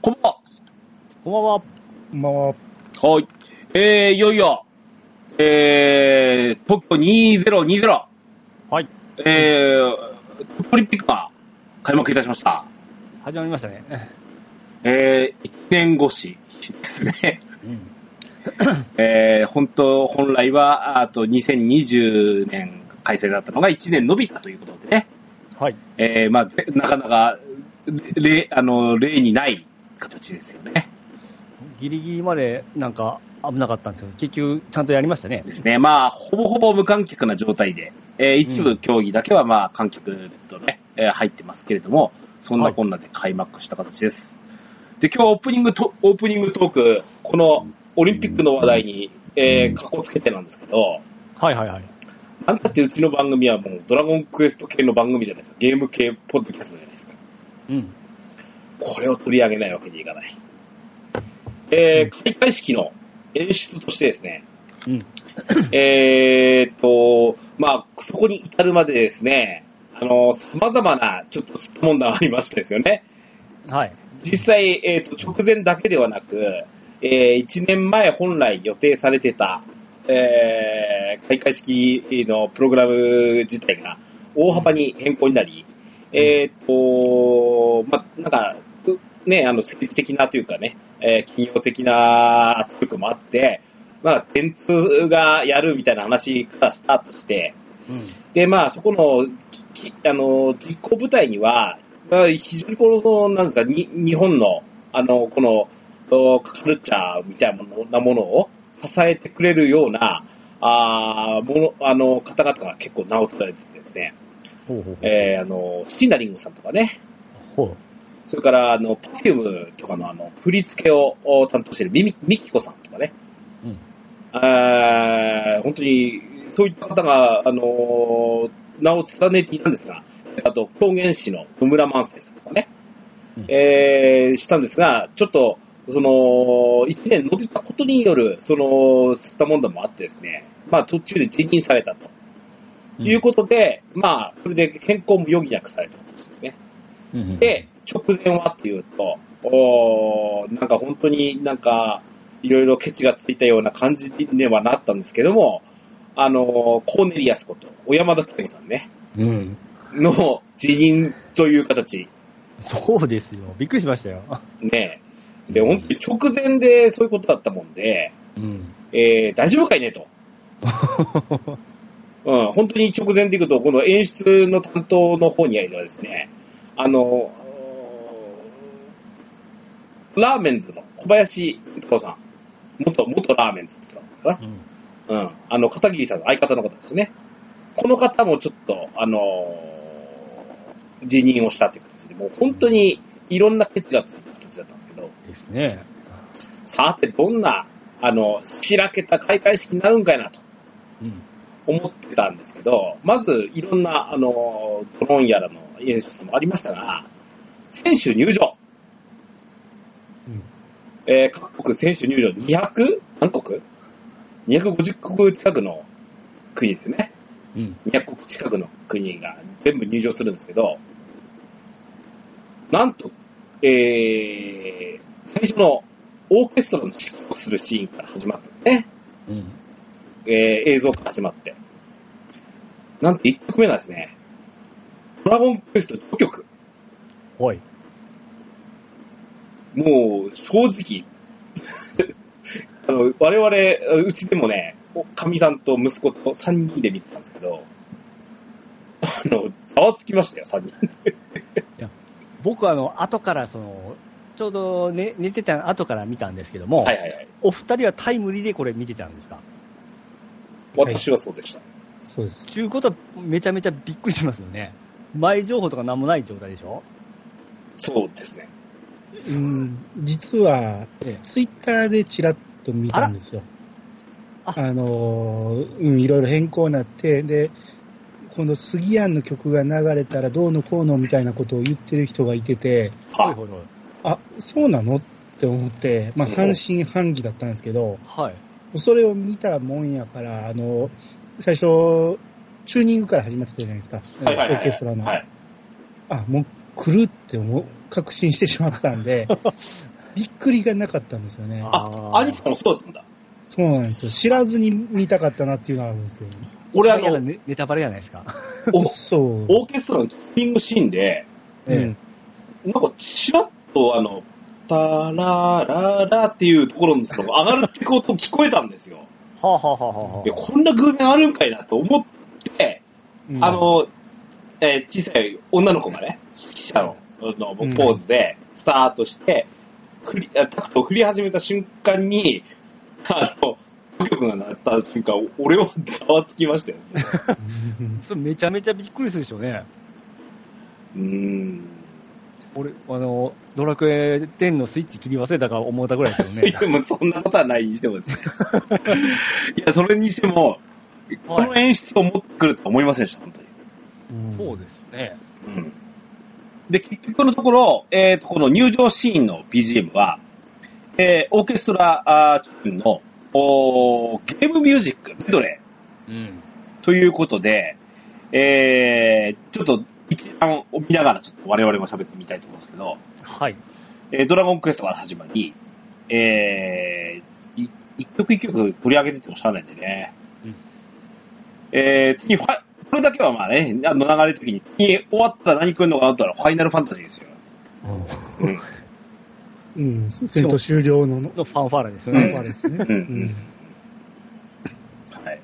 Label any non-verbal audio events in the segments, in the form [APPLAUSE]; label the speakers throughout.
Speaker 1: こんばん
Speaker 2: こんばんは。
Speaker 3: こんばんは。
Speaker 1: は。はい。えー、いよいよ、えー、東京2020、
Speaker 2: はい。
Speaker 1: えー、オリンピックが開幕いたしました。
Speaker 2: 始まりましたね。
Speaker 1: えー、1年越しですね。 [LAUGHS]
Speaker 2: うん。
Speaker 1: えー、本当、本来は、あと2020年開催だったのが1年伸びたということでね、
Speaker 2: はい。
Speaker 1: えー、まあ、ぜなかなか、例、あの、例にない形ですよね。
Speaker 2: ギリギリまでなんか危なかったんですけど、結局ちゃんとやりましたね。
Speaker 1: ですね。まあ、ほぼほぼ無観客な状態で、えー一
Speaker 2: う
Speaker 1: 部
Speaker 2: ん
Speaker 1: 競技だけは、まあ、観客とね、えー入ってますけれども、そん
Speaker 2: は
Speaker 1: ないこんなで開幕した形です。で、今日オープニングト、オープニングトーク、このオリンピックの話題に、えー、かこつけてなんですけど、
Speaker 2: はいはいはい。
Speaker 1: なんだってうちの番組はもうドラゴンクエスト系の番組じゃないですか。ゲーム系ポッドキャストじゃないですか。
Speaker 2: うん。
Speaker 1: これを取り上げないわけにいかない。えー、開会式の演出としてですね、
Speaker 2: うん。
Speaker 1: [COUGHS] えーっと、まあ、そこに至るまでですね、あの、様々な、ちょっとすっぽんだがありましたですよね。
Speaker 2: はい。
Speaker 1: 実際、えーっと、直前だけではなく、えー、1年前本来予定されてた、えー、開会式のプログラム自体が大幅に変更になり、えーっと、まあ、なんか、うね、あの、政治的なというかね、えー、企業的な圧力もあって、まあ、電通がやるみたいな話からスタートして、
Speaker 2: うん。
Speaker 1: で、まあ、そこの、ききあの、実行部隊には、まあ非常にこの、なんですか、に日本の、あの、この、おカルチャーみたいなものなものを支えてくれるような、あーもの、あの、方々が結構名を連ねててですね、
Speaker 2: ほうほう
Speaker 1: えー、あの、シナリングさんとかね、
Speaker 2: ほう。ほ
Speaker 1: それから、あの、パフュームとかの、あの、振り付けをお担当しているミミミキコさんとかね、
Speaker 2: う。うん。
Speaker 1: あー本当に、そういった方が、あのー名を連ねていたんですが、あと、狂言師の野村萬斎さんとかね、
Speaker 2: うん
Speaker 1: えーしたんですが、ちょっと、その、一年伸びたことによる、その、吸った問題もあってですね、まあ途中で辞任されたということで、まあ、それで健康も余儀なくされたんですね。
Speaker 2: と
Speaker 1: で、、直前はっていうと、おーなんか本当になんか、いろいろケチがついたような感じにはなったんですけども、あのーコーネリアスこと、小山田久子さんね、
Speaker 2: うん。
Speaker 1: の辞任という形、
Speaker 2: そうですよ。びっくりしましたよ。
Speaker 1: ね。で、本当に直前でそういうことだったもんで、
Speaker 2: うん。
Speaker 1: えー、大丈夫かいねと。うん、本当に直前でいくと、この演出の担当の方にあるのはですね、あの、ラーメンズの小林太郎さん、元、元ラーメンズって言ったのか
Speaker 2: うん。
Speaker 1: なうん。あの、片桐さんの相方の方ですね。この方もちょっと、あの辞任をしたという形で、もう本当にいろんなケチがついた形だったんですけど、
Speaker 2: ですね。
Speaker 1: さてどんな、あの、しらけた開会式になるんかいなと。
Speaker 2: うん。
Speaker 1: 思ってたんですけど、まずいろんな、あの、ドローンやらの演出もありましたが、選手入場。
Speaker 2: うん
Speaker 1: えー各国選手入場 200? 何国 ?250 国近くの国ですよね。
Speaker 2: うん。
Speaker 1: 200国近くの国が全部入場するんですけど、なんと、えー、最初のオーケストラの指揮をするシーンから始まったんですね。
Speaker 2: うん。
Speaker 1: えー映像から始まって。なんと1曲目なんですね。ドラゴンクエスト5曲。
Speaker 2: おい。
Speaker 1: もう、正直、 [LAUGHS] あの、我々、うちでもね、おかみさんと息子と3人で見てたんですけど、あの、ざわつきましたよ、3人。
Speaker 2: 僕あの、後からその、ちょうど寝寝てた後から見たんですけども、
Speaker 1: はいはいはい。
Speaker 2: お二人はタイムリーでこれ見てたんですか
Speaker 1: 私はそうでした。
Speaker 3: そうです。
Speaker 2: ちゅうことはめちゃめちゃびっくりしますよね。前情報とか何もない状態でしょ
Speaker 1: そうですね。
Speaker 3: うん、実は、
Speaker 2: え
Speaker 3: ツイッターでちらっと見たんですよ。
Speaker 2: あ
Speaker 3: あ
Speaker 2: ら
Speaker 3: のー、うん、いろいろ変更になって、で、この杉谷の曲が流れたらどうのこうのみたいなことを言ってる人がいてて、
Speaker 1: はい。
Speaker 2: ほいほい
Speaker 3: あ、そうなのって思って、まあ、
Speaker 1: うん
Speaker 3: 半信半疑だったんですけど、
Speaker 2: はい。
Speaker 3: それを見たもんやから、あの、最初、チューニングから始まってたじゃないですか。
Speaker 1: はいはいはい
Speaker 3: オーケストラの
Speaker 1: はい。 [LAUGHS]
Speaker 3: あ、もう来るって思う確信してしまったんで、びっくりがなかったんですよね。
Speaker 1: あ、アニさんもそうだったんだ。
Speaker 3: そうなんですよ。知らずに見たかったなっていうのはあるんですけど、
Speaker 1: 俺あ
Speaker 2: それや
Speaker 1: の
Speaker 2: ら、ネネタバレじゃないですか。
Speaker 1: お
Speaker 3: そう。
Speaker 1: オーケストラのトッピングシーンで、
Speaker 3: う
Speaker 2: え
Speaker 3: ん。
Speaker 1: なんか、ちらっと、あの、タラララっていうところの、その、上がるってこと聞こえたんですよ。
Speaker 2: えはあ、はあはあはい
Speaker 1: や、こんな偶然あるんかいなと思って、
Speaker 3: うん
Speaker 1: あ、の、えー小さい女の子がね、指揮者ののポーズでスタートして、振りあタクトを振り始めた瞬間に、あの、当局が鳴った瞬間、俺はざわつきましたよ。
Speaker 3: うん
Speaker 2: それめちゃめちゃびっくりするでしょうね。
Speaker 1: うーん。
Speaker 2: 俺、あの、ドラクエ10のスイッチ切り忘れたか思ったぐらいですよ
Speaker 1: [LAUGHS] い
Speaker 2: ね。
Speaker 1: や、もうそんなことはないにしてもですね。いや、それにしても、この演出を持ってくるとは思いませんでした、本当に。
Speaker 2: そうですよね。
Speaker 1: うん。で、結局のところ、えっ、と、この入場シーンの BGM は、えーオーケストラあーチームのおーゲームミュージック、メドレ
Speaker 2: うん。
Speaker 1: ーということで、えー、ちょっと一覧を見ながらちょっと我々も喋ってみたいと思うんですけど、
Speaker 2: はい。
Speaker 1: えードラゴンクエストから始まり、えー、い一曲一曲取り上げてってもしゃあないんでね。
Speaker 2: うん
Speaker 1: えー、次、ファイこれだけはまあね、あの流れ的に、次終わったら何来るのかなと思ったら、ファイナルファンタジーですよ。うん。
Speaker 3: うん。戦闘終了の、の
Speaker 2: のファンファーレですよ
Speaker 1: う
Speaker 2: ね。
Speaker 1: ん
Speaker 3: あれですね。
Speaker 1: う。
Speaker 3: うんん。
Speaker 1: はい。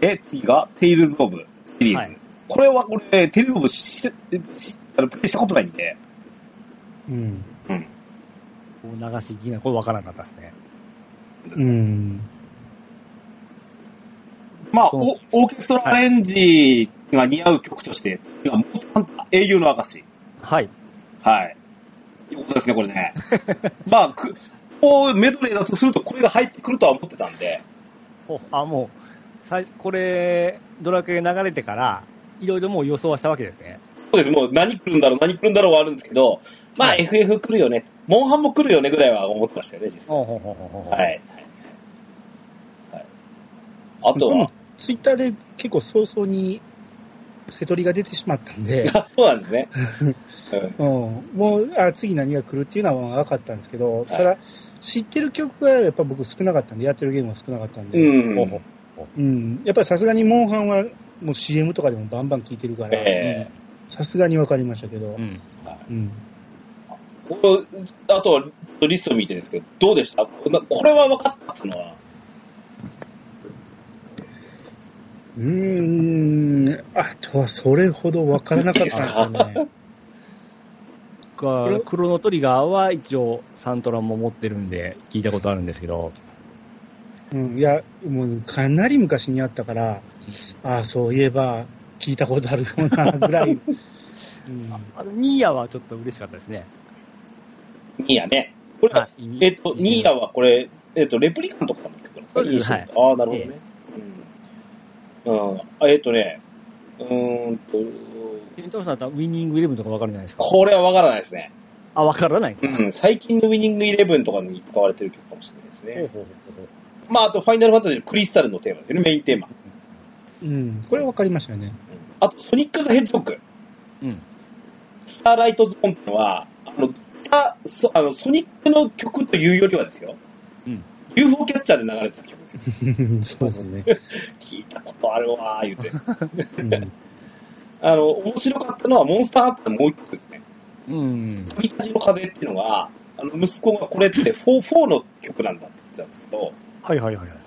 Speaker 1: で、次が、テイルズ・オブシリーズ。
Speaker 2: はい
Speaker 1: これは、俺、テイルズ・オブししあのプレイしたことないんで、
Speaker 3: うん。
Speaker 1: うん。
Speaker 2: 流し聞きな、これわからなかったですね。
Speaker 3: うん。
Speaker 1: まあ、
Speaker 2: そう
Speaker 1: おオーケストラアレンジが似合う曲として、次は、モンスターハンター、英雄の証。
Speaker 2: はい。
Speaker 1: はい。いうことですね、これ [LAUGHS] ね。まあ、くこうメドレーだとすると、これが入ってくるとは思ってたんで、
Speaker 2: おあ、もう、最これ、ドラクエ流れてから、いろいろもう予想はしたわけですね。
Speaker 1: そうです、もう何来るんだろう、何来るんだろうはあるんですけど、まあ、
Speaker 2: はい
Speaker 1: FF 来るよね、モンハンも来るよねぐらいは思ってましたよね、実際。
Speaker 2: ほうほうほうほうほう
Speaker 1: はい。はい。あと
Speaker 3: でも
Speaker 1: は、
Speaker 3: ツイッターで結構早々に瀬取りが出てしまったんで、
Speaker 1: あ [LAUGHS] そうなんですね。 [LAUGHS] うん
Speaker 3: うん、もうあ次何が来るっていうのは分かったんですけど、ただ、知ってる曲がやっぱ僕少なかったんで、やってるゲームは少なかったんで、
Speaker 1: うん。
Speaker 2: ほうほう
Speaker 3: うんやっぱりさすがにモンハンはもう CM とかでもバンバン聴いてるから、
Speaker 1: え
Speaker 3: さすがに分かりましたけど、
Speaker 2: うん。
Speaker 3: うん
Speaker 1: ーこれあとは、リスト見てるんですけど、どうでしたこんなこれは分かったっていうのは。
Speaker 3: うーん、あとはそれほど分からなかったんですよね。
Speaker 2: かクロノトリガーは一応、サントラも持ってるんで、聞いたことあるんですけど、
Speaker 3: うん、いや、もうかなり昔にあったから、ああ、そういえば聞いたことあるようなぐらい。うん
Speaker 2: あのニーヤはちょっと嬉しかったですね。
Speaker 1: ニーヤね。これ、
Speaker 2: い
Speaker 1: えっと、ニーヤはこれ、えっと、レプリカントから持ってくるんですか
Speaker 2: そうですはい
Speaker 1: ああ、なるほどね。うん。うん。あえっとね、うーんと、
Speaker 2: ケントロスさんだったらウィニングイレブンとかわかるじゃないですか。
Speaker 1: これは分からないですね。
Speaker 2: あ、わからないんですか
Speaker 1: うん。最近のウィニングイレブンとかに使われてる曲かもしれないですね。
Speaker 2: ほうほうほう
Speaker 1: まあ、あと、ファイナルファンタジーのクリスタルのテーマですよね、メインテーマ。
Speaker 3: うん、これ分かりましたよね。
Speaker 1: あと、ソニック・ザ・ヘッジホッグ、
Speaker 2: ほううん。
Speaker 1: スターライト・ズ・ボンってのは、あの、スタそあのソニックの曲というよりはですよ、
Speaker 2: うん、
Speaker 1: UFO キャッチャーで流れてた曲ですよ。
Speaker 3: そうですね。
Speaker 1: 聞いたことあるわー、言うて。
Speaker 3: うん
Speaker 1: あの、面白かったのは、モンスターハンターのもう一曲ですね。
Speaker 2: うん。
Speaker 1: 鳥たちの風っていうのが、あの、息子がこれって4、4の曲なんだって言ってたんですけど、
Speaker 2: はいはいはいはい。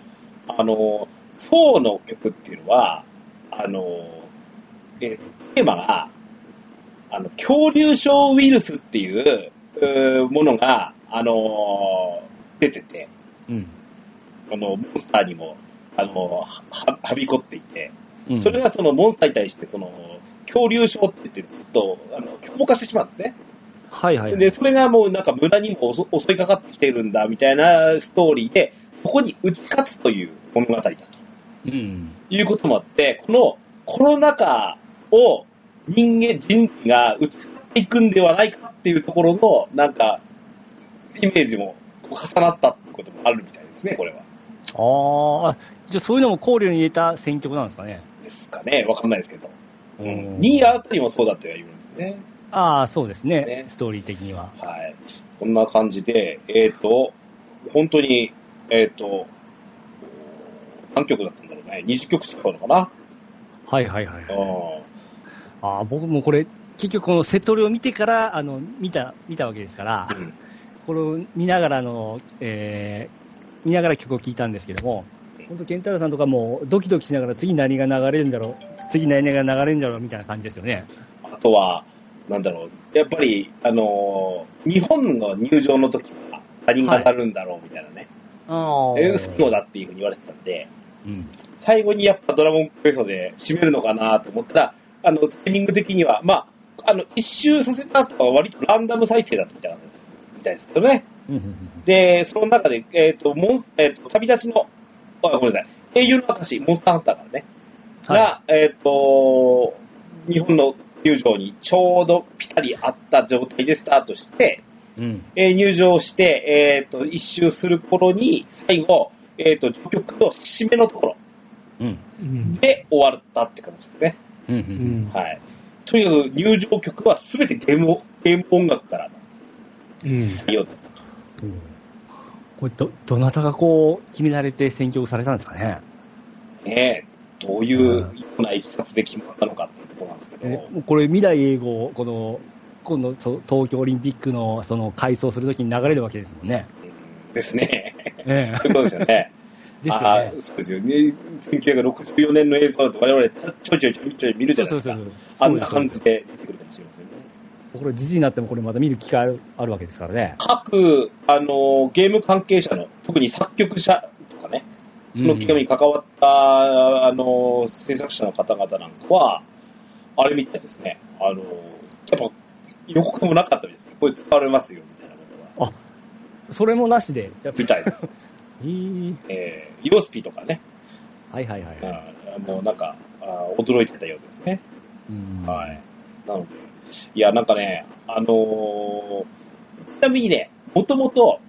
Speaker 1: あの、4の曲っていうのは、あの、えーテーマが、あの、恐竜症ウイルスっていう、うーものが、あの、出てて、
Speaker 2: うん。
Speaker 1: あの、モンスターにも、あの、は、ははびこっていて、
Speaker 2: うん
Speaker 1: それがそのモンスターに対して、その、恐竜症って言って、ずっと、あの、凶暴化してしまうんですね。
Speaker 2: はいはいはい。
Speaker 1: で、それがもうなんか村にも襲襲いかかってきてるんだ、みたいなストーリーで、そこに打ち勝つという物語だと
Speaker 2: うん。
Speaker 1: いうこともあって、このコロナ禍を人間、人類が打ち勝っていくんではないかっていうところの、なんか、イメージもこう重なったってこともあるみたいですね、これは。
Speaker 2: ああ、じゃあそういうのも考慮に入れた選曲なんですかね。
Speaker 1: ですかね、わかんないですけど。
Speaker 2: う
Speaker 1: ニーヤあたりもそうだって言われるんですね。
Speaker 2: ああ、そうですね
Speaker 1: ね
Speaker 2: ストーリー的には。
Speaker 1: はい。こんな感じで、えっ、と、本当に、えっ、と、何曲だったんだろうね。20曲しかあるのかな。
Speaker 2: はいはいはい。
Speaker 1: うん。
Speaker 2: ああ、僕もこれ、結局このセットリを見てから、あの、見た、見たわけですから、
Speaker 1: うん
Speaker 2: これを見ながらの、えー見ながら曲を聴いたんですけども、本当、健太郎さんとかもドキドキしながら次何が流れるんだろう、次何が流れるんだろうみたいな感じですよね。
Speaker 1: あとは、なんだろう。やっぱり、あのー日本の入場の時は他人がなるんだろうみたいなね。
Speaker 2: あ
Speaker 1: エウスノだっていうふうに言われてたんで、
Speaker 2: うん。
Speaker 1: 最後にやっぱドラゴンクエストで締めるのかなと思ったら、あの、タイミング的には、まあ、あの、一周させた後は割とランダム再生だったみたいなんです。みたいですけどね。
Speaker 2: うんうんうん
Speaker 1: で、その中で、えっ、と、モンス、えっ、と、旅立ちの、あごめんなさい、英雄の私、モンスターハンターからね、
Speaker 2: は
Speaker 1: が、えっ、と、日本の入場にちょうどピタリ合った状態でスタートして、
Speaker 2: い。うん。
Speaker 1: えー入場して、えっ、と、一周する頃に、最後、えっ、と、序曲の締めのところ
Speaker 2: うん。
Speaker 3: うん。
Speaker 1: で終わったって感じですね。
Speaker 2: うん。う。
Speaker 3: うんん。
Speaker 1: はい。という入場曲は全てゲームを、ゲーム音楽からの
Speaker 3: うん。
Speaker 1: 内容だっ
Speaker 2: うんこれど、どなたがこう、決められて選曲されたんですかね。
Speaker 1: たね。どういうような一冊で決まったのかっていうところなんですけど。
Speaker 2: えもうこれ未来永劫、この、今度そう東京オリンピックのその改装するときに流れるわけですもんね。
Speaker 1: ですね。
Speaker 2: ええ。
Speaker 1: そういうことですよね。
Speaker 2: ですよ
Speaker 1: あ
Speaker 2: ね。
Speaker 1: ーそうですよね。1964年の映像だと我々ちょいちょいちょいちょい見るじゃないですか。
Speaker 2: そう。
Speaker 1: あんな感
Speaker 2: そう
Speaker 1: じで
Speaker 2: です
Speaker 1: 出てくるかもしれませんね。
Speaker 2: これ、じじになってもこれまた見る機会あるあるわけですからね。
Speaker 1: 各、あのー、ゲーム関係者の、特に作曲者とかね、その企画に関わった、あのー、制作者の方々なんかは、あれみたいですね。あのー、やっぱ、予告もなかったみたいですね。これ使われますよ、みたいなことは。
Speaker 2: それもなしで、やっぱ
Speaker 1: みたい
Speaker 2: [LAUGHS]
Speaker 1: です。
Speaker 2: り。
Speaker 1: えー、ヨースピとかね、
Speaker 2: はいはいはい。
Speaker 1: あーもうなんかあー、驚いてたようですね。
Speaker 2: うん
Speaker 1: はい。。なので、いや、なんかね、あのーちなみにね、もともと、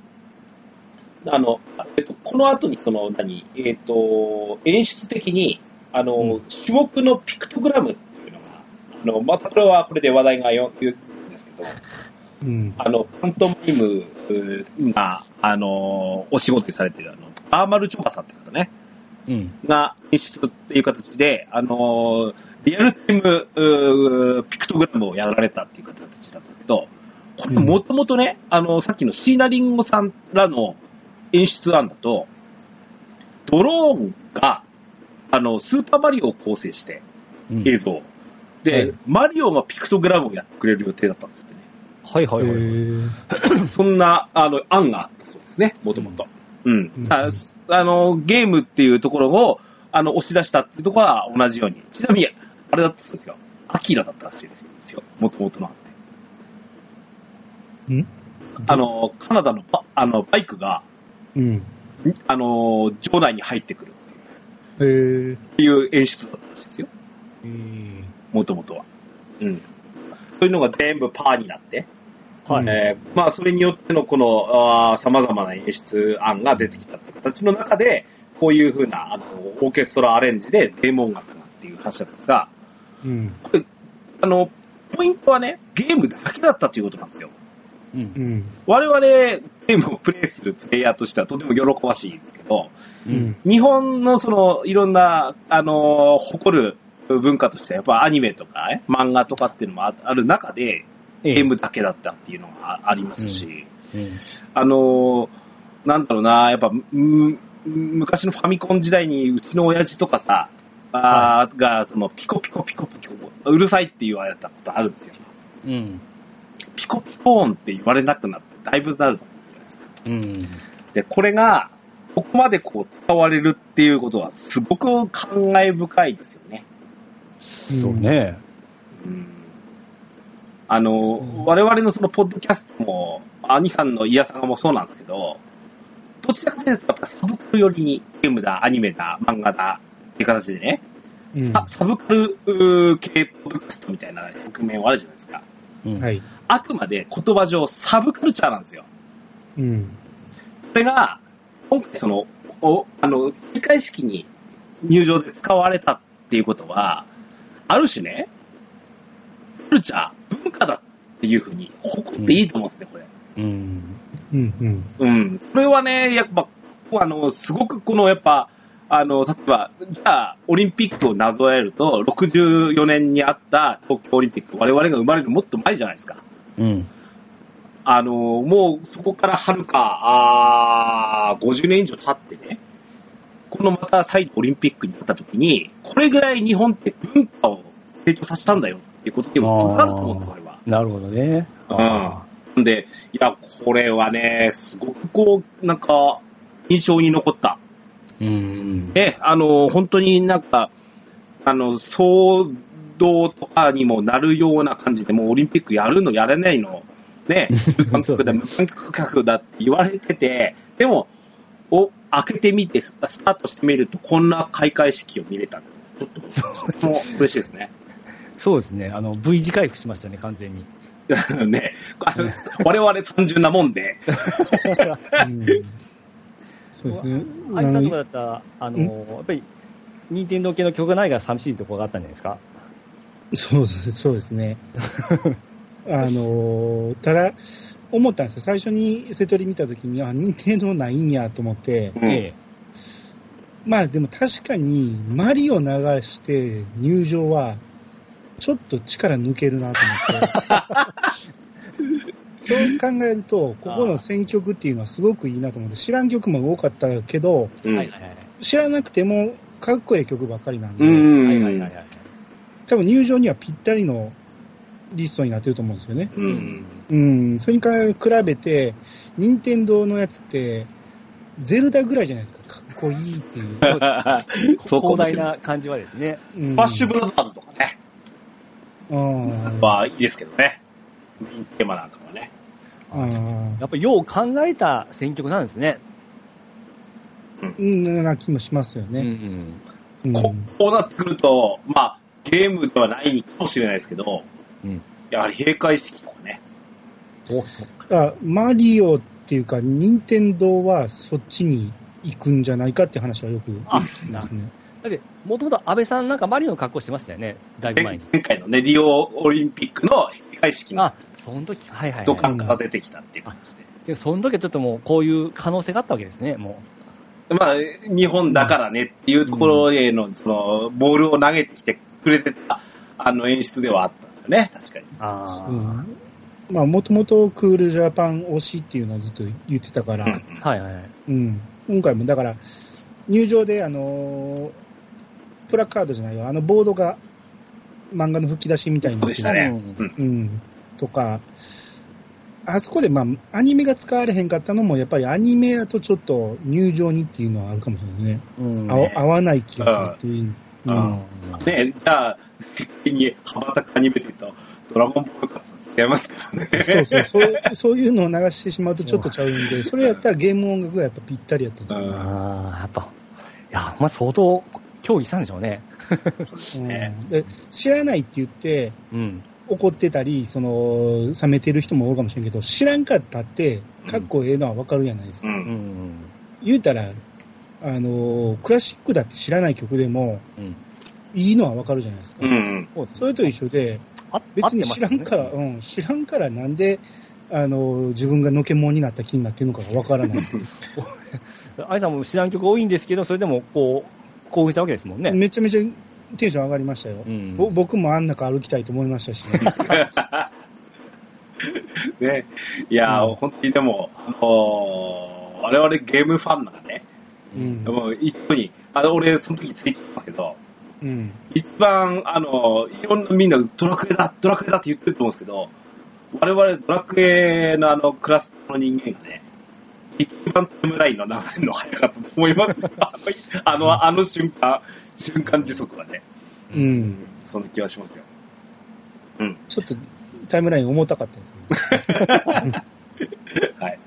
Speaker 1: あの、えっと、この後にその、何、えっと、演出的に、あのー
Speaker 2: う
Speaker 1: 種目のピクトグラムっていうのが、あの、またこれはこれで話題がよ、言うんですけど、
Speaker 3: うん。
Speaker 1: あの、パントマイムうーが、あのーお仕事にされてる、あの、アーマルチョバさんって方ね。
Speaker 2: うん。
Speaker 1: が演出っていう形で、あのーリアルタイムうーピクトグラムをやられたっていう形だったけど、これもともとね、あのーさっきのシーナリンゴさんらの演出案だと、ドローンが、あの、スーパーマリオを構成して、
Speaker 2: うん
Speaker 1: 映像を。で、
Speaker 2: はい
Speaker 1: マリオがピクトグラムをやってくれる予定だったんですってね。
Speaker 2: はいはいはい。
Speaker 1: そんな、あの、案があったそうですね、もともと。うん
Speaker 3: うん
Speaker 1: あ。すあの、ゲームっていうところを、あの、押し出したっていうところは同じように。ちなみに、あれだったそうですよ。アキラだったらしいですよ。もともとの案って。
Speaker 3: うん
Speaker 1: あ、の、カナダのバあのバイクが、
Speaker 3: うん。
Speaker 1: んあの、場内に入ってくる
Speaker 3: えー、
Speaker 1: っていう演出だったらしいですよ。
Speaker 3: うん。
Speaker 1: もともとは。うん。そういうのが全部パーになって、
Speaker 3: はい
Speaker 1: えーまあ、それによってのこの、さまざまな演出案が出てきたって形の中で、こういう風な、あの、オーケストラアレンジでデーモ音楽なんていう話なんですが、
Speaker 3: うん。
Speaker 1: あの、ポイントはね、ゲームだけだったということなんですよ。
Speaker 2: うん
Speaker 3: うん。
Speaker 1: 我々、ゲームをプレイするプレイヤーとしてはとても喜ばしいんですけど、
Speaker 2: う
Speaker 3: うんん。
Speaker 1: 日本のその、いろんな、あの、誇る文化としては、やっぱアニメとか、ね、漫画とかっていうのもあある中で、
Speaker 2: ええ
Speaker 1: ゲームだけだったっていうのがあありますし、
Speaker 2: うん
Speaker 1: あのーなんだろうな、やっぱ、む昔のファミコン時代にうちの親父とかさ、あーが、その、ピコピコピコピコ、うるさいって言われたことあるんですよ。
Speaker 2: うん。
Speaker 1: ピコピコ音って言われなくなって、だいぶなると思うんですよ。
Speaker 2: うん。
Speaker 1: で、これが、ここまでこう、使われるっていうことは、すごく感慨深いですよね。
Speaker 2: そうね。
Speaker 1: うんあの、我々のそのポッドキャストも、兄さんのイヤサガもそうなんですけど、どちらかというと、やっぱサブカル寄りにゲームだ、アニメだ、漫画だっていう形でね、
Speaker 3: うん。
Speaker 1: サ
Speaker 3: は
Speaker 1: サブカルうー系ポッドキャストみたいな側面はあるじゃないですか。
Speaker 2: うん
Speaker 3: い。
Speaker 1: あくまで言葉上サブカルチャーなんですよ。
Speaker 3: うん。
Speaker 1: それが、今回その、おあの、開会式に入場で使われたっていうことは、ある種ね、カルチャー、文化だっっていうふうに、誇っていいと思うんですね、これ。
Speaker 2: うん。
Speaker 3: うんうん。
Speaker 1: うん。それはね、やっぱ、あの、すごくこの、やっぱ、あの、例えば、じゃあ、オリンピックをなぞらえると、64年にあった東京オリンピック、我々が生まれるもっと前じゃないですか。
Speaker 2: うん。
Speaker 1: あの、もうそこからはるか、あー50年以上経ってね、このまた再度オリンピックになった時に、これぐらい日本って文化を成長させたんだよっていうことでもつながると思うんです、それは。
Speaker 2: なるほどね。
Speaker 1: うん。で、いや、これはね、すごくこう、なんか、印象に残った。
Speaker 2: うん。
Speaker 1: え、あの、本当になんか、あの、騒動とかにもなるような感じで、もうオリンピックやるのやれないの、
Speaker 2: [LAUGHS]
Speaker 1: ね、無観客だ、無観客だって言われてて、でも、お、開けてみて、ススタートしてみると、こんな開会式を見れたんです。ちょっと、もう嬉しいですね。
Speaker 2: [LAUGHS] そうですね。あの、V 字回復しましたね、完全に。
Speaker 1: ね、あの我々単純なもんで、
Speaker 3: うんそうですね。
Speaker 2: アイ
Speaker 3: あ
Speaker 2: さんとかだ
Speaker 3: の
Speaker 2: ったら、あの、やっぱり、任天堂系の曲がないから寂しいところがあったんじゃないですか。
Speaker 3: そうですそうですね。あのーただ、思ったんですよ。最初にセトリ見たときに、あ、任天堂ないんやと思って、
Speaker 1: うん
Speaker 2: え
Speaker 3: まあでも確かに、マリオ流して入場は、ちょっと力抜けるなと
Speaker 1: [LAUGHS]
Speaker 3: 思って。そう考えると、ここの選曲っていうのはすごくいいなと思って、知らん曲も多かったけど、
Speaker 1: う
Speaker 2: え
Speaker 1: ん
Speaker 2: はいはいはい。
Speaker 3: 知らなくてもかっこいい曲ばっかりなんで、
Speaker 1: うん
Speaker 2: はいはいはいはい。
Speaker 3: 多分入場にはぴったりのリストになってると思うんですよね。
Speaker 1: う。
Speaker 2: うん
Speaker 3: うん、それに比べて、任天堂のやつって、ゼルダぐらいじゃないですか、かっこいいっ
Speaker 1: [LAUGHS]
Speaker 3: ていう。
Speaker 1: そこ
Speaker 2: 広
Speaker 1: だ
Speaker 2: 大な感じはですね。
Speaker 3: うん、
Speaker 1: スパッシュブラザーズとかね、
Speaker 3: うん
Speaker 1: やっぱいいですけどね。メインテーマなんかはね。
Speaker 3: うん
Speaker 2: やっぱりよう考えた選曲なんですね。
Speaker 3: うん、な気もしますよね。
Speaker 2: ん。
Speaker 3: うん
Speaker 1: ここうなってくると、まあ、ゲームではないかもしれないですけど、
Speaker 2: うん。
Speaker 1: やはり閉会式とかね。
Speaker 2: お
Speaker 3: だからマリオっていうか、任天堂はそっちに行くんじゃないかって話はよく
Speaker 1: あ
Speaker 3: 聞きますね。
Speaker 2: だって、もともと安倍さんなんかマリオの格好してましたよね、だいぶ前
Speaker 1: 前
Speaker 2: に。
Speaker 1: 前回のね、リオオリンピックの閉会式の
Speaker 2: あ、その時か、はいはい、
Speaker 1: ド
Speaker 2: は
Speaker 1: カンから出てきたっていう感じで。
Speaker 2: い。で、その時はちょっともう、こういう可能性があったわけですね、も
Speaker 1: まあ、日本だからねっていうところへの、その、ボールを投げてきてくれてた、あの演出ではあったんですよね、確かに。
Speaker 2: う。ああ、
Speaker 3: うんまあ、もともとクールジャパン推しっていうのはずっと言ってたから、
Speaker 2: はいはいはい。
Speaker 3: うん、今回もだから、入場で、あのープラカードじゃないよ、あのボードが漫画の吹き出しみたいに
Speaker 1: そう
Speaker 3: なっ
Speaker 1: で
Speaker 3: て
Speaker 1: し
Speaker 3: る
Speaker 1: たね。
Speaker 2: う
Speaker 1: うん。
Speaker 3: うん、とか、あそこで、まあ、アニメが使われへんかったのも、やっぱりアニメやとちょっと入場にっていうのはあるかもしれないね。
Speaker 2: うん
Speaker 3: 合わ合わない気がするっていう。
Speaker 1: う
Speaker 3: うんん
Speaker 1: ねじゃあ、世界に羽ばたくアニメというと、ドラゴンボールから違いますからね。
Speaker 3: そうそうそう、そういうのを流してしまうとちょっとちゃうんで、それやったらゲーム音楽がやっぱぴったりやったんだよ
Speaker 1: うん
Speaker 2: ああ、やっぱ、いや、まあ、相当、協議したんでしょうね。
Speaker 1: そうですね。
Speaker 3: うんで知らないって言って、
Speaker 2: うん。
Speaker 3: 怒ってたり、その、冷めてる人もおるかもしれんけど、知らんかったって、かっこええのはわかるじゃないですか。
Speaker 1: う。
Speaker 2: うんん。
Speaker 3: 言うたら、あのークラシックだって知らない曲でも、
Speaker 2: うん。
Speaker 3: いいのはわかるじゃないですか。
Speaker 1: うん。
Speaker 2: そうです
Speaker 3: それと一緒で、
Speaker 2: あ
Speaker 3: 別に知らんから、
Speaker 2: 合って
Speaker 3: うん、知らんからなんで、あのー自分がのけもんになった気になってるのかがわからない。
Speaker 2: ますよね愛さんも知らん曲多いんですけど、それでも、こう、興奮したわけですもんね。
Speaker 3: めちゃめちゃテンション上がりましたよ。
Speaker 2: うん
Speaker 3: ぼ僕もあん中歩きたいと思いましたし、
Speaker 1: [LAUGHS] ね、いやー、
Speaker 3: うん
Speaker 1: 本当にでも、あのー我々ゲームファンならね、
Speaker 3: うん
Speaker 1: もう一緒に、あの、俺、その時ツイッターしたんですけど、
Speaker 3: うん、
Speaker 1: 一番、あのーいろんなみんなドラクエだ、ドラクエだって言ってると思うんですけど、我々ドラクエのあの、クラスの人間がね、一番タイムラインの流れるの早かったと思いますよ [LAUGHS] あのあの、あの瞬間、瞬間時速はね、
Speaker 3: うん、
Speaker 1: そんな気はしますよ。
Speaker 3: ちょっとタイムライン重たかったですね。
Speaker 1: はい。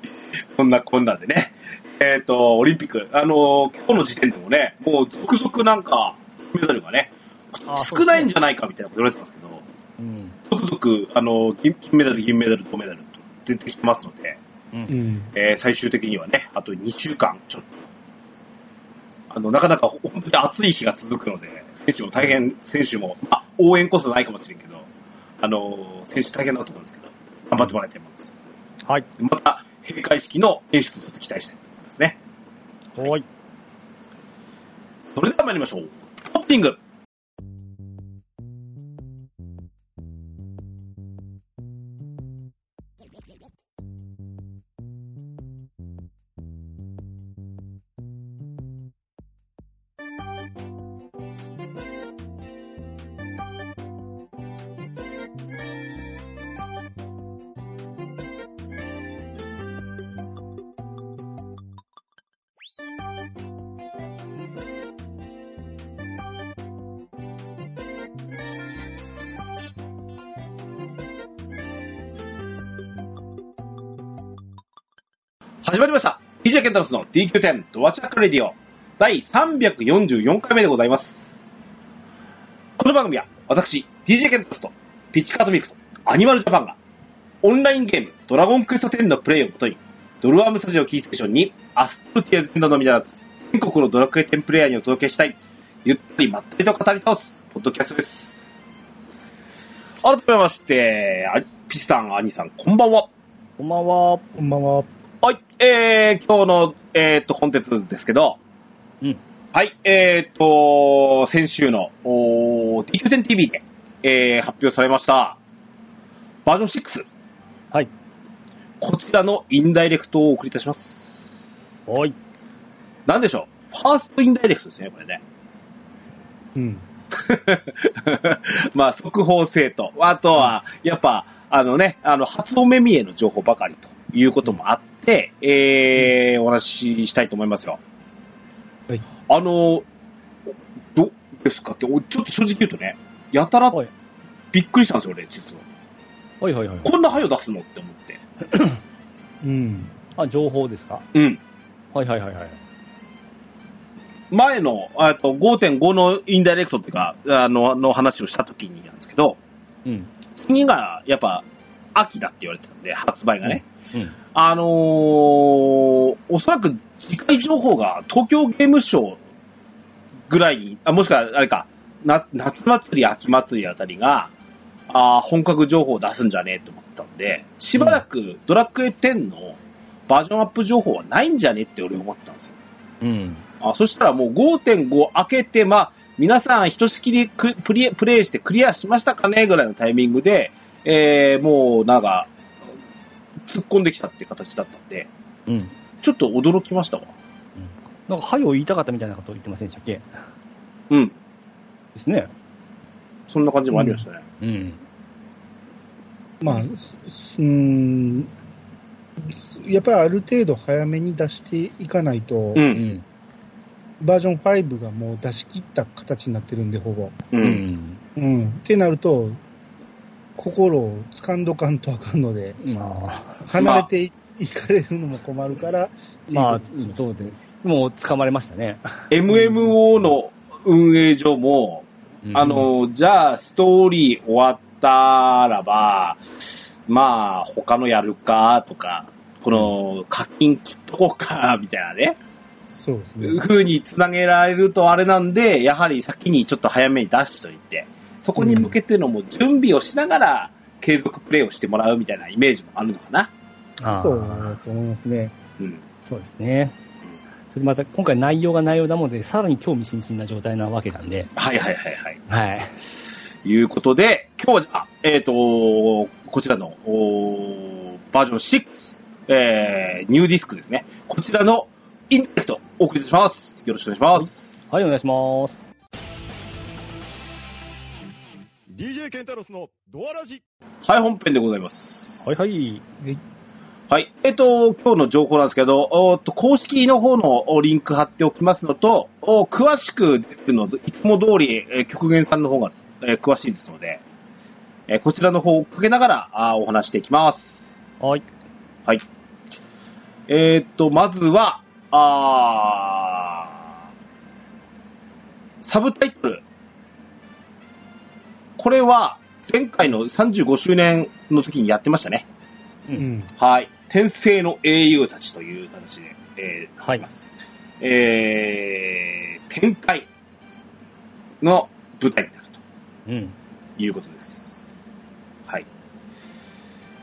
Speaker 1: そんなこんなでね。えっ、と、オリンピック、あのー今日の時点でもね、もう続々なんか、メダルがね、
Speaker 2: あそう
Speaker 1: 少ないんじゃないかみたいなこと言われてますけど、
Speaker 2: うん。
Speaker 1: 続々、あのー銀金メダル、銀メダル、銅メダルと出てきてますので、
Speaker 2: うん
Speaker 3: うん
Speaker 1: えー最終的にはね、あと2週間、ちょっと、あの、なかなか本当に暑い日が続くので、選手も大変、選手も、まあ、応援こそないかもしれんけど、あのー選手大変だと思うんですけど、頑張ってもらいたいと思います。
Speaker 2: はい。
Speaker 1: また、閉会式の演出と期待したいと思いますね。
Speaker 2: はい。
Speaker 1: それでは参りましょう。ポッピング始まりました。DJ ケンタロスの DQ10 ドアチャックレディオ第344回目でございます。この番組は私、DJ ケンタロスとピッチカートミルクとアニマルジャパンがオンラインゲームドラゴンクエスト10のプレイをもとにドルアームスタジオキーステーションにアストルティアズ10のみならず全国のドラクエ10プレイヤーにお届けしたいゆったりまったりと語り倒すポッドキャストです。改めまして、あピチさん、アニさん、こんばんは。
Speaker 2: こんばんは。
Speaker 3: こんばんは。
Speaker 1: はい、えー、今日の、えーっと、コンテンツですけど、
Speaker 2: うん
Speaker 1: はい、えー、っと、先週の、おー D910TV で、えー、発表されました、バージョン6。
Speaker 2: はい。
Speaker 1: こちらのインダイレクトをお送りいたします。
Speaker 2: はい。
Speaker 1: なんでしょうファーストインダイレクトですね、これね。
Speaker 3: うん。
Speaker 1: [LAUGHS] まあ、速報性と、あとは、やっぱ、あのね、あの、初お目見えの情報ばかりということもあって、えー、お話ししたいと思いますよ。
Speaker 3: はい。
Speaker 1: あの、どうですかって、おちょっと正直言うとね、やたら
Speaker 2: はい
Speaker 1: びっくりしたんですよ、俺、実は。
Speaker 2: はいはいはい。
Speaker 1: こんな早出すのって思って。
Speaker 3: うん。
Speaker 2: あ、情報ですか
Speaker 1: うん。
Speaker 2: はいはいはいはい。
Speaker 1: 前の、あと5.5のインダイレクトっていうか、あの、の話をした時になんですけど、
Speaker 2: うん。
Speaker 1: 次が、やっぱ、秋だって言われてたんで、発売がね。
Speaker 2: うん。
Speaker 1: あのー、おそらく次回情報が東京ゲームショウぐらいに、あもしくはあれか、な夏祭り、秋祭りあたりが、あー本格情報を出すんじゃねえと思ったんで、しばらくドラクエ10のバージョンアップ情報はないんじゃねって俺思ったんですよ。
Speaker 2: うん。
Speaker 1: あそしたらもう5.5開けて、まあ、皆さんひとしきりくプリプレイしてクリアしましたかねぐらいのタイミングで、えー、もうなんか、突っ込んできたって形だったんで、
Speaker 2: うん。
Speaker 1: ちょっと驚きましたわ。
Speaker 2: なんか、はよ言いたかったみたいなこと言ってませんでしたっけ
Speaker 1: うん。
Speaker 2: ですね。
Speaker 1: そんな感じもありましたね。
Speaker 2: うん。
Speaker 3: まあ、すうん。やっぱりある程度早めに出していかないと、
Speaker 1: うん。
Speaker 2: うん。
Speaker 3: バージョン5がもう出し切った形になってるんで、ほぼ。
Speaker 1: うん。
Speaker 2: うん。
Speaker 3: うん。ってなると、心を掴んどかんとあかんので、
Speaker 2: まあ、
Speaker 3: 離れてい,、かれるのも困るから、
Speaker 2: まあ
Speaker 3: っていうこ、
Speaker 2: そうで。もう、掴まれましたね。
Speaker 1: MMO の運営上も、あ、の、じゃあ、ストーリー終わったらば、まあ、他のやるか、とか、この、課金切っとこうか、みたいなね、
Speaker 3: とそうですね。
Speaker 1: 風につなげられるとあれなんで、やはり先にちょっと早めに出しといて、そこに向けてのもう準備をしながら、継続プレイをしてもらうみたいなイメージもあるのかな。
Speaker 2: あ
Speaker 3: そう
Speaker 2: ー
Speaker 3: だと思いますね。
Speaker 1: うん。
Speaker 2: そうですね。それでまた、今回内容が内容なもので、さらに興味津々な状態なわけなんで。
Speaker 1: はいはいはいはい。
Speaker 2: はい。
Speaker 1: いうことで、今日はじゃあ、えっ、と、こちらの、おーバージョン6、えー、ニューディスクですね。こちらのインテクト、お送りいたします。よろしくお願いします。
Speaker 2: はい、お願いします。
Speaker 4: DJ ケンタロスのドアラジ
Speaker 1: はい、本編でございます。
Speaker 2: はいはい。
Speaker 1: はい。えっ、と、今日の情報なんですけど、おーっと、公式の方のおリンク貼っておきますのと、お詳しく出てるので、いつも通り、えー極限さんの方が、えー詳しいですので、えーこちらの方を追っかけながら、あーお話していきます。
Speaker 2: はい。
Speaker 1: はい。えーっと、まずは、あーサブタイトル。これは、前回の35周年の時にやってましたね。
Speaker 2: うん
Speaker 3: うん。。
Speaker 1: はい。天聖の英雄たちという形で、えー、
Speaker 2: はい
Speaker 1: います。えー、展開の舞台になると。
Speaker 2: うん。
Speaker 1: いうことです。はい。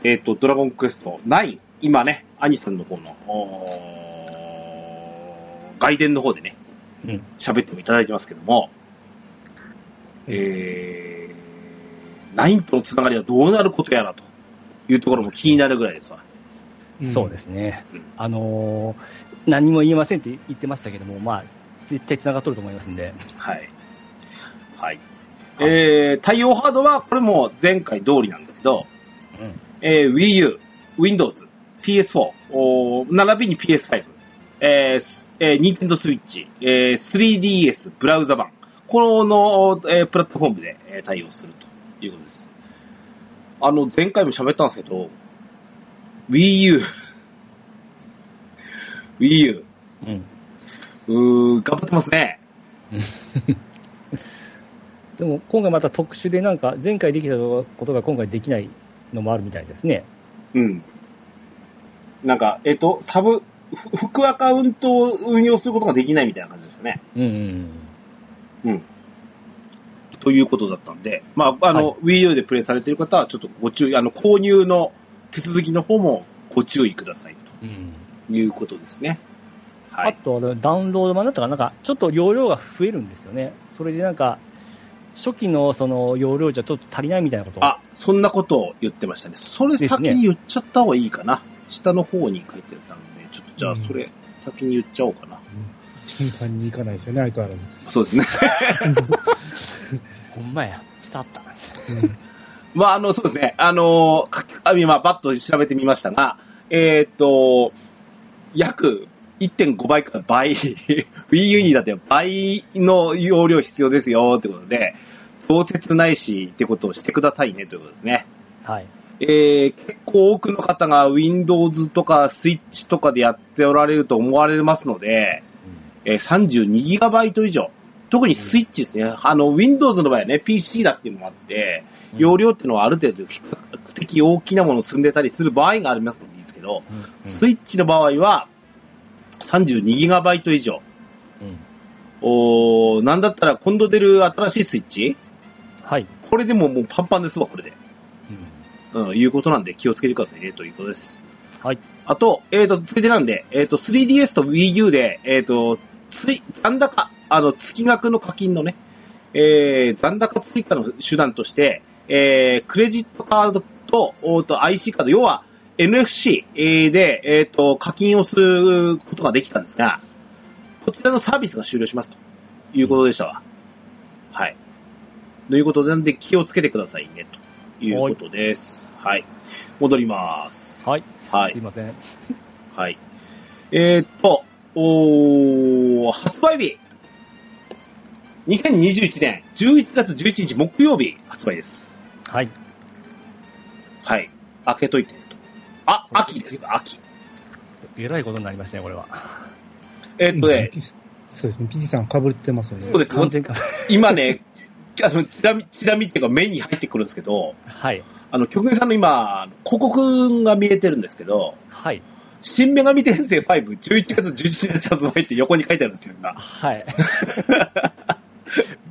Speaker 1: えっ、と、ドラゴンクエスト9、今ね、アニさんの方の、おー外伝の方でね、
Speaker 2: うん
Speaker 1: 喋ってもいただいてますけども、えー、9とのつながりはどうなることやらというところも気になるぐらいですわ。
Speaker 2: そうですすね
Speaker 1: うん。
Speaker 2: あのー何も言えませんって言ってましたけども、まあ、絶対繋がっとると思いますんで。
Speaker 1: はい。はい。えー、対応ハードは、これも前回通りなんですけど、
Speaker 2: うん
Speaker 1: えー Wii U、Windows、PS4、おー並びに PS5、えーすえー、Nintendo Switch、えー 3DS、ブラウザ版、この、えープラットフォームでえー対応するということです。あの、前回も喋ったんですけど、Wii U、Wii U、
Speaker 2: うん。
Speaker 1: うー頑張ってますね。
Speaker 2: でも、今回また特殊で、なんか、前回できたことが今回できないのもあるみたいですね。
Speaker 1: うん。なんか、えっと、サブ、ふ副アカウントを運用することができないみたいな感じですよね。
Speaker 2: うんうん
Speaker 1: うん。ということだったんで、まあ、あの、Wii U でプレイされている方は、ちょっとご注意、あの、購入の手続きの方もご注意ください
Speaker 2: うん。うん
Speaker 1: ということですね。は
Speaker 2: あ
Speaker 1: い。
Speaker 2: とはダウンロード版だったかな、なんかちょっと容量が増えるんですよね。それでなんか、初期のその容量じゃちょっと足りないみたいなこと。
Speaker 1: あ、そんなことを言ってましたね。それ先に言っちゃった方がいいかな。下の方に書いてたんで、ちょっとじゃあ
Speaker 3: うん
Speaker 1: それ先に言っちゃおうかな。
Speaker 3: 頻繁に行かないですよね、相変わらず。
Speaker 1: そうですね。
Speaker 2: ほんまや、下あった。 [LAUGHS]
Speaker 1: まあ、あの、そうですね。あの、書きあ今、バッと調べてみましたが、えーっと、約1.5倍から倍、Wii [LAUGHS] U にだって倍の容量必要ですよ、ってことで、増設ないし、ってことをしてくださいね、ということですね。
Speaker 2: はい。
Speaker 1: えー結構多くの方が Windows とか Switch とかでやっておられると思われますので、えー 32GB 以上。特に Switch ですね。あの、Windows の場合はね、PC だっていうのもあって、容量っていうのはある程度比較的大きなものを積んでたりする場合がありますのでいいですけど、
Speaker 2: うん、
Speaker 1: スイッチの場合は 32GB 以上。
Speaker 2: うん
Speaker 1: おーなんだったら今度出る新しいスイッチ
Speaker 2: はい。
Speaker 1: これでももうパンパンですわ、これで。うん、いうことなんで気をつけてくださいね、ということです。
Speaker 2: はい。
Speaker 1: あと、えっ、と、ついでなんで、えっ、と、3DS と Wii U で、えっ、と、つい、残高、あの、月額の課金のね、えー、残高追加の手段として、えー、クレジットカードと、おーと IC カード、要は NFC えーで、えっ、と、課金をすることができたんですが、こちらのサービスが終了しますということでしたわ。はい。ということでなんで気をつけてくださいね、ということです。はい。戻ります。
Speaker 2: はい。
Speaker 1: はい
Speaker 2: すいません。
Speaker 1: はい。えー、っと、おー発売日。2021年11月11日木曜日発売です。
Speaker 2: はい。
Speaker 1: はい。開けといてねと。あ、秋です、秋。
Speaker 2: えらいことになりましたね、これは。
Speaker 1: えーっとね、 [LAUGHS]
Speaker 3: そうですね、ピジさんかぶってますよね。
Speaker 1: そうです
Speaker 2: 完全か。
Speaker 1: 今ね、あの、ちなみ、ちなみっていうか目に入ってくるんですけど、
Speaker 2: はい。
Speaker 1: あの、局員さんの今、広告が見えてるんですけど、
Speaker 2: はい。
Speaker 1: 新女神転生5、11月11日発売って横に書いてあるんですよ、今。
Speaker 2: [LAUGHS] はい。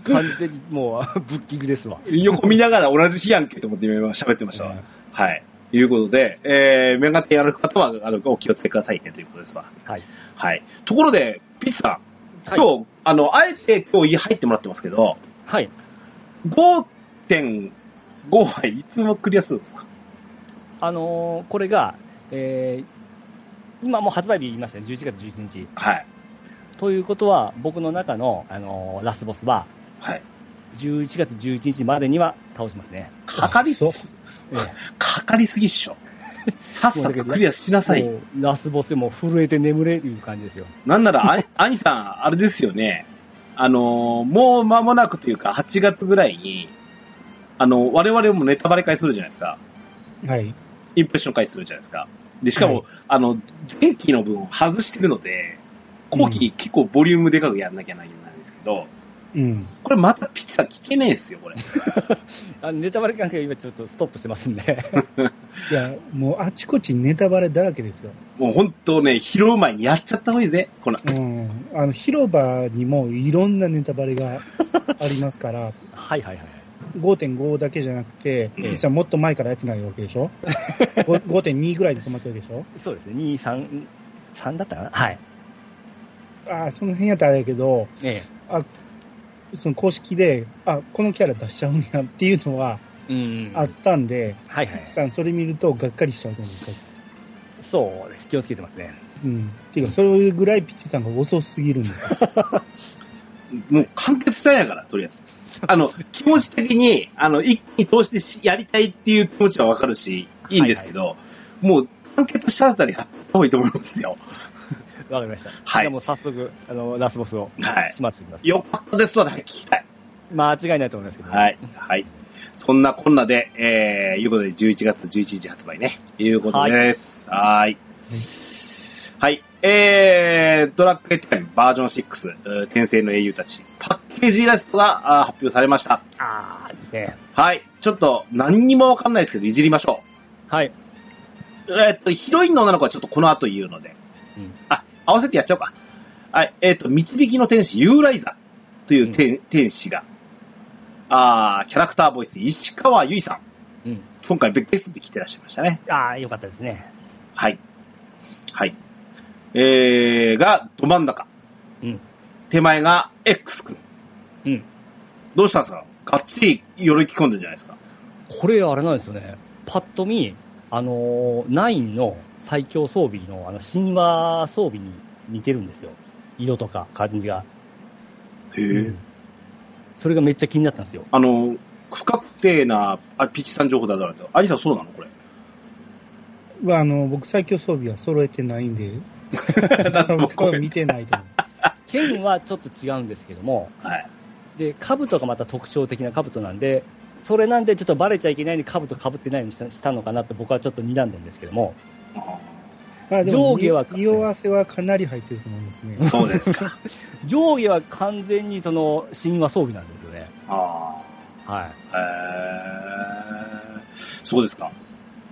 Speaker 2: 完全にもう、ブッキングですわ。
Speaker 1: 横見ながら同じ日やんけと思って今喋ってましたわ。はい。いうことで、えー、メガテやる方は、あの、お気をつけくださいね、ということですわ。
Speaker 2: はい。
Speaker 1: はい。ところで、ピッチさん、今
Speaker 2: はい
Speaker 1: 日、あの、あえて今日入ってもらってますけど、
Speaker 2: はい。
Speaker 1: 5.5はいつもクリアするんですか
Speaker 2: あのーこれが、えー今もう発売日言いましたね、11月11日。
Speaker 1: はい。
Speaker 2: ということは、僕の中の、あのーラスボスは、
Speaker 1: はい。
Speaker 2: 11月11日までには倒しますね。
Speaker 1: かかり、
Speaker 3: そう
Speaker 1: かかりすぎっしょ。さっさとクリアしなさい。
Speaker 2: もうラスボスもう震えて眠れという感じですよ。
Speaker 1: なんな
Speaker 3: [LAUGHS]
Speaker 1: ら、あ兄さん、あれですよね。あのーもう間もなくというか、8月ぐらいに、あの、我々もネタバレ会するじゃないですか。
Speaker 3: はい。
Speaker 1: インプレッション回数するじゃないですか。で、しかも、
Speaker 3: はい
Speaker 1: あの、前期の分を外してるので、後期、結構ボリュームでかくやんなきゃならないんですけど、
Speaker 3: うん。
Speaker 1: これまたピッチさん聞けねえんですよ、これ。
Speaker 2: あネタバレ関係は今ちょっとストップしてますんで。 [LAUGHS]
Speaker 3: いや、もうあちこちネタバレだらけですよ。
Speaker 1: もう本当ね、拾う前にやっちゃった方がいいぜ、この。
Speaker 3: うん。あの、広場にもいろんなネタバレがありますから、
Speaker 2: はいはいはい。
Speaker 3: 5.5だけじゃなくて、
Speaker 1: ええ
Speaker 3: 実はもっと前からやってないわけでしょ
Speaker 2: [LAUGHS]
Speaker 3: ?5.2 ぐらいで止まってるわけでしょ
Speaker 2: そうですね、2、3、3だったかなはい。
Speaker 3: ああ、その辺やったらあれやけど、
Speaker 2: え
Speaker 3: あ、その公式で、あ、このキャラ出しちゃうんやっていうのは
Speaker 2: え。うん。
Speaker 3: あったんで、
Speaker 2: はいはい。
Speaker 3: さんそれ見るとがっかりしちゃうと思うんですよ。
Speaker 2: そうです。気をつけてますね。
Speaker 3: うん。っていうか、それぐらいピッチさんが遅すぎるん
Speaker 2: [LAUGHS]
Speaker 3: ですよ。
Speaker 1: もう完結したんやから、とりあえず。 [LAUGHS] あの、気持ち的に、あの、一気に通してしやりたいっていう気持ちはわかるし、いいんですけど、もう完結したあたりやった方がいいと思いますよ。
Speaker 2: わかりました。
Speaker 1: はい
Speaker 2: じゃあもう早速、あの、ラスボスを
Speaker 1: はい
Speaker 2: 始末してきます。
Speaker 1: よかったですわ、だけ聞きたい。
Speaker 2: 間違いないと思いますけど、
Speaker 1: はい。はい。そんなこんなで、えー、いうことで11月11日発売ね。いうことです。はーい。はい。えー、ドラッグエッテンバージョン6、うー転生の英雄たち、パッケージイラストがあー発表されました。
Speaker 2: ああですね。
Speaker 1: はい。ちょっと、何にもわかんないですけど、いじりましょ
Speaker 2: はい。
Speaker 1: う。えーっと、ヒロインの女の子はちょっとこの後言うので。
Speaker 2: うん
Speaker 1: あ、合わせてやっちゃおうか。はい。えーっと、導きの天使、ユーライザという天,、天使が、あーキャラクターボイス、石川由依さん。
Speaker 2: うん。
Speaker 1: 今回ゲストで来てらっしゃいましたね。
Speaker 2: ああ、よかったですね。
Speaker 1: はい。はい。えー、が、ど真ん中。
Speaker 2: うん。
Speaker 1: 手前が X 君。
Speaker 2: うん。
Speaker 1: どうしたんですかがっちり鎧着込んでるじゃないですか。
Speaker 2: これ、あれなんですよね。パッと見、あのー、9の最強装備の、あの、神話装備に似てるんですよ。色とか感じが。
Speaker 1: へ
Speaker 2: うんそれがめっちゃ気になったんですよ。
Speaker 1: あの、不確定なあピッチさん情報だからと、アリさんそうなのこれ。
Speaker 3: まああの、僕最強装備は揃えてないん
Speaker 2: [LAUGHS]
Speaker 3: で、 [LAUGHS] 多分見てないと思うんです。
Speaker 2: 剣はちょっと違うんですけども、
Speaker 1: はい。
Speaker 2: で、兜がまた特徴的な兜なんで、それなんでちょっとバレちゃいけないように兜被ってないようにしたしたのかなって僕はちょっと睨んだんですけども、
Speaker 3: まあで
Speaker 2: 上
Speaker 3: も
Speaker 2: 下は
Speaker 3: 匂わせはかなり入ってると思うんですね。
Speaker 1: [LAUGHS] そうですか。
Speaker 2: 上下は完全にその神話装備なんですよね。
Speaker 1: あ
Speaker 2: は
Speaker 1: あ。へーそうですか。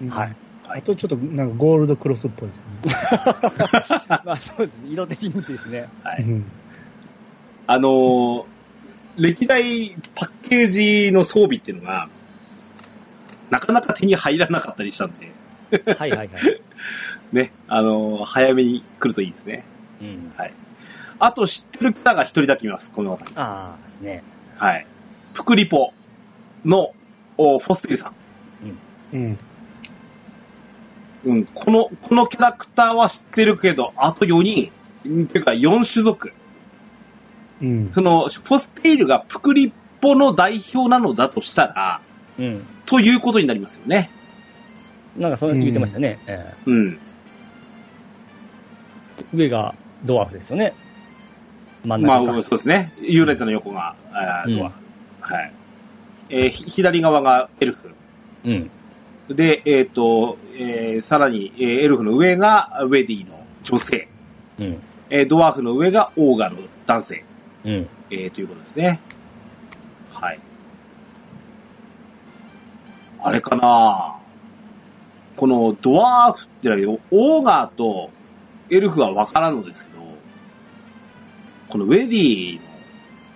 Speaker 3: うん
Speaker 2: はい。
Speaker 3: あとちょっとなんかゴールドクロスっぽいですね。
Speaker 2: い。まあそうです。色的にですね。
Speaker 1: はい
Speaker 3: うん
Speaker 1: あのー歴代パッケージの装備っていうのが、なかなか手に入らなかったりしたんで、
Speaker 2: はいはいはい。
Speaker 1: ね、あのー早めに来るといいですね。
Speaker 2: うん。
Speaker 1: はい。あと知ってる方が一人だけいます、この方。
Speaker 2: [LAUGHS] ああですね。
Speaker 1: はい。プクリポのおフォスティルさん。
Speaker 3: うん。
Speaker 1: うん、この、このキャラクターは知ってるけど、あと4人、うんていうか4種族。
Speaker 3: うん。
Speaker 1: その、フォステイルがプクリッポの代表なのだとしたら、
Speaker 2: うん。
Speaker 1: ということになりますよね。
Speaker 2: なんかその言ってましたね。え
Speaker 1: うん。
Speaker 2: え上がドワーフですよね。真ん
Speaker 1: まあ、
Speaker 2: 中
Speaker 1: う
Speaker 2: が。
Speaker 1: んそうですね。ユーライトの横が、あー
Speaker 2: うん
Speaker 1: ドア。はい。えーひ左側がエルフ。
Speaker 2: うん。
Speaker 1: で、えっ、と、えーさらに、えーエルフの上がウェディの女性。
Speaker 2: うん。
Speaker 1: えードワーフの上がオーガの男性。
Speaker 2: うん。
Speaker 1: えー、ということですね。はい。あれかなこのドワーフじゃないよ、オーガーとエルフはわからんのですけど、このウェディの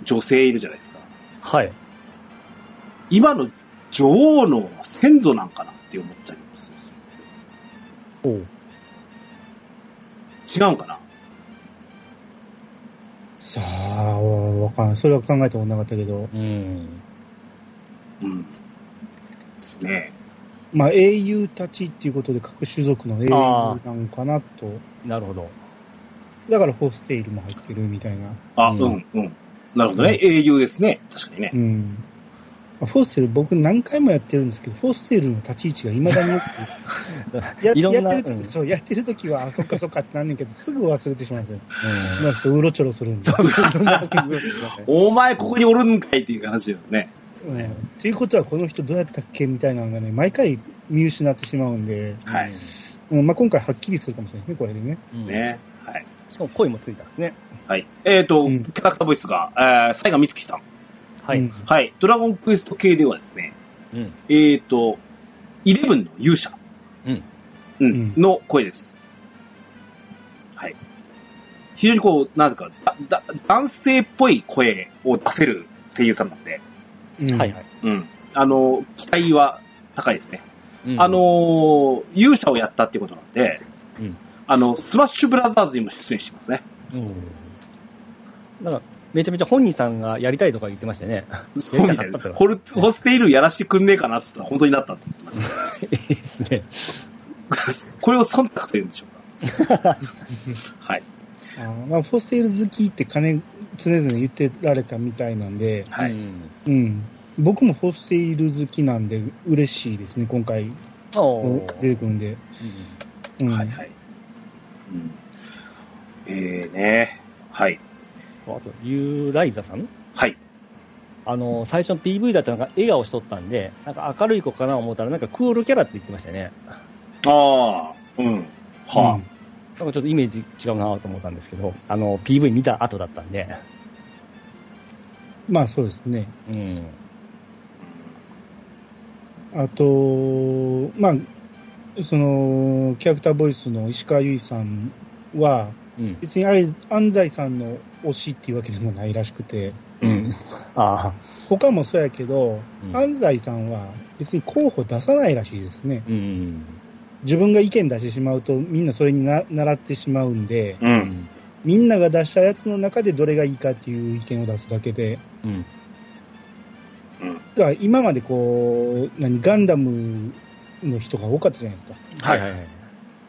Speaker 1: 女性いるじゃないですか。
Speaker 2: はい。
Speaker 1: 今の女王の先祖なんかなって思っちゃいますよ。
Speaker 2: おう
Speaker 1: 違うんかな
Speaker 3: さあ、わかんない。それは考えたことなかったけど、
Speaker 2: うん。
Speaker 1: うん。ですね。
Speaker 3: まあ英雄たちっていうことで各種族の英雄なんかなと。
Speaker 2: なるほど。
Speaker 3: だからホーステイルも入ってるみたいな。
Speaker 1: あ、う、
Speaker 2: うんん
Speaker 1: うん、なるほどね。英雄ですね。確かにね
Speaker 3: う。ん。フォーステイル、僕何回もやってるんですけど、フォーステイルの立ち位置が未だによくや
Speaker 2: いろんな
Speaker 3: やってる
Speaker 2: うん
Speaker 3: 時、そう、やってる時は、あ、そっかそっかってなんねんけど、すぐ忘れてしまうんです
Speaker 2: う
Speaker 3: よ。
Speaker 2: ん
Speaker 3: この人、うろちょろするんで。
Speaker 1: お前ここにおるんかいっていう話だよね。
Speaker 3: ねっていうことは、この人どうやったっけみたいなのがね、毎回見失ってしまうんで、
Speaker 1: はい。
Speaker 2: うん
Speaker 3: うんまあ、今回はっきりするかもしれないですね、これでね。
Speaker 2: うん
Speaker 1: ね。はい。
Speaker 2: しかも声もついたんですね。
Speaker 1: はい。えっ、と、
Speaker 3: うん
Speaker 1: キャラクターボイスが、えー、西賀美月さん。
Speaker 2: はい。
Speaker 3: うん
Speaker 1: はい。ドラゴンクエスト系ではですね、
Speaker 2: うん。
Speaker 1: えっ、と、イレブンの勇者。
Speaker 2: うん。
Speaker 1: うん。
Speaker 3: う
Speaker 1: の声です。はい。非常にこう、なぜか、だ、だ、男性っぽい声を出せる声優さんなんで、
Speaker 3: うん
Speaker 2: はいはい。
Speaker 1: うん。あの、期待は高いですね。
Speaker 5: うん
Speaker 1: あの、ー、勇者をやったっていうことなんで、
Speaker 5: うん
Speaker 1: あの、スマッシュブラザーズにも出演してますね。
Speaker 2: なんか、めちゃめちゃ本人さんがやりたいとか言ってましたよね。
Speaker 1: そうみたいな。ホルホステイルやらしてくんねえかなって言ったら本当にな [LAUGHS] ったって言ってまし
Speaker 2: いいですね。
Speaker 1: たこれを忖度と言うんでしょう [LAUGHS] か。はい。
Speaker 3: あーまあ、フォステイル好きって金、常々言ってられたみたいなんで、
Speaker 1: は
Speaker 5: う
Speaker 1: い。
Speaker 5: ん
Speaker 3: うん。僕もフォステイル好きなんで、嬉しいですね、今回、
Speaker 2: おー
Speaker 3: 出てくるんで。うん。
Speaker 1: はい。はい。うん、えーね。はい。
Speaker 2: あと、ユーライザさん
Speaker 1: はい。
Speaker 2: あの、最初の PV だったのが笑顔しとったんで、なんか明るい子かな思ったら、なんかクールキャラって言ってましたよね。
Speaker 1: ああ。うん。は
Speaker 3: うん
Speaker 2: なんかちょっとイメージ違うなと思ったんですけど、あの、PV 見た後だったんで、
Speaker 3: まあ、そうですね。
Speaker 2: うん。
Speaker 3: あと、まあ、その、キャラクターボイスの石川由依さんは、
Speaker 5: うん
Speaker 3: 別にあれ安西さんの推しっていうわけでもないらしくて、
Speaker 2: うん。ああ、
Speaker 3: 他もそうやけど、
Speaker 5: うん
Speaker 3: 安西さんは別に候補出さないらしいですね。
Speaker 5: うん
Speaker 3: 自分が意見出してしまうと、みんなそれにな習ってしまうんで、
Speaker 1: うん。う。
Speaker 5: うんん
Speaker 3: みんなが出したやつの中でどれがいいかっていう意見を出すだけで、
Speaker 5: うん
Speaker 1: うん。
Speaker 3: だから今までこう、何、ガンダムの人が多かったじゃないですか。
Speaker 1: は
Speaker 5: はいいはいはい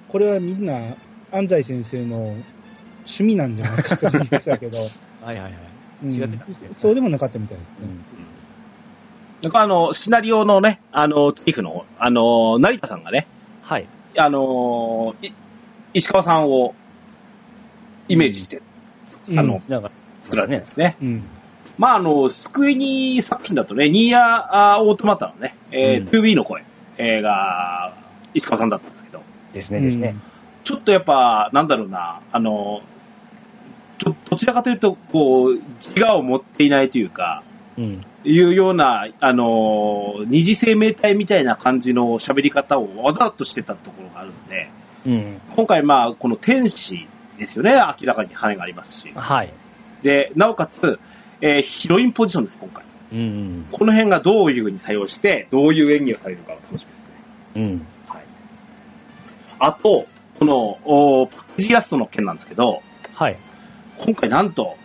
Speaker 3: これはみんな安西先生の趣味なんじゃないかと言ってた
Speaker 2: [LAUGHS]
Speaker 3: けど、
Speaker 2: はいはいはい。
Speaker 3: うん
Speaker 2: 違ってたんですね
Speaker 3: そうでもなかったみたいですね。
Speaker 1: なんかあの、シナリオのね、あの、チーフの、あの、成田さんがね、
Speaker 2: はい。
Speaker 1: あのーい石川さんをイメージして、
Speaker 3: うん
Speaker 1: あの、
Speaker 2: なんか、
Speaker 1: 作られてるんですね。
Speaker 3: うん
Speaker 1: まあ、あの、救いに作品だとね、ニーヤーオートマタのね、え
Speaker 5: うん
Speaker 1: ー 2B の声、えーが、石川さんだったんですけど、
Speaker 2: ですね、ですね。
Speaker 1: ちょっとやっぱ、なんだろうな、あの、ちょどちらかというと、こう、自我を持っていないというか、
Speaker 2: うん。
Speaker 1: いうような、あの、二次生命体みたいな感じの喋り方をわざとしてたところがあるんで、
Speaker 2: うん。
Speaker 1: 今回、まあ、この天使ですよね、明らかに羽がありますし。
Speaker 2: はい。
Speaker 1: で、なおかつ、えーヒロインポジションです、今回。
Speaker 5: うん
Speaker 1: この辺がどういう風に採用して、どういう演技をされるかが楽しみですね。
Speaker 5: うん
Speaker 1: はい。あと、この、おーパッケージイラストの件なんですけど、
Speaker 2: はい。 [LAUGHS]
Speaker 1: 今回なんと、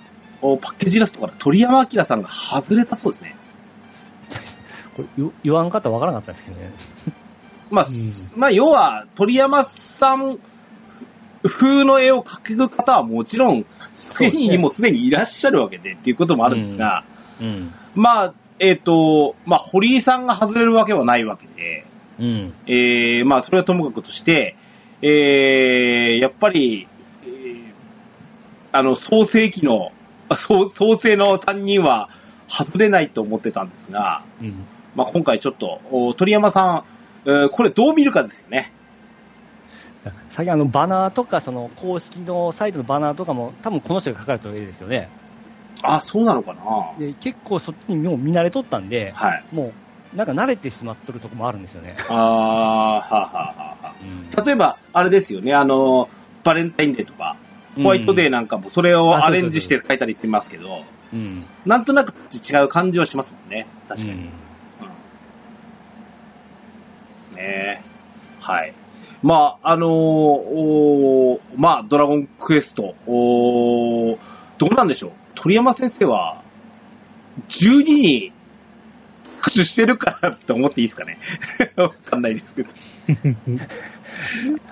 Speaker 1: おーパッケージイラストから鳥山明さんが外れたそうですね。
Speaker 2: これ言言わんかったらわからなかったんですけどね。
Speaker 1: まあ、
Speaker 3: うん
Speaker 1: まあ、要は、鳥山さん風の絵を描く方はもちろん、スペインにもすでにいらっしゃるわけでっていうこともあるんですが、
Speaker 5: うん
Speaker 1: まあ、えっ、と、まあ、堀井さんが外れるわけはないわけで、
Speaker 5: うん
Speaker 1: えー、まあ、それはともかくとして、えー、やっぱり、えーあの、創世紀の、 [LAUGHS] あ創創世の3人は外れないと思ってたんですが、
Speaker 5: うん
Speaker 1: まあ、今回ちょっと、お鳥山さん、えーこれどう見るかですよね。
Speaker 2: 最近あの、バナーとか、その、公式のサイトのバナーとかも、多分この人が書かれた絵ですよね。
Speaker 1: あ、そうなのかなは
Speaker 2: で、結構そっちにもう見慣れとったんで、
Speaker 1: い。
Speaker 2: もう、なんか慣れてしまっとるとこもあるんですよね。
Speaker 1: あーはあ、はあはあは
Speaker 5: うん
Speaker 1: あ。例えば、あれですよね、あの、バレンタインデーとか、ホワイトデーなんかもそれをアレンジして書いたりしますけど、
Speaker 5: うん
Speaker 1: なんとなく違う感じはしますもんね。確かに。
Speaker 5: うん
Speaker 1: うんねはい。まあ、あのーおーまあ、ドラゴンクエスト、おーどうなんでしょう。鳥山先生は、12に復習してるからって思っていいですかね。 [LAUGHS] わかんないですけど。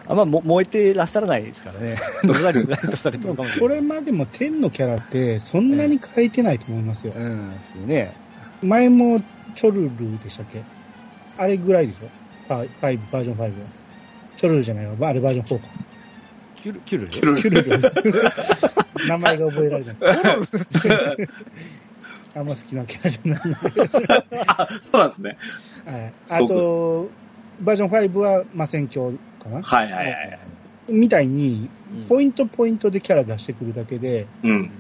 Speaker 2: あんまも燃えてらっしゃらないですか
Speaker 1: [LAUGHS]
Speaker 2: らね。どれだけライトされて
Speaker 3: でも
Speaker 2: るかもしれない。
Speaker 3: これまでも天のキャラってそんなに変えてないと思いますよ。
Speaker 2: うん、ですよね。
Speaker 3: 前もチョルルでしたっけあれぐらいでしょファイファイブバージョン5は。チョルルじゃないわ。あれバージョン4か。
Speaker 2: キュル、キュル
Speaker 1: キュル
Speaker 3: チョルル。名前が覚えられない。あんま好きなキャラじゃない。
Speaker 1: あ、そうなんですね。
Speaker 3: はい、あと、バージョン5は魔戦教かな
Speaker 1: はいはいはい。
Speaker 3: みたいに、
Speaker 5: うん
Speaker 3: ポイントポイントでキャラ出してくるだけで、
Speaker 1: うん。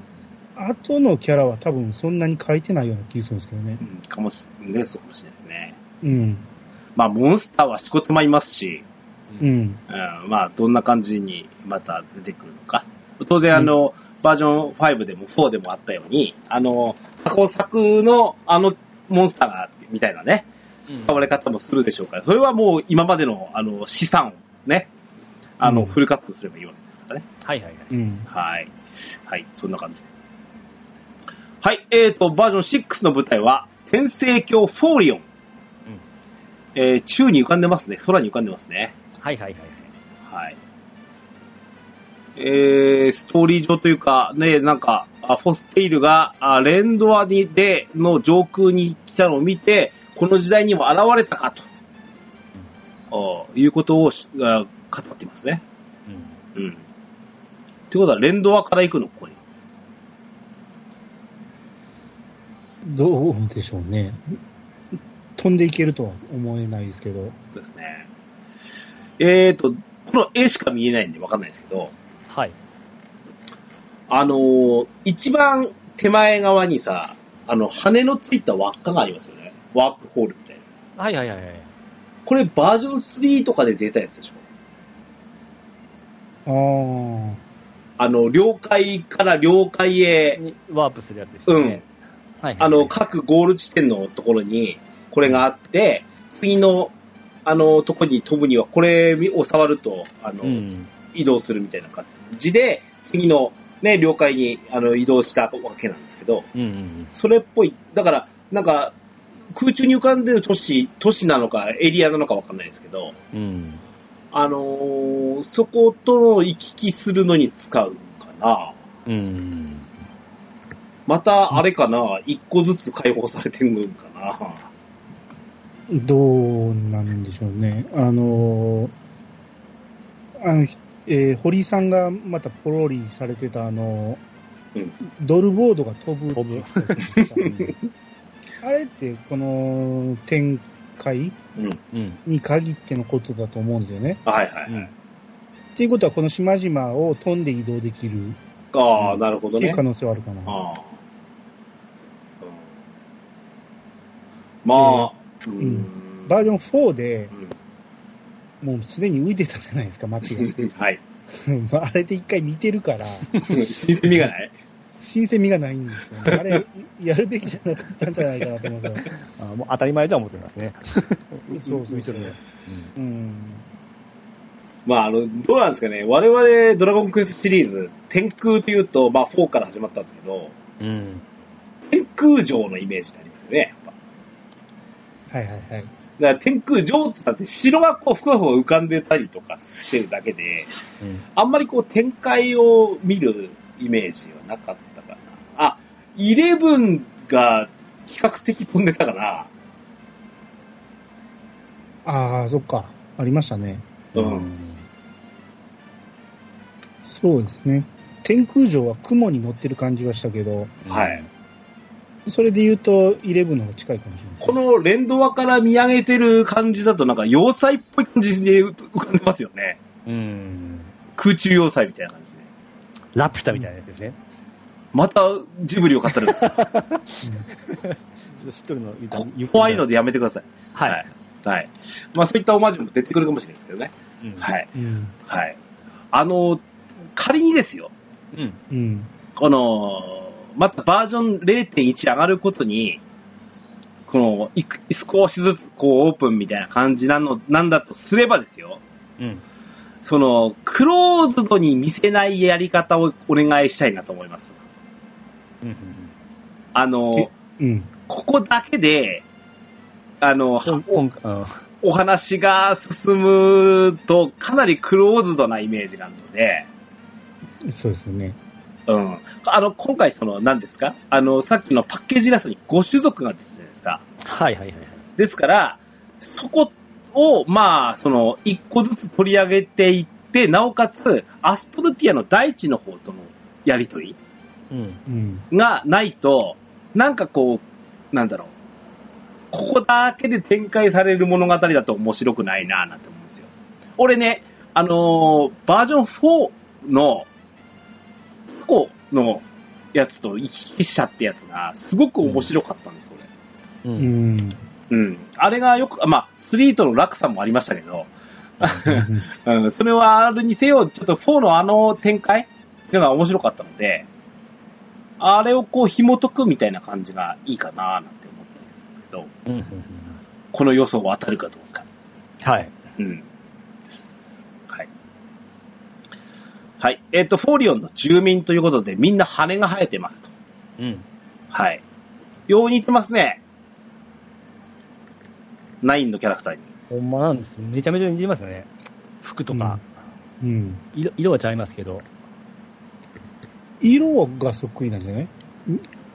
Speaker 3: 後のキャラは多分そんなに変えてないような気がするんですけどね
Speaker 1: う。んかもしれない、そうかもしれないですね。
Speaker 3: うん。
Speaker 1: まあ、モンスターは仕事もいますし、
Speaker 3: うん。
Speaker 1: うんまあ、どんな感じにまた出てくるのか。当然、あの、バージョン5でも4でもあったように、あの、過去作のあのモンスターが、みたいなね、使われ方もするでしょうから、それはもう今までのあの資産をね、あの、
Speaker 3: うん
Speaker 1: フル活用すればいいわけですからね。
Speaker 2: はいはいはい。
Speaker 3: うん。
Speaker 1: はい。はい、そんな感じで。はい、えーと、バージョン6の舞台は、天聖教フォーリオン。えー宙に浮かんでますね。空に浮かんでますね。
Speaker 2: はいはいはい。
Speaker 1: はい。えー、ストーリー上というか、ね、なんか、あフォステイルが、あレンドアにでの上空に来たのを見て、この時代にも現れたかと、おいうことをしあ語っていますね。
Speaker 2: うん
Speaker 1: うん。ってことは、レンドアから行くの、ここに。
Speaker 3: どうでしょうね。飛んでいけるとは思えないですけど。
Speaker 1: そうですね。えーと、この絵しか見えないんでわかんないですけど、
Speaker 2: はい。
Speaker 1: あのー一番手前側にさ、あの、羽のついた輪っかがありますよね。ワープホールみたいな。
Speaker 2: はいはいはいはい。
Speaker 1: これバージョン3とかで出たやつでしょ
Speaker 3: ああ。
Speaker 1: あの、領海から領海へ、
Speaker 2: にワープするやつですよね。はいはいはい。
Speaker 1: あの、各ゴール地点のところに、これがあって、次の、あの、とこに飛ぶには、これを触ると、あの、
Speaker 2: うん。
Speaker 1: 移動するみたいな感じで、次の、ね、領海に、あの、移動したわけなんですけど、
Speaker 2: うんうん
Speaker 1: それっぽい、だから、なんか、空中に浮かんでる都市、都市なのか、エリアなのかわかんないですけど、
Speaker 2: うん。うん。
Speaker 1: あのーそことの行き来するのに使うかな。
Speaker 2: うん。
Speaker 1: また、あれかな、一個ずつ解放されてるんかな。
Speaker 3: どうなんでしょうね。あのあの、えー堀井さんがまたポロリされてた、あの
Speaker 1: うん
Speaker 3: ドルボードが飛ぶって
Speaker 2: 飛ぶ。
Speaker 3: [LAUGHS] あれって、この展開
Speaker 1: うん。
Speaker 2: うん。
Speaker 3: に限ってのことだと思うんですよね。
Speaker 1: はいはい。
Speaker 2: うん。
Speaker 3: っていうことは、この島々を飛んで移動できる
Speaker 1: ああ、なるほ
Speaker 3: っ
Speaker 1: ど
Speaker 3: てい
Speaker 1: ね
Speaker 3: う。可能性はあるかな。
Speaker 1: ああうんまあ、う
Speaker 3: うん
Speaker 1: ん。
Speaker 3: バージョン4で
Speaker 1: う、ん
Speaker 3: もうすでに浮いてたじゃないですか、街が。 [LAUGHS]
Speaker 1: はい。 [LAUGHS]
Speaker 3: まああれで一回見てるから、
Speaker 1: 沈みがない
Speaker 3: 新鮮味がないんですよね。あれ、やるべきじゃなかったんじゃないかなと思うんですよ。
Speaker 2: あもう当たり前じゃ思ってますね。
Speaker 3: そうそう
Speaker 2: 見てるね
Speaker 3: うん。
Speaker 1: まあ、あの、どうなんですかね。我々、ドラゴンクエストシリーズ、天空というと、まあ、4から始まったんですけど、
Speaker 2: うん。うん。
Speaker 1: 天空城のイメージってありますよね。やっぱ
Speaker 3: はいはいはい。
Speaker 1: だから天空城ってさって城がこうふわふわ浮かんでたりとかしてるだけで、
Speaker 2: うん
Speaker 1: あんまりこう展開を見るイメージはなかったかな。あ、イレブンが比較的飛んでたかな。
Speaker 3: ああ、そっか。ありましたね。
Speaker 1: うん。
Speaker 3: そうですね。天空城は雲に乗ってる感じはしたけど、
Speaker 1: はい。
Speaker 3: それで言うと、イレブンの方が近いかもしれない。
Speaker 1: この連動輪から見上げてる感じだとなんか要塞っぽい感じで浮かんでますよね。
Speaker 2: うん。
Speaker 1: 空中要塞みたいな感じで。
Speaker 2: ラピュタみたいなやつですね。
Speaker 1: またジブリを語るんですか
Speaker 2: [LAUGHS] ちょっと知っとるの言うと
Speaker 1: [LAUGHS] 怖いの。でやめてください。
Speaker 2: はい。
Speaker 1: はい。まあそういったオマージュも出てくるかもしれないですけどね。
Speaker 2: うん
Speaker 1: はい。
Speaker 3: うん。
Speaker 1: はい。あの、仮にですよ、
Speaker 2: うん。
Speaker 3: うん。
Speaker 1: この、またバージョン0.1上がることに、この、いく少しずつこうオープンみたいな感じなの、なんだとすればですよ、
Speaker 2: うん。
Speaker 1: その、クローズドに見せないやり方をお願いしたいなと思います。
Speaker 2: うん。
Speaker 1: あの
Speaker 3: け、うん。
Speaker 1: ここだけで、あの、
Speaker 2: こんこんうん
Speaker 1: お話が進むと、かなりクローズドなイメージがあるので、
Speaker 3: そうですよね。
Speaker 1: うん。あの、今回その、何ですかあの、さっきのパッケージラストに5種族が出てるじゃないですか。
Speaker 2: はいはいはいはい。
Speaker 1: ですから、そこを、まあ、その、1個ずつ取り上げていって、なおかつ、アストルティアの大地の方とのやりとり
Speaker 2: うん。
Speaker 3: うん。
Speaker 1: がないと、なんかこう、なんだろう。ここだけで展開される物語だと面白くないなぁなんて思うんですよ。俺ね、あのーバージョン4の、過去のやつと行き来者ってやつが、すごく面白かったんです、
Speaker 2: う。
Speaker 3: うんん。
Speaker 1: 俺。うん。あれがよく、あまあ、3との落差もありましたけど、
Speaker 3: うん
Speaker 1: うん、それはあるにせよ、ちょっと4のあの展開っていうのが面白かったので、あれをこう紐解くみたいな感じがいいかななんて思ったりするんですけど、
Speaker 2: うん。
Speaker 1: この予想を当たるかどうか。
Speaker 2: はい。
Speaker 1: うん。はい。はい。えっ、と、フォーリオンの住民ということで、みんな羽が生えてますと。
Speaker 2: うん。
Speaker 1: はい。よう似てますね。ナインのキャラクターに。
Speaker 2: ほんまなんです。めちゃめちゃ似てますね。服とか、
Speaker 3: うん。
Speaker 2: 色色はちゃいますけど。
Speaker 3: 色がそっくりなんじゃない [LAUGHS]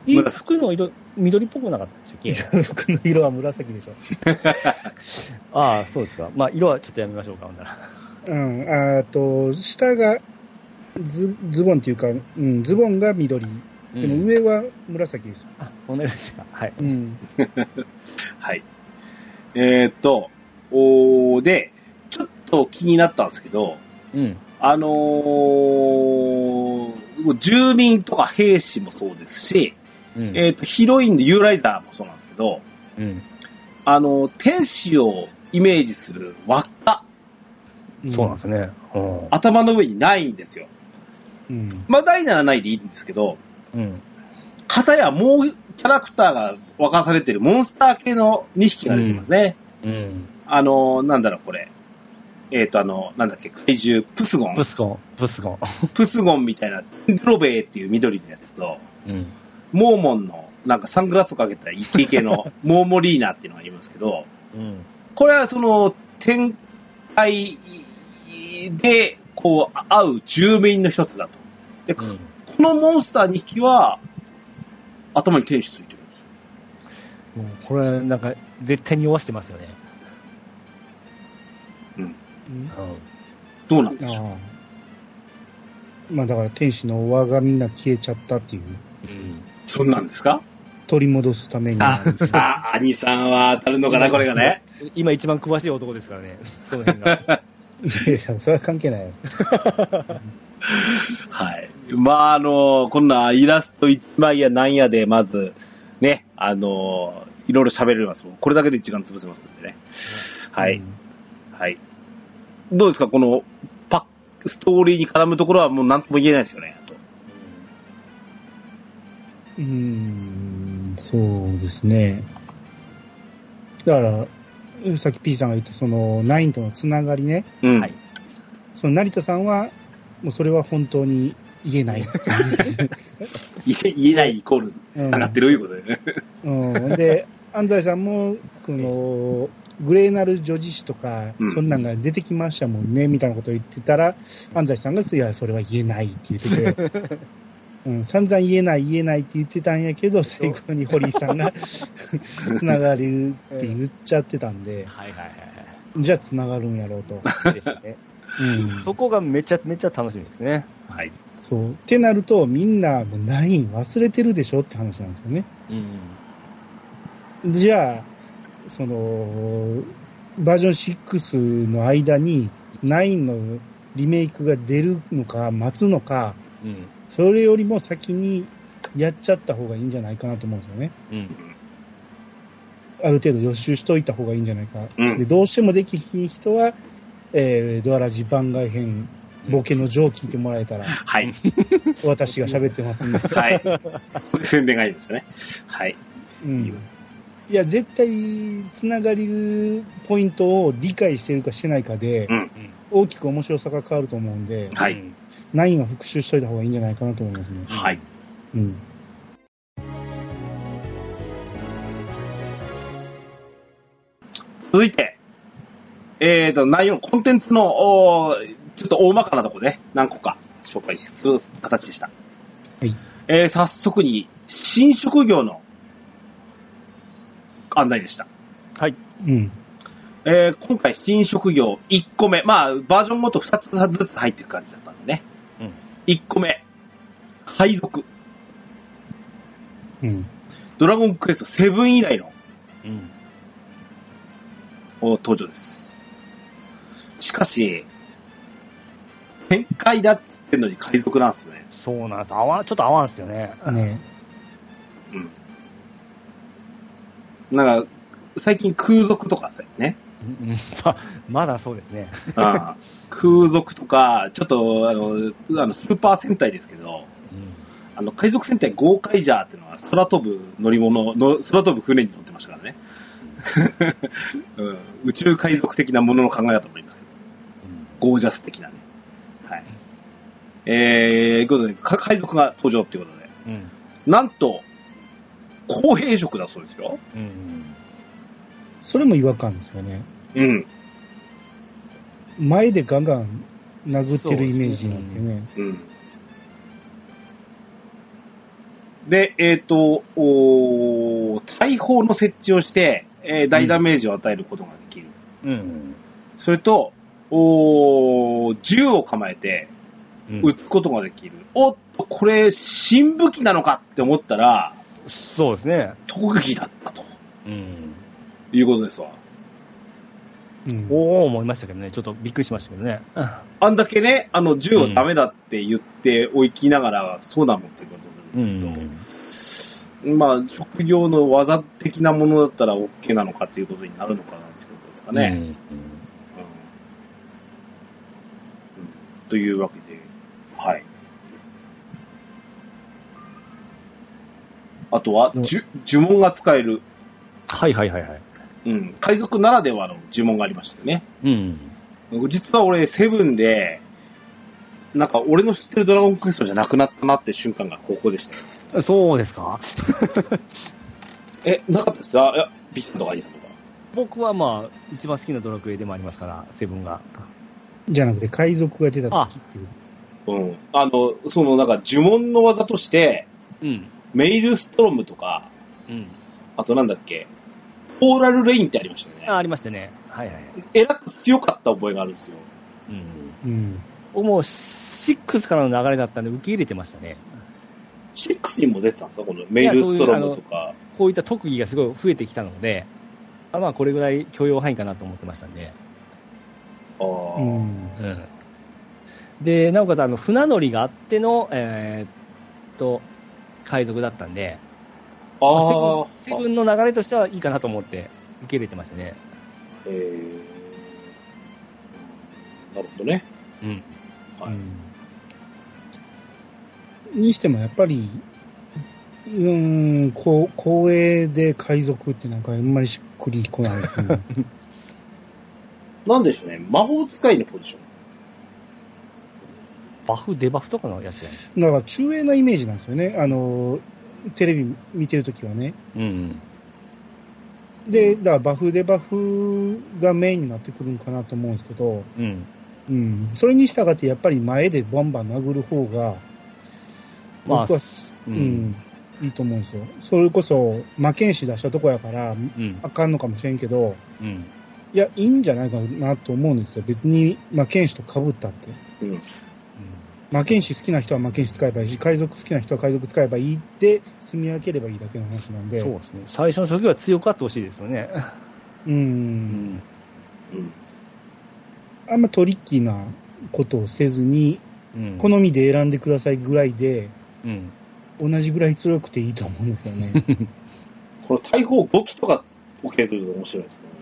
Speaker 2: い
Speaker 1: 紫
Speaker 2: 服の色、緑っぽくなかったでしたっけ
Speaker 3: 服の色は紫でしょ。
Speaker 2: ああ、そうですか。まあ、色はちょっとやめましょうか、ほんなら。
Speaker 3: うん。あと、下がズズボンっていうか、うん、ズボンが緑。でも上は紫です。
Speaker 2: あ、同じですか。はい。
Speaker 3: うん。
Speaker 1: はい。えっ、と、おーで、ちょっと気になったんですけど、
Speaker 2: うん。
Speaker 1: あのー住民とか兵士もそうですし、
Speaker 2: うん。
Speaker 1: えっ、と、ヒロインのユーライザーもそうなんですけど、
Speaker 2: うん。
Speaker 1: あの、天使をイメージする輪っか、
Speaker 2: そうなんですね。うん
Speaker 1: 頭の上にないんですよ。
Speaker 3: うん。
Speaker 1: まあ、ないならないでいいんですけど、
Speaker 2: うん。
Speaker 1: 片やもうキャラクターが沸かされてるモンスター系の2匹が出てますね。
Speaker 2: うん。
Speaker 1: あの、なんだろう、これ。えっ、と、あの、なんだっけ、怪獣、プスゴン
Speaker 2: ブ。スコン、ブスコ
Speaker 1: プスゴンみたいな、デロベーっていう緑のやつと、
Speaker 2: ン。うん。
Speaker 1: モーモンの、なんかサングラスをかけたイケイケのモーモリーナっていうのがいますけど、
Speaker 2: うん。
Speaker 1: これはその、展開で、こう、合う住民の一つだと。で、
Speaker 2: うん
Speaker 1: このモンスター2匹は、頭に天使ついてるんですよ。
Speaker 2: もうこれ、なんか、絶対に弱してますよね。う
Speaker 1: どうなん
Speaker 3: あ
Speaker 1: でしょ
Speaker 3: あ。まあだから天使の我がみな消えちゃったっていう。
Speaker 2: ん。
Speaker 1: う。そんなんですか
Speaker 3: 取り戻すために。 [LAUGHS]
Speaker 1: あ、あ、兄さんは当たるのかな、これがね。
Speaker 2: 今一番詳しい男です [LAUGHS] からね。その辺が。
Speaker 3: いやいやそれは関係ないよ。
Speaker 1: はい。まあ、あの、こんなイラスト一枚やなんやで、まず、ね、あの、いろいろ喋れますもん。これだけで時間潰せますんでね。はい。
Speaker 3: うん
Speaker 1: はい。どうですか、この、パック、ストーリーに絡むところはもう何とも言えないですよね、と。
Speaker 3: うーんそうですね。だから、さっき P さんが言った、その、ナインとのつながりね。
Speaker 1: うん。
Speaker 2: はい
Speaker 3: その、成田さんは、もうそれは本当に言え
Speaker 1: [LAUGHS]
Speaker 3: ない。
Speaker 1: 言え言えないイコール、
Speaker 3: うん
Speaker 1: 上がってるいうことでね。
Speaker 3: うん。で、安西さんも、この、グレーナル女子誌とか、
Speaker 1: うん
Speaker 3: そんなんが出てきましたもんね、みたいなことを言ってたら、安西さんが、いや、それは言えないって言ってて、
Speaker 1: [LAUGHS]
Speaker 3: うん、散々言えない、言えないって言ってたんやけど、最後に堀井さ
Speaker 1: [LAUGHS]
Speaker 3: んが、つながるって言っちゃってた
Speaker 1: [LAUGHS]
Speaker 3: んで、
Speaker 2: はいはいはい
Speaker 3: じゃあつながるんやろうと。
Speaker 2: はい。ですね。
Speaker 1: [LAUGHS]
Speaker 3: うん、
Speaker 2: [LAUGHS] そこがめちゃめちゃ楽しみですね。
Speaker 1: はい。
Speaker 3: そう。ってなると、みんな、もうナイン忘れてるでしょって話なんですよね。
Speaker 2: うん。
Speaker 3: じゃあ、その、バージョン6の間に、ナインのリメイクが出るのか、待つのか、
Speaker 2: うん。
Speaker 3: それよりも先にやっちゃった方がいいんじゃないかなと思うんですよね。
Speaker 2: うん。
Speaker 3: ある程度予習しといた方がいいんじゃないか。
Speaker 1: うん
Speaker 3: で、どうしてもできひん人は、えー、ドアラジ番外編、ボケのジョー聞いてもらえ
Speaker 1: [LAUGHS]
Speaker 3: たら、
Speaker 1: はい。
Speaker 3: 私が喋ってますん
Speaker 1: [LAUGHS]
Speaker 3: で。
Speaker 1: はい。宣伝がいいですね。はい。
Speaker 3: うん。いや、絶対、つながりポイントを理解してるかしてないかで、
Speaker 1: うん
Speaker 3: 大きく面白さが変わると思うんで、
Speaker 1: はい。
Speaker 2: うん。
Speaker 3: ナインは復習しといた方がいいんじゃないかなと思いますね。
Speaker 1: はい。
Speaker 3: うん。
Speaker 1: 続いて、えーと、内容、コンテンツの、おーちょっと大まかなとこね、何個か紹介する形でした。
Speaker 3: はい。
Speaker 1: えー早速に、新職業の案内でした。
Speaker 2: はい。
Speaker 3: うん。
Speaker 1: えー今回新職業1個目。まあ、バージョンごと2つずつ入っていく感じだったんでね。
Speaker 2: うん
Speaker 1: 1個目。海賊。
Speaker 3: うん。
Speaker 1: ドラゴンクエスト7以来の
Speaker 2: うん。
Speaker 1: お登場です。しかし、展開だっつってんのに海賊なんですね。
Speaker 2: そうなんです。合わん、ちょっと合わんすよね。
Speaker 3: ね
Speaker 1: うん。なんか、最近空賊とかね。
Speaker 2: うんうんさまだそうですね。
Speaker 1: ああ [LAUGHS] 空賊とか、ちょっと、あの、あのスーパー戦隊ですけど、あの、海賊戦隊ゴーカイジャーっていうのは空飛ぶ乗り物の、空飛ぶ船に乗ってましたからね。 [LAUGHS] うん、宇宙海賊的なものの考えだと思いますけど、ゴージャス的なね。はい。えー、ということで、か海賊が登場っていうことで、
Speaker 2: うん。
Speaker 1: なんと、公平色だそうですよ。
Speaker 2: うん。
Speaker 3: それも違和感ですよね。
Speaker 1: うん。
Speaker 3: 前でガンガン殴ってるイメージなんですけどね。
Speaker 1: うん。で、えっ、と、おー大砲の設置をして、えー大ダメージを与えることができる。
Speaker 2: うん。
Speaker 1: それと、おー銃を構えて、
Speaker 2: うん
Speaker 1: 撃つことができる。おっと、これ、新武器なのかって思ったら、
Speaker 2: そうですね。
Speaker 1: 特技だったと
Speaker 2: うん。
Speaker 1: いうことですわ。
Speaker 3: うん
Speaker 2: おお思いましたけどね。ちょっとびっくりしましたけどね。
Speaker 1: あんだけね、あの、銃をダメだって言っておきながら、そうなのってことですけど、まあ、職業の技的なものだったら OK なのかっていうことになるのかなってことですかね。うんうんというわけで、はい。あとは、
Speaker 2: うん
Speaker 1: 呪呪文が使える、
Speaker 2: はいはいはいはい。
Speaker 1: うん、海賊ならではの呪文がありましたよね。
Speaker 2: うん。
Speaker 1: 実は俺、セブンで、なんか俺の知ってるドラゴンクエストじゃなくなったなって瞬間がここでしたよ。
Speaker 2: そうですか
Speaker 1: え、なかったですかいや、ビスさんとかアイさんとか。
Speaker 2: 僕はまあ、一番好きなドラクエでもありますから、セブンが。
Speaker 3: じゃなくて、海賊が出た時っていう。
Speaker 1: うん。あの、そのなんか呪文の技として、
Speaker 2: うん。
Speaker 1: メイルストロムとか、
Speaker 2: うん。
Speaker 1: あとなんだっけ、ポーラルレインってありましたよね。
Speaker 2: あ、ありましたね。はいはい。
Speaker 1: えらく強かった覚えがあるんですよ。
Speaker 2: うん。
Speaker 3: うん。
Speaker 2: 僕もう、6からの流れだったんで受け入れてましたね。
Speaker 1: 6にも出てたんですかこのメイルストロムとか。
Speaker 2: こういった特技がすごい増えてきたので、あまあ、これぐらい許容範囲かなと思ってましたんで。
Speaker 1: あ
Speaker 3: う
Speaker 1: ー
Speaker 3: ん。
Speaker 2: うん。で、なおかつ、あの、船乗りがあっての、えーっと、海賊だったんで、まあ
Speaker 1: あー。
Speaker 2: セブンセブンの流れとしてはいいかなと思って受け入れてましたね。
Speaker 1: えーなるほどね。
Speaker 2: うん。
Speaker 1: はい
Speaker 3: にしてもやっぱり、うーん、こう光栄で海賊ってなんかあんまりしっくりこないですね。
Speaker 1: なんでしょうね。魔法使いのポジション。
Speaker 2: バフ、デバフとかのやつやね。
Speaker 3: だから中英なイメージなんですよね。あの、テレビ見てるときはね。
Speaker 2: うん。
Speaker 3: で、だからバフでバフがメインになってくるんかなと思うんですけど、
Speaker 2: うん。
Speaker 3: うん。それに従ってやっぱり前でバンバン殴る方が、
Speaker 2: まあ
Speaker 3: 僕は、
Speaker 2: う。
Speaker 3: うんん、いいと思うんですよ。それこそ、魔剣士出したとこやから、
Speaker 2: うん。
Speaker 3: あかんのかもしれんけど、
Speaker 2: うん。
Speaker 3: いや、いいんじゃないかなと思うんですよ。別に、魔剣士と被ったって。
Speaker 1: うん。
Speaker 3: 魔剣士好きな人は魔剣士使えばいいし、海賊好きな人は海賊使えばいいって、住み分ければいいだけの話なんで。
Speaker 2: そうですね。最初の職業は強くあってほしいですよね。
Speaker 3: う。
Speaker 2: うんん。
Speaker 1: うん。
Speaker 3: あんまトリッキーなことをせずに、
Speaker 2: うん。
Speaker 3: 好みで選んでくださいぐらいで、
Speaker 2: うん。
Speaker 3: 同じぐらい強くていいと思うんですよ
Speaker 1: [LAUGHS]
Speaker 3: ね。
Speaker 1: この大砲5機とか置けると面白いですけどね。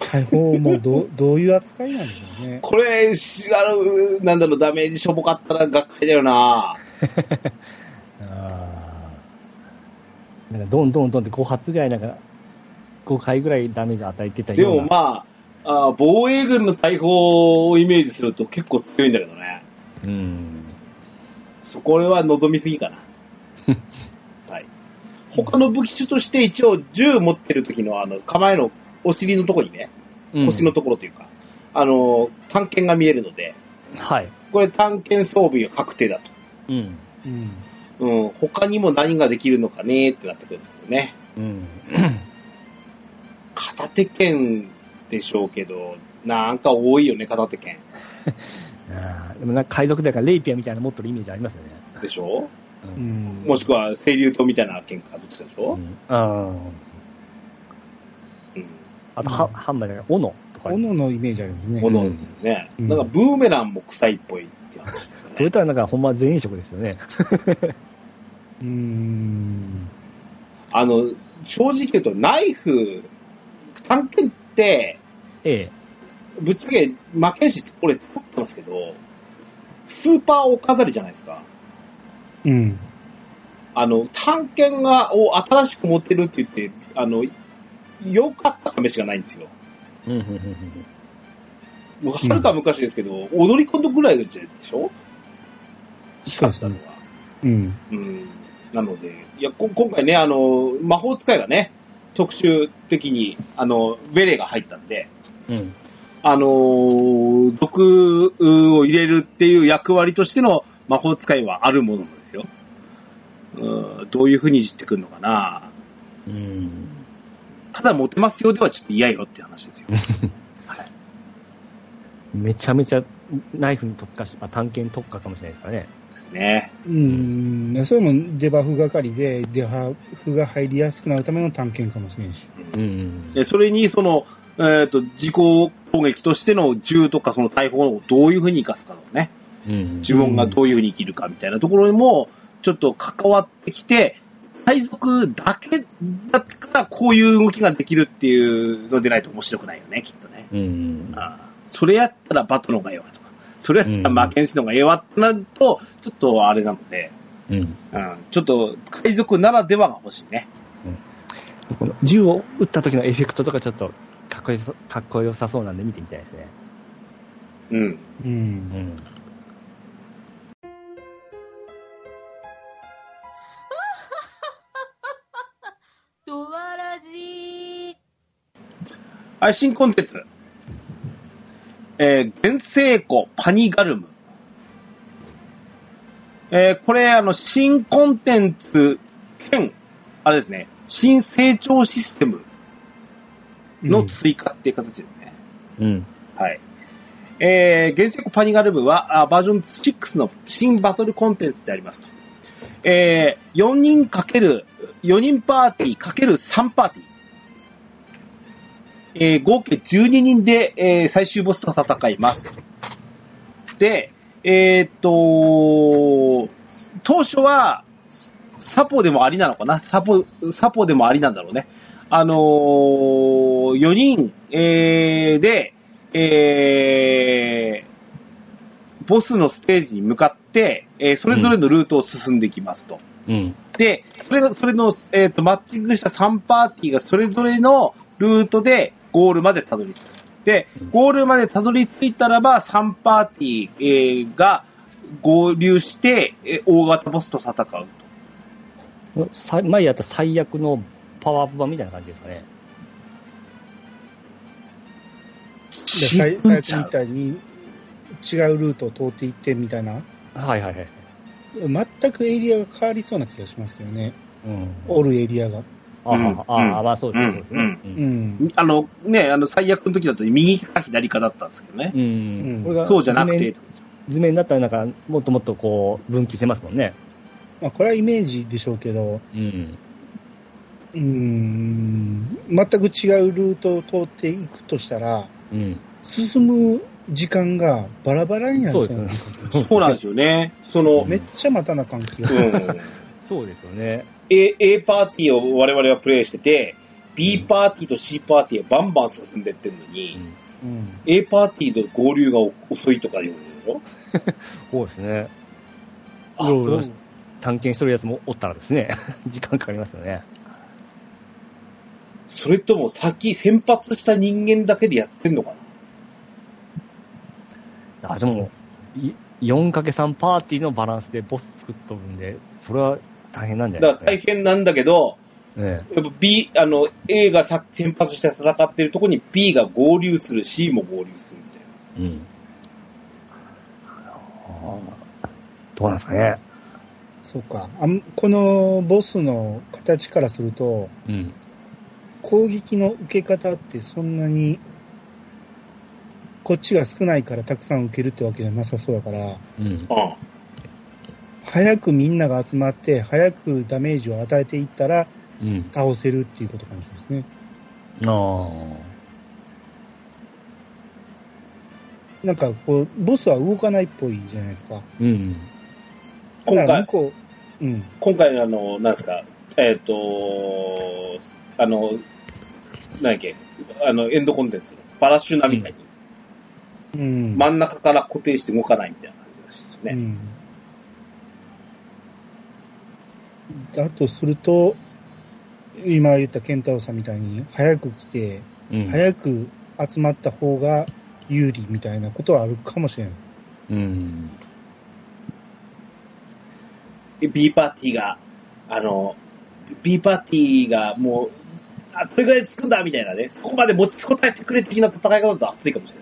Speaker 3: 大砲もどうどういう扱いなんでしょうね。
Speaker 1: これ、しあの、なんだろう、ダメージしょぼかったらがっかりだよな
Speaker 2: ああ。なんか、どんどんどんって5発ぐらい、なんか、5回ぐらいダメージ与えてた
Speaker 1: で
Speaker 2: ような。
Speaker 1: もまあ、あー防衛軍の大砲をイメージすると結構強いんだけどね。
Speaker 2: うん。
Speaker 1: そこは望みす
Speaker 2: [LAUGHS]
Speaker 1: ぎかな。はい。他の武器種として一応銃持ってる時のあの構えのお尻のところにね、
Speaker 2: うん
Speaker 1: 腰のところというか、あの、探検が見えるので、
Speaker 2: はい。
Speaker 1: これ探検装備が確定だ
Speaker 2: うん。
Speaker 3: うん。
Speaker 1: と。うん、他にも何ができるのかねってなってくるんですけどね。
Speaker 2: うん。
Speaker 1: 片手剣でしょうけど、なんか多いよね、片手剣。
Speaker 2: あーでもなんか海賊だからレイピアみたいなの持ってるイメージありますよね。
Speaker 1: でしょ
Speaker 3: うん。
Speaker 1: もしくは、清流刀みたいな剣かぶってたでし
Speaker 2: う
Speaker 1: ょ、
Speaker 2: ん。あー
Speaker 1: うん、
Speaker 2: あと、は、
Speaker 3: うん
Speaker 2: ハンマーじゃない、斧とか。
Speaker 3: 斧のイメージありますね。
Speaker 1: ものですね、
Speaker 3: うん
Speaker 1: なんか、ブーメランも臭いっぽいって話ですよね。
Speaker 2: それとはなんか、ほんま全員職ですよね。
Speaker 3: うん。
Speaker 1: あの、正直言うと、ナイフ、探検って、
Speaker 2: ええ。
Speaker 1: ぶっちゃけ、魔剣士、俺使ってますけど、スーパーお飾りじゃないですか。
Speaker 3: うん。
Speaker 1: あの、探検が、を新しく持ってるって言って、あの、良かった試しがないんですよ。
Speaker 2: うんうんうんうん
Speaker 1: もうはるか昔ですけど、踊り子とぐらいじゃでしょ
Speaker 3: そうです
Speaker 1: だの
Speaker 3: ね。
Speaker 1: は。
Speaker 3: うん。
Speaker 1: うん。なので、いや、こ今回ね、あの、魔法使いがね、特集的に、あの、ベレーが入ったんで、
Speaker 2: うん
Speaker 1: あのー毒を入れるっていう役割としての魔法使いはあるものなんですよ。うん、どういう風にいじってくるのかな。
Speaker 2: うん
Speaker 1: ただモテますよではちょっと嫌よって話 [LAUGHS] ですよ。
Speaker 2: めちゃめちゃナイフに特化し、まあ、探検特化かもしれないですからね。
Speaker 1: ですね。
Speaker 3: うん。それもデバフ係で、デバフが入りやすくなるための探検かもしれんし。
Speaker 1: うん
Speaker 2: ん
Speaker 1: でそれに、その、えっ、と、自己攻撃としての銃とかその大砲をどういう風に生かすかとかね。
Speaker 2: うん
Speaker 1: 呪文がどういうふうに生きるかみたいなところにも、ちょっと関わってきて、海賊だけだからこういう動きができるっていうのでないと面白くないよね、きっとね。
Speaker 2: うん
Speaker 1: ああそれやったらバトの方がええわとか、それやったら負けんしの方がええわってなると、ちょっとあれなので、
Speaker 2: うん
Speaker 1: うん、ちょっと海賊ならではが欲しいね。
Speaker 2: この銃を撃った時のエフェクトとかちょっとかっこよさかっこよさそうなんで見てみたいですね。
Speaker 1: うん。
Speaker 3: うん。
Speaker 2: ん。
Speaker 5: ドワラジー
Speaker 1: はい、新コンテンツ。えー、原生湖パニガルム。えー、これ、あの、新コンテンツ兼、あれですね、新成長システムの追加っていう形ですね。
Speaker 2: うん。
Speaker 1: はい。えー、原生湖パニガルムはあバージョン6の新バトルコンテンツでありますと。えー、4人かける、4人パーティーかける3パーティー。えー、合計12人で、えー最終ボスと戦います。で、えーっと、当初は、サポでもありなのかなサポ、サポでもありなんだろうね。あのー、4人、えーで、えーボスのステージに向かって、えーそれぞれのルートを進んでいきますと。
Speaker 2: うん。
Speaker 1: で、それが、それの、えっ、と、マッチングした3パーティーがそれぞれのルートでゴールまでたどり着く。で、ゴールまでたどり着いたらば、3パーティー、えーが合流して、えー大型ボスと戦うと。
Speaker 2: さ前やった最悪のパワーアップ版みたいな感じですかね。
Speaker 3: で最
Speaker 1: うん
Speaker 3: 最初みたいに違うルートを通っていってみたいな。
Speaker 2: はいはいはい。
Speaker 3: 全くエリアが変わりそうな気がしますけどね。
Speaker 2: うん。
Speaker 3: おるエリアが。
Speaker 2: あ、
Speaker 1: うん
Speaker 2: ああ、
Speaker 1: うん
Speaker 2: まあそうですそうですね。
Speaker 3: う
Speaker 2: うん
Speaker 3: ん。
Speaker 1: あの、ね、あの、最悪の時だと右か左かだったんですけどね。
Speaker 2: うん。これが
Speaker 1: そうじゃなくて、
Speaker 2: 図面だったらなんか、もっともっとこう、分岐してますもんね。
Speaker 3: まあ、これはイメージでしょうけど、
Speaker 2: うん。
Speaker 3: うん、全く違うルートを通っていくとしたら、
Speaker 2: うん。
Speaker 3: 進む時間がバラバラになり
Speaker 2: そ
Speaker 3: そう
Speaker 2: で
Speaker 3: うな
Speaker 2: すよね。
Speaker 1: そうなんですよね。その、
Speaker 3: めっちゃ待たなあかん気がす
Speaker 1: う
Speaker 3: る。
Speaker 1: ん。
Speaker 2: そうですよね。
Speaker 1: A, A パーティーを我々はプレイしてて、B パーティーと C パーティーはバンバン進んでってるのに、
Speaker 2: うん。
Speaker 3: うん。
Speaker 1: A パーティーと合流が遅いとかいうのでしょ
Speaker 2: そうですね。
Speaker 1: あ
Speaker 2: うろうろ
Speaker 1: どう
Speaker 2: 探検しとるやつもおったらですね、 [LAUGHS] 時間かかりますよね。
Speaker 1: それとも先、先発した人間だけでやってんのかな
Speaker 2: あ、でも、い 4×3 パーティーのバランスでボス作っとるんで、それは大変なんじゃな
Speaker 1: だ
Speaker 2: い
Speaker 1: か
Speaker 2: で
Speaker 1: ら大
Speaker 2: す
Speaker 1: 変なんだけど、
Speaker 2: かね。え
Speaker 1: やっぱ B、あの、A がさ先発して戦ってるとこに B が合流する、C も合流するみたいな。
Speaker 2: えうん。あーどうなんですかね。
Speaker 3: そうかあん。このボスの形からすると、
Speaker 2: うん。
Speaker 3: 攻撃の受け方ってそんなに、こっちが少ないからたくさん受けるってわけじゃなさそうだから、
Speaker 2: う
Speaker 1: う
Speaker 2: ん。
Speaker 1: ん。
Speaker 3: 早くみんなが集まって、早くダメージを与えていったら
Speaker 2: うん。
Speaker 3: 倒せるっていうことかもしれないですね。
Speaker 2: ああ。
Speaker 3: なんかこう、ボスは動かないっぽいじゃないですか。
Speaker 2: うん。
Speaker 1: 今
Speaker 3: だから
Speaker 1: 回、
Speaker 3: 向こう、うん。
Speaker 1: 今回のあの、なんですか、えっ、と、あの、なんやっけ、あの、エンドコンテンツ、バラッシュナみたいに、
Speaker 3: うん。
Speaker 1: 真ん中から固定して動かないみたいな感じらしいですよね。
Speaker 3: うん。だとすると、今言った健太郎さんみたいに、早く来て、
Speaker 6: うん
Speaker 3: 早く集まった方が有利みたいなことはあるかもしれない。
Speaker 6: うん。
Speaker 1: B パーティーが、あの、B パーティーがもう、あ、どれぐらいつくんだみたいなね、そこまで持ちこたえてくれ的な戦い方だと熱いかもしれ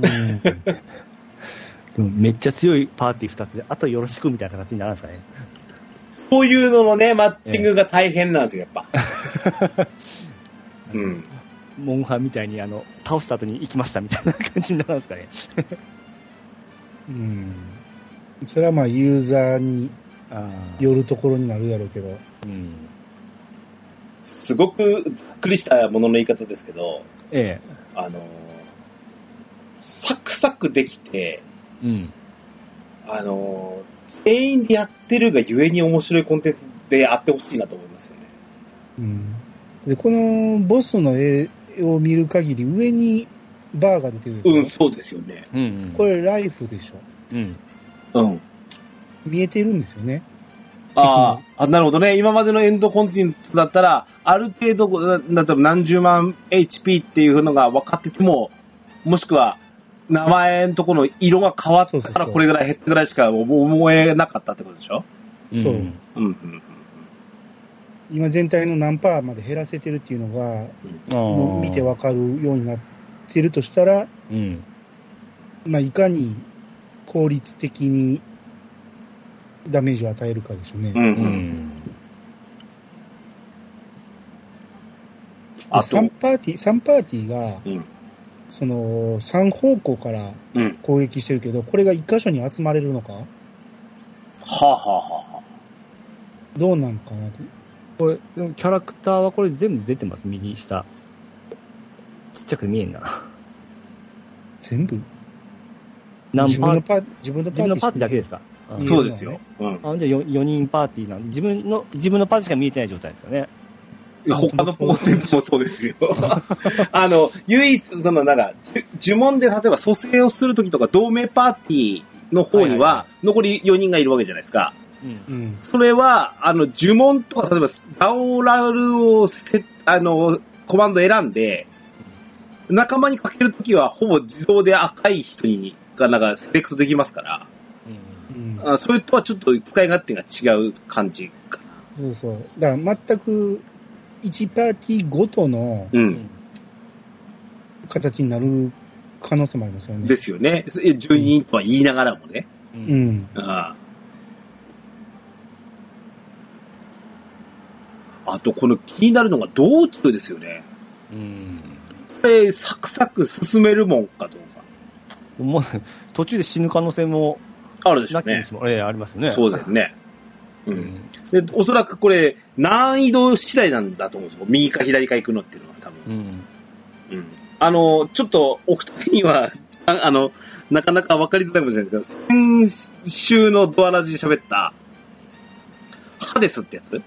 Speaker 1: ないですね。
Speaker 3: う
Speaker 2: でも
Speaker 3: ん、
Speaker 2: めっちゃ強いパーティー2つで、あとよろしくみたいな形になるんですかね。
Speaker 1: そういうののね、マッチングが大変なんですよ、やっぱ。うん。
Speaker 2: モンハンみたいに、あの、倒した後に行きましたみたいな感じになるんですかね。
Speaker 3: うん。それはまあユーザーに
Speaker 2: あー
Speaker 3: よるところになるやろうけど。
Speaker 6: うん。
Speaker 1: すごくざっくりしたものの言い方ですけど、
Speaker 2: ええ。
Speaker 1: あの、サクサクできて、
Speaker 6: うん。
Speaker 1: あの、全員でやってるがゆえに面白いコンテンツであってほしいなと思いますよね。
Speaker 3: うん。で、このボスの絵を見る限り上にバーが出てるでしょ
Speaker 1: うん、そうですよね。
Speaker 6: うん。
Speaker 3: これライフでしょ。
Speaker 6: うん。
Speaker 1: うん。
Speaker 3: 見えてるんですよね。
Speaker 1: ああ、なるほどね。今までのエンドコンテンツだったら、ある程度、ななんだろう何十万 HP っていうのが分かってても、もしくは、名前のところの色が変わった
Speaker 3: そう
Speaker 1: か
Speaker 3: そう
Speaker 1: ら
Speaker 3: そう
Speaker 1: これぐらい減ったぐらいしか思えなかったってことでしょ
Speaker 3: そう。
Speaker 6: ん
Speaker 1: うん、うん、
Speaker 3: 今全体の何パーまで減らせてるっていうのが、
Speaker 6: あー
Speaker 3: もう見てわかるようになってるとしたら、
Speaker 6: うん。
Speaker 3: まあ、いかに効率的にダメージを与えるかでしょうね。
Speaker 1: うん。うん、
Speaker 6: う
Speaker 1: うん。
Speaker 6: ん。
Speaker 1: あと、
Speaker 3: 3パーティー、三パーティーが、
Speaker 1: うん
Speaker 3: その、3方向から
Speaker 1: うん。
Speaker 3: 攻撃してるけど、これが1箇所に集まれるのか
Speaker 1: はあ、はあはあはあ、
Speaker 3: どうなんかなと。
Speaker 2: これ、でもキャラクターはこれ全部出てます、右下。ちっちゃく見えんな。
Speaker 3: 全部
Speaker 2: 何
Speaker 3: 自
Speaker 2: パ
Speaker 3: 分の
Speaker 2: ー
Speaker 3: パー自分のパー。
Speaker 2: 自分のパーティーだけですすか
Speaker 3: うん
Speaker 1: そうですよ。うん。
Speaker 2: あじゃあ 4, 人パーティーなんで、自分の、自分のパーティーしか見えてない状態ですよね。
Speaker 1: いや他のコンテンツもそうですよ。あの、唯一、その、なんか、じゅ呪文で例えば蘇生をするときとか、同盟パーティーの方に
Speaker 2: はいはいは
Speaker 1: は、残り4人がいるわけじゃないですか。
Speaker 2: うん。
Speaker 3: うん。
Speaker 1: それは、あの、呪文とか、例えば、ザオラルをせ、あの、コマンド選んで、仲間にかけるときは、ほぼ自動で赤い人に、が、なんか、セレクトできますから、
Speaker 3: うん、
Speaker 1: あそれとはちょっと使い勝手が違う感じか
Speaker 3: そうそう。だから全く1パーティーごとの
Speaker 1: な。う。
Speaker 2: うんん。
Speaker 3: 形になる可能性もありますよね。
Speaker 1: ですよね。え12人とは言いながらもね。
Speaker 3: う。ん。
Speaker 1: あああと、この気になるのが道中ですよね。
Speaker 6: うん。
Speaker 1: これ、サクサク進めるもんかどうか。
Speaker 2: もう、途中で死ぬ可能性も、
Speaker 1: あるでしょ
Speaker 2: な
Speaker 1: う
Speaker 2: きに
Speaker 1: ね。
Speaker 2: しも、ええあります
Speaker 1: [LAUGHS]
Speaker 2: よね。
Speaker 1: そう
Speaker 2: で
Speaker 1: ですね。うん。で、おそらくこれ、難易度次第なんだと思うんですよ。右か左か行くのっていうのは多分。
Speaker 6: うん。
Speaker 1: うん。あの、ちょっと、お二人には、 [LAUGHS] ああの、なかなか分かりづらいかもしれないですけど、先週のドアラジで喋った、ハデスってやつ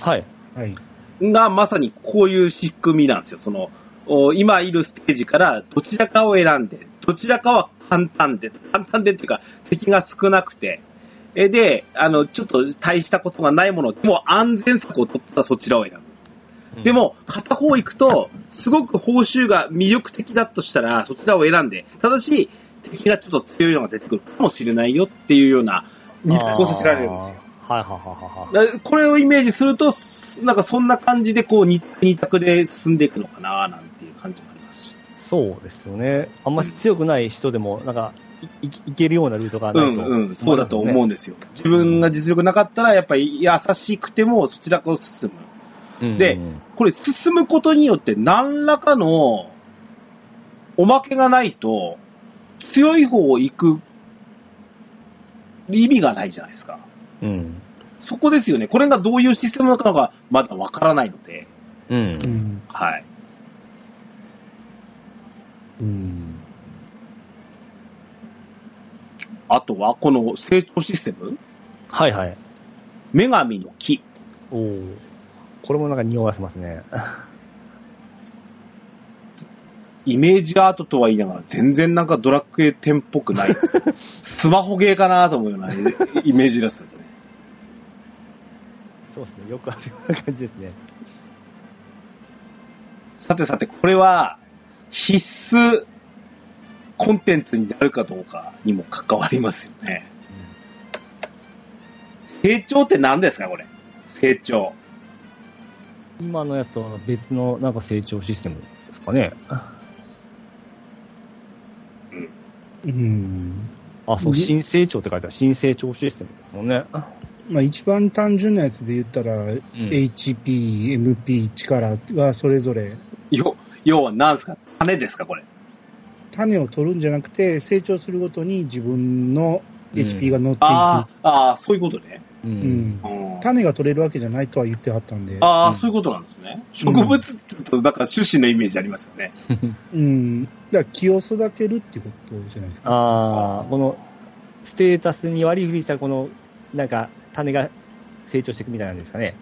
Speaker 2: はい。
Speaker 3: はい。
Speaker 1: がまさにこういう仕組みなんですよ。その、お今いるステージからどちらかを選んで、どちらかは簡単で、簡単でっていうか敵が少なくて、えで、あの、ちょっと大したことがないもの、でも安全策を取ったらそちらを選ぶ。でも、片方行くと、すごく報酬が魅力的だとしたら、そちらを選んで、ただし、敵がちょっと強いのが出てくるかもしれないよっていうような、見択をさせられるんですよ。
Speaker 2: あー。はいはいはいはいはい。
Speaker 1: だこれをイメージすると、すなんかそんな感じでこう二二択で進んでいくのかななんていう感じもありますし。
Speaker 2: そうですよね。あんまし強くない人でも、なんか、いいいけるようなルートが
Speaker 1: う
Speaker 2: ない
Speaker 1: ん
Speaker 2: と。
Speaker 1: うん、そうだと思うんですよ。自分が実力なかったら、やっぱり優しくてもそちらから進む。
Speaker 6: うん
Speaker 1: で、これ進むことによって何らかのおまけがないと、強い方を行く意味がないじゃないですか。
Speaker 6: うん。
Speaker 1: そこですよね。これがどういうシステムなのかがまだわからないので、
Speaker 6: う。
Speaker 3: うんん。
Speaker 1: はい。
Speaker 6: うん。
Speaker 1: あとは、この成長システム
Speaker 2: はいはい。
Speaker 1: 女神の木。
Speaker 2: おーこれもなんか匂わせますね。
Speaker 1: イメージアートとは言いながら、全然なんかドラクエ10っぽく [LAUGHS] ない。スマホゲーかなと思うようなイメージらしさですね。
Speaker 2: [LAUGHS] そうですね。よくあるような感じですね。
Speaker 1: さてさて、これは必須コンテンツになるかどうかにも関わりますよね。成長って何ですか、これ。成長。
Speaker 2: 今のやつとは別のなんか成長システムですかね。
Speaker 3: うん。
Speaker 2: あ、そう、
Speaker 3: ね
Speaker 2: 新成長って書いてある。新成長システムですもんね。
Speaker 3: まあ一番単純なやつで言ったら、HP、MP、力はそれぞれ
Speaker 1: よ、要は何ですか種ですか、これ。
Speaker 3: 種を取るんじゃなくて、成長するごとに自分の HP が乗っていく。
Speaker 1: ああ、ああ、そういうことね。
Speaker 6: う。
Speaker 3: う
Speaker 1: う
Speaker 2: [LAUGHS]
Speaker 3: んん
Speaker 1: ん
Speaker 3: 種が取れるわけじゃないとは言ってはったんで、
Speaker 1: ああ、
Speaker 6: うん
Speaker 1: そういうことなんですね。植物って言うと、なんか種子のイメージありますよね。
Speaker 3: うん、だから木を育てるっていうことじゃないですか。
Speaker 2: ああ、この、ステータスに割り振りしたこの、なんか、種が成長していくみたいなんですかね。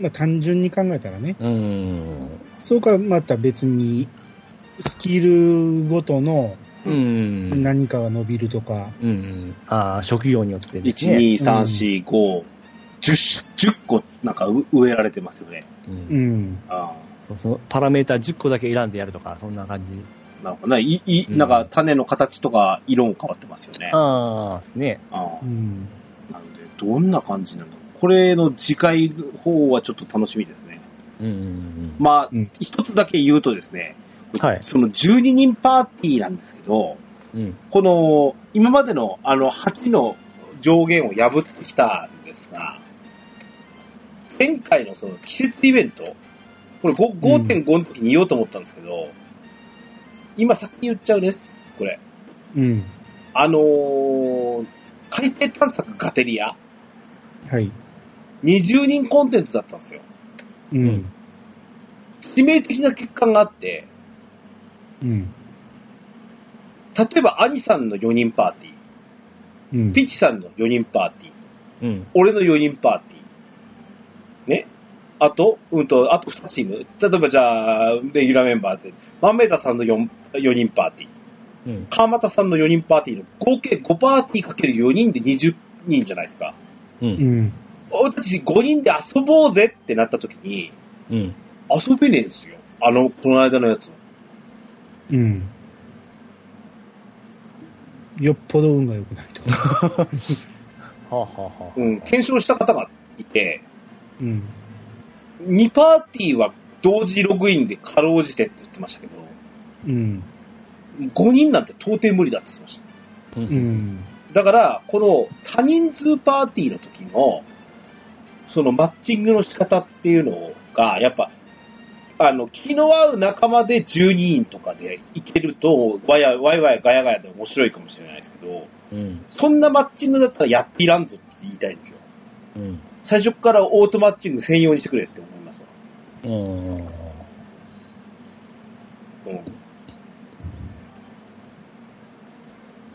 Speaker 3: まあ、単純に考えたらね。
Speaker 6: うん。
Speaker 3: そうか、また別に、スキルごとの
Speaker 6: うん。
Speaker 3: 何かが伸びるとか、
Speaker 6: うん。
Speaker 2: ああ、職業によってです
Speaker 1: 1、
Speaker 2: ね。
Speaker 1: 2、3、4、5、10、10個なんかう植えられてますよね。
Speaker 3: う
Speaker 6: うん。
Speaker 3: ん。
Speaker 1: あ
Speaker 2: そうそう、パラメータ10個だけ選んでやるとか、そんな感じ。
Speaker 1: あなんかね、いいなんか種の形とか色も変わってますよね。あ
Speaker 2: ああ、ですね。
Speaker 1: あ
Speaker 3: うん。
Speaker 1: なので、どんな感じなのこれの次回の方はちょっと楽しみですね。
Speaker 6: うん。
Speaker 1: まあ、
Speaker 3: うん
Speaker 1: 一つだけ言うとですね、
Speaker 2: はい
Speaker 1: その12人パーティーなんですけど、
Speaker 6: うん。
Speaker 1: この、今までのあの8の上限を破ってきたんですが、前回のその季節イベント、これ5 5.5の時に言おうと思ったんですけど、今先に言っちゃうです、これ。
Speaker 3: うん。
Speaker 1: あのー海底探索ガテリア、
Speaker 3: はい。
Speaker 1: 20人コンテンツだったんですよ。
Speaker 3: うん。
Speaker 1: 致命的な欠陥があって、
Speaker 3: うん。
Speaker 1: 例えば、兄さんの4人パーティー、
Speaker 3: うん。
Speaker 1: ピチさんの4人パーティー、
Speaker 6: うん。
Speaker 1: 俺の4人パーティー。ね。あと、うんと、あと2チーム。例えばじゃあ、レギュラーメンバーで、マンメータさんの 4, 4人パーティー、
Speaker 6: うん。
Speaker 1: 川又さんの4人パーティーの合計5パーティーかける4人で20人じゃないですか。
Speaker 3: うん。
Speaker 1: 俺たち5人で遊ぼうぜってなった時に、
Speaker 6: うん。
Speaker 1: 遊べねえんですよ。あの、この間のやつ。
Speaker 3: うん。よっぽど運が良くないと。
Speaker 2: はあ、はあはあ、
Speaker 1: うん、検証した方がいて、
Speaker 3: うん。
Speaker 1: 2パーティーは同時ログインでかろうじてって言ってましたけど、
Speaker 3: うん。
Speaker 1: 5人なんて到底無理だって言ってました。
Speaker 6: う。
Speaker 3: うんん。
Speaker 1: だから、この多人数パーティーの時の、そのマッチングの仕方っていうのが、やっぱ、あの、気の合う仲間で12人とかでいけると、わや、わいわいガヤガヤで面白いかもしれないですけど、
Speaker 6: うん。
Speaker 1: そんなマッチングだったらやっていらんぞって言いたいんですよ。
Speaker 6: うん。
Speaker 1: 最初からオートマッチング専用にしてくれって思いますわ。
Speaker 6: うん。
Speaker 1: うん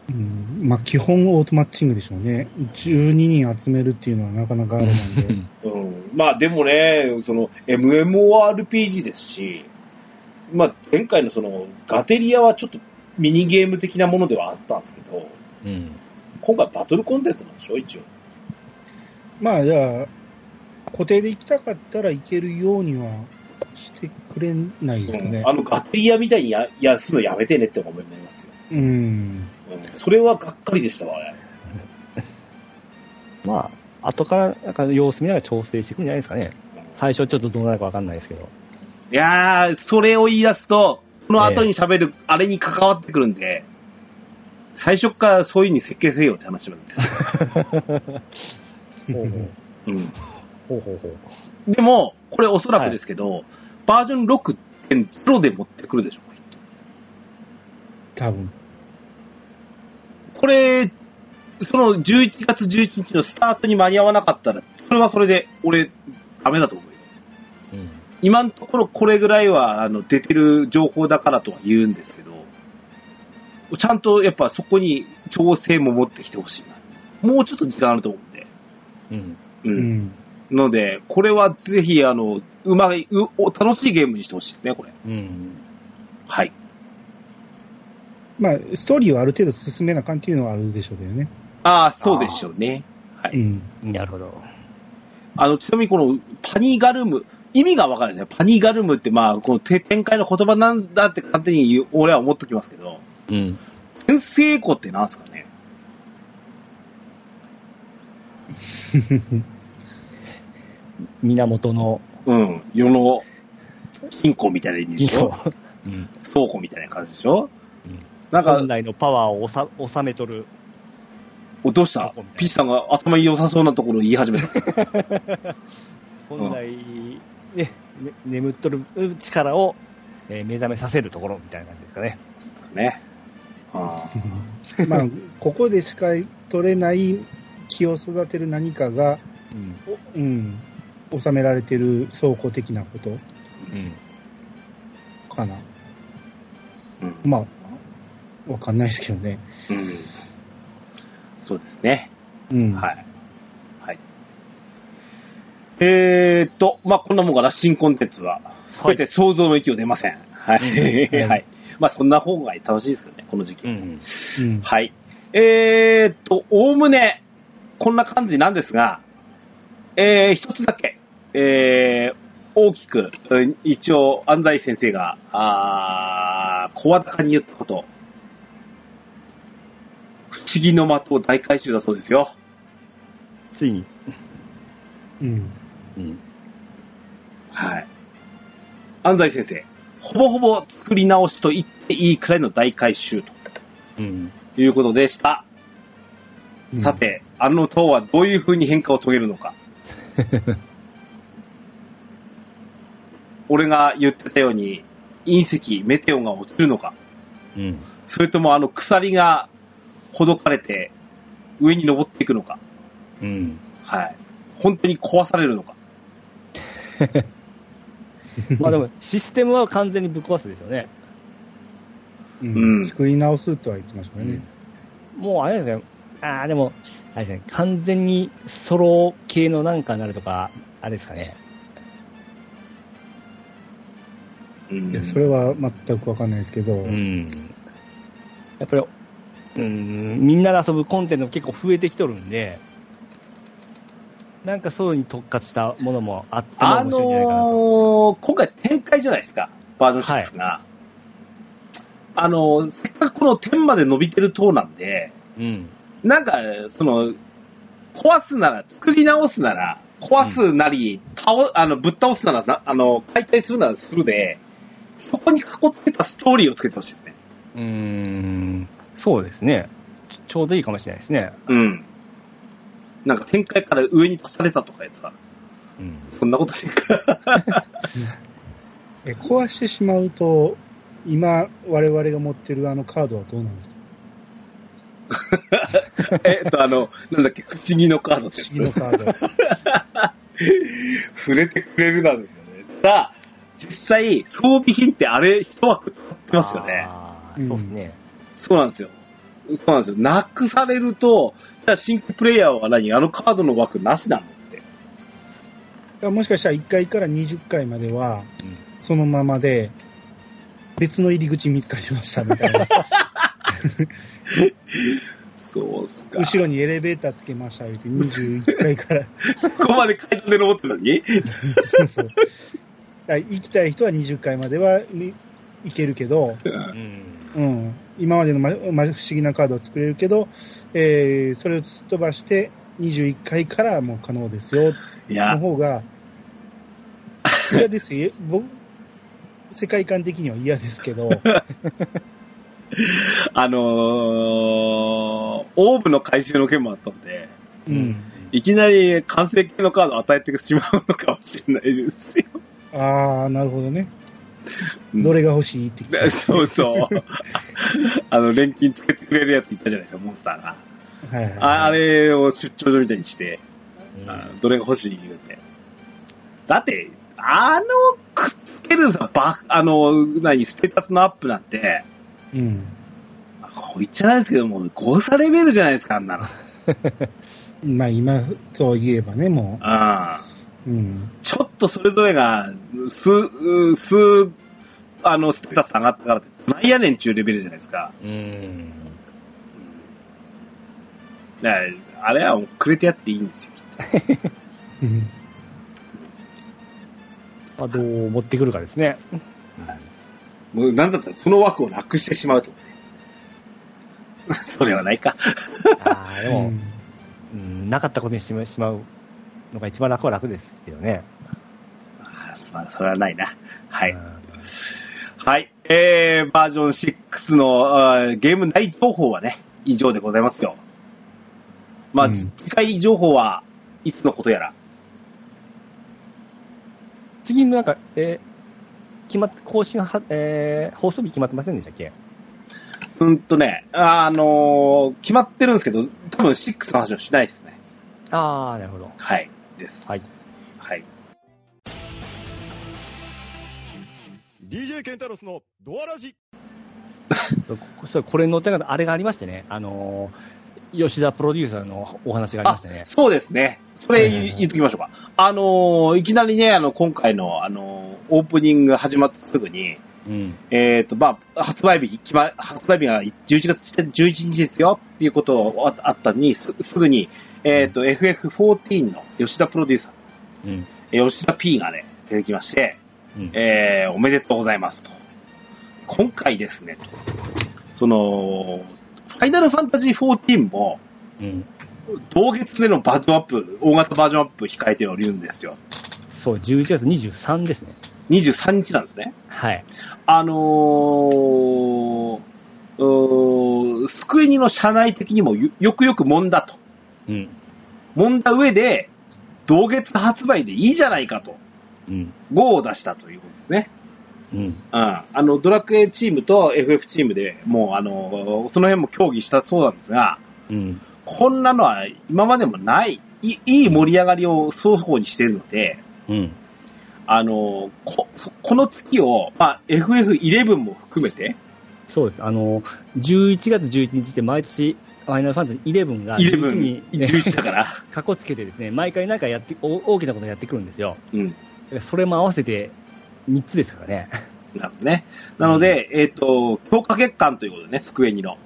Speaker 3: うんまあ、基本オートマッチングでしょうね。12人集めるっていうのはなかなかあれな
Speaker 2: [LAUGHS]
Speaker 3: んで。
Speaker 1: うん、まあでもね、その MMORPG ですし、まあ前回のそのガテリアはちょっとミニゲーム的なものではあったんですけど、
Speaker 6: うん。
Speaker 1: 今回バトルコンテンツなんでしょ、一応。
Speaker 3: まあ、じゃあ、固定で行きたかったら行けるようにはしてくれないですかね
Speaker 1: うん。あのガテリアみたいにややすのやめてねって思いますよ。
Speaker 3: うん。
Speaker 1: うん、それはがっかりでしたわ、あれ
Speaker 2: まあ、後から、なんか様子見ながら調整していくんじゃないですかね。最初ちょっとどうなるかわかんないですけど。
Speaker 1: いやー、それを言い出すと、この後に喋るあれに関わってくるんで、最初からそういう風に設計せよって話なんです。
Speaker 2: ほうほう。
Speaker 1: うん
Speaker 2: ほうほうほう。
Speaker 1: でも、これおそらくですけど、バージョン6.0で持ってくるでしょう、きっ
Speaker 3: 多分。
Speaker 1: とこれ、その11月11日のスタートに間に合わなかったら、それはそれで、俺、ダメだと思うよ。今のところこれぐらいはあの出てる情報だからとは言うんですけど、ちゃんとやっぱそこに調整も持ってきてほしいな。もうちょっと時間あると思うんで。
Speaker 6: うん。
Speaker 1: う。
Speaker 3: うんん。
Speaker 1: ので、これはぜひ、あの、うまい、うお楽しいゲームにしてほしいですね、これ。
Speaker 6: うん。
Speaker 1: はい。
Speaker 3: まあ、ストーリーはある程度進めなあかんっていうのはあるでしょうけどね。
Speaker 1: ああ、そうでしょうね。は
Speaker 3: う
Speaker 1: い。
Speaker 3: ん。
Speaker 2: なるほど。
Speaker 1: あの、ちなみにこのパニガルム、意味がわからないですね。パニガルムって、まあ、この展開の言葉なんだって勝手に言う俺は思っときますけど、
Speaker 6: うん。
Speaker 1: 天聖湖ってなんですかね
Speaker 2: 源の
Speaker 1: うん。世の金庫みたいな意味で
Speaker 2: 銀
Speaker 1: しょ
Speaker 2: 行、
Speaker 6: うん。
Speaker 1: 倉庫みたいな感じでしょ
Speaker 6: うん
Speaker 1: なんか
Speaker 2: 本、来のパワーを収収めとる。
Speaker 1: おどうしたピッチさんが頭良さそうなところ言い始めた。
Speaker 2: 本来、ね、ね眠っとる力を、えー目覚めさせるところみたいな感じですかね。
Speaker 1: ね。あー
Speaker 3: まあ、ここでしか取れない気を育てる何かが、
Speaker 6: うん。
Speaker 3: うん、収められてる倉庫的なこと
Speaker 6: うん。
Speaker 3: かな。
Speaker 1: うん
Speaker 3: まあ、わかんないですけどね。
Speaker 1: うんそうですね。
Speaker 3: うん。
Speaker 1: はい。はい。えーっと、まあ、こんなもんかな、新コンテンツは。すべて想像の域を出ません。はい。[LAUGHS]
Speaker 3: うん
Speaker 1: はい。まあ、そんな方が楽しいですけどね、この時期。
Speaker 6: うん。
Speaker 3: うん。
Speaker 1: はい。えーっと、おおむね、こんな感じなんですが、えー、一つだけ、えー、大きく、うん一応、安西先生が、あー、小技に言ったこと、不思議の的を大回収だそうですよ。
Speaker 2: ついに。
Speaker 3: うん。
Speaker 6: うん。
Speaker 1: はい。安西先生、ほぼほぼ作り直しと言っていいくらいの大回収
Speaker 6: うん。
Speaker 1: ということでした。
Speaker 3: うん
Speaker 1: さ。て、あの塔はどういう風に変化を遂げるの
Speaker 3: [LAUGHS]
Speaker 1: か。俺が言ってたように、隕石、メテオが落ちるのか、
Speaker 6: うん。
Speaker 1: それともあの鎖がほどかれて上に登っていくのか、
Speaker 6: うん。
Speaker 1: はい。本当に壊されるのか。
Speaker 2: まあでも、システムは完全にぶっ壊すでしょうね。
Speaker 3: うん
Speaker 1: うん
Speaker 3: 作り直すとは言ってましたからね。
Speaker 2: もうあれですね、ああ、でも、あれですね、完全にソロ系のなんかになるとか、あれですかね。
Speaker 1: うん
Speaker 3: いや、それは全くわかんないですけど、
Speaker 6: うん。
Speaker 2: やっぱり、うん、みんなで遊ぶコンテンツも結構増えてきとるんで、なんかソロに特化したものもあっても
Speaker 1: あ
Speaker 2: 面白いんじゃないかなと。
Speaker 1: のー今回展開じゃないですか、バージョン6が。あのーせっかくこの天まで伸びてる塔なんで、
Speaker 6: うん。
Speaker 1: なんか、その、壊すなら、作り直すなら、壊すなり、倒、あの、ぶっ倒すならな、あの、解体するならするで、そこにかこつけたストーリーをつけてほしいですね。
Speaker 6: うーん。
Speaker 2: そうですねち。ちょうどいいかもしれないですね。
Speaker 1: うん。なんか展開から上に足されたとかやつは、
Speaker 6: うん。
Speaker 1: そんなことないか。
Speaker 3: え壊してしまうと、今、我々が持ってるあのカードはどうなんですか
Speaker 1: えっと、あの、なんだっけ、不思議のカードって
Speaker 3: 不
Speaker 1: やつ
Speaker 3: 思議のカー
Speaker 1: 触れてくれるなんですよね。さあ、実際、装備品ってあれ一枠使ってますよね。
Speaker 2: あー
Speaker 3: うん
Speaker 2: そうですね。
Speaker 1: そうなんですよ。そうなんですよ。なくされると、じゃあ新規プレイヤーは何あのカードの枠なしなのって。
Speaker 3: ド。もしかしたら1回から20回までは、そのままで、別の入り口見つかりましたみたいな。
Speaker 1: そうっすか。
Speaker 3: 後ろにエレベーターつけました言うて21階から。
Speaker 1: ここまで階段で登ってたの
Speaker 3: [LAUGHS]
Speaker 1: に
Speaker 3: そうそう。だから行きたい人は20階まではに行けるけど、
Speaker 6: うん。
Speaker 3: うん、今までのま、ま、不思議なカードを作れるけど、えー、それを突っ飛ばして、21回からもう可能ですよ、
Speaker 1: い
Speaker 3: の
Speaker 1: や、[LAUGHS]
Speaker 3: 方が、嫌ですよ。僕、世界観的には嫌です
Speaker 1: [LAUGHS]
Speaker 3: けど、
Speaker 1: あのー、オーブの回収の件もあったんで、
Speaker 3: うん。
Speaker 1: いきなり完成形のカードを与えてしまうのかもしれないですよ。
Speaker 3: あー、なるほどね。
Speaker 1: うん
Speaker 3: どれが欲しいって聞いて
Speaker 1: で [LAUGHS] そうそう。あの、錬金つけてくれるやついたじゃないですか、モンスターが。
Speaker 3: はいはい
Speaker 1: ああれを出張所みたいにして、
Speaker 6: うん
Speaker 1: あどれが欲しい言うて。だって、あの、くっつけるさ、ば、あの、何、ステータスのアップなんて、
Speaker 3: うん。
Speaker 1: こう言っちゃないですけども、誤差レベルじゃないですか、あんなの。
Speaker 3: まあ今、そう言えばね、も
Speaker 1: ああ
Speaker 3: う。うん。
Speaker 1: ちょっとそれぞれが、数、う数、あの、ステータス上がったからって、なんやねんちゅうレベルじゃないですか。
Speaker 6: うん。
Speaker 1: だからあれはもうくれてやっていいんですよ。
Speaker 3: うん
Speaker 2: まあ、どう持ってくるかですね。
Speaker 1: もうなんだったらその枠をなくしてしまうと。 [LAUGHS] それはないか。
Speaker 2: ああ、で
Speaker 3: う
Speaker 2: も、
Speaker 3: ん
Speaker 2: うん、なかったことにしてしまうのが一番楽は楽ですけどね。
Speaker 1: あーすまんそれはないな。は
Speaker 2: う
Speaker 1: い。
Speaker 2: ん
Speaker 1: はい。えー、バージョン6のあーゲーム内情報はね、以上でございますよ。まあ、
Speaker 6: うん
Speaker 1: 次回情報はいつのことやら。
Speaker 2: 次のなんか、えー決まっ、更新は、えー放送日決まってませんでしたっけ
Speaker 1: うんとね、あのー決まってるんですけど、多分6の話はしないですね。
Speaker 2: ああ、なるほど。
Speaker 1: はい。です。
Speaker 2: はい。
Speaker 1: はい。
Speaker 4: DJ ケンタロスのドアラジ
Speaker 2: [LAUGHS] そうこそうこれに乗ってなかったあれがありましてね、あのー吉田プロデューサーのお話がありましてね。
Speaker 1: そうですね。それ
Speaker 2: はいはいは
Speaker 1: 言
Speaker 2: い
Speaker 1: 言っときましょうか。あのーいきなりね、あの、今回の、あのーオープニング始まってすぐに、
Speaker 2: うん。
Speaker 1: えっ、と、まあ、発売日、決ま、発売日が11月11日ですよっていうことをああったのに、すすぐに、えっ、と、FF14 の吉田プロデューサー、
Speaker 6: うん
Speaker 1: えー吉田 P がね、出てきまして、
Speaker 6: うん
Speaker 1: えーおめでとうございますと。今回ですね、とその、ファイナルファンタジー14も、
Speaker 6: うん
Speaker 1: 同月でのバージョンアップ、大型バージョンアップ控えておるんですよ。
Speaker 2: そう、11月23ですね。
Speaker 1: 23日なんですね。
Speaker 2: はい。
Speaker 1: あのー、うースクエニの社内的にもよよくよく揉んだと。
Speaker 6: うん
Speaker 1: 揉んだ上で、同月発売でいいじゃないかと、
Speaker 6: うん
Speaker 1: 号を出したということですね。
Speaker 6: うん
Speaker 1: うん。あの、ドラクエチームと FF チームでもう、あのーその辺も協議したそうなんですが、
Speaker 6: うん
Speaker 1: こんなのは今までもない、いいい盛り上がりを双方にしているので、
Speaker 6: うん
Speaker 1: あのーこ、この月を、まあ、FF11 も含めて、
Speaker 2: そうです。あのー、11月11日って毎年、ファイナルファンタジー11が11
Speaker 1: 11
Speaker 2: に
Speaker 1: に、
Speaker 2: ね、
Speaker 1: 11だから、
Speaker 2: かこつけてですね、毎回なんかやって、お大きなことやってくるんですよ。
Speaker 1: うん。
Speaker 2: それも合わせて3つですからね。
Speaker 1: なのね。なので、えっ、と、強化月間ということでね、スクエニの。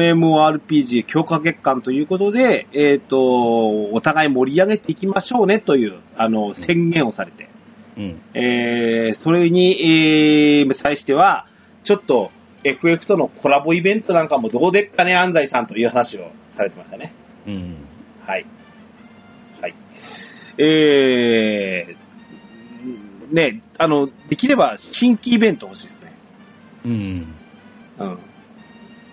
Speaker 1: MMORPG 強化月間ということで、えっ、と、お互い盛り上げていきましょうねという、あの、宣言をされて。
Speaker 6: うん
Speaker 1: えー、それに、えー、際しては、ちょっと、FF とのコラボイベントなんかもどうでっかね、安西さんという話をされてましたね。
Speaker 6: うん
Speaker 1: はい。はい。えー、ね、あの、できれば新規イベント欲しいですね。
Speaker 6: うん
Speaker 1: うん。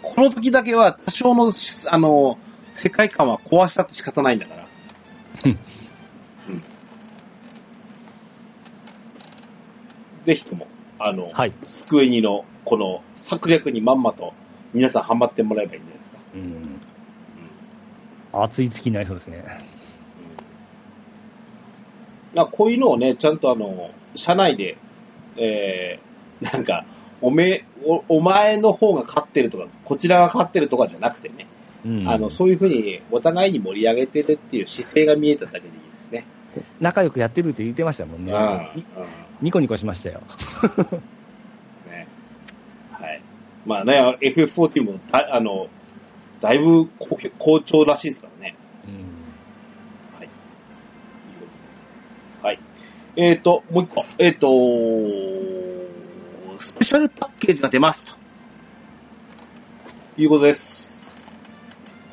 Speaker 1: この時だけは多少のし、あの、世界観は壊したって仕方ないんだから。
Speaker 6: うん
Speaker 1: うん。ぜひとも、あの、
Speaker 2: はい。
Speaker 1: スクエニのこの策略にまんまと皆さんハマってもらえばいいんじゃないですか。
Speaker 6: うん
Speaker 2: 暑い月になりそうですね。
Speaker 1: なんかこういうのをね、ちゃんとあの、社内で、えー、なんか、おめお、お前の方が勝ってるとか、こちらが勝ってるとかじゃなくてね、
Speaker 6: うん
Speaker 1: あの、そういうふうにお互いに盛り上げてるっていう姿勢が見えただけでいいですね。
Speaker 2: 仲良くやってるって言ってましたもんね。
Speaker 1: うん
Speaker 2: にニコニコしましたよ。
Speaker 1: うんねはい。まあね、FF14 もだ、あの、だいぶ好評好調らしいですからね。
Speaker 6: うん
Speaker 1: はい。えっ、ー、と、もう一個。えっ、ー、とスペシャルパッケージが出ますと。いうことです。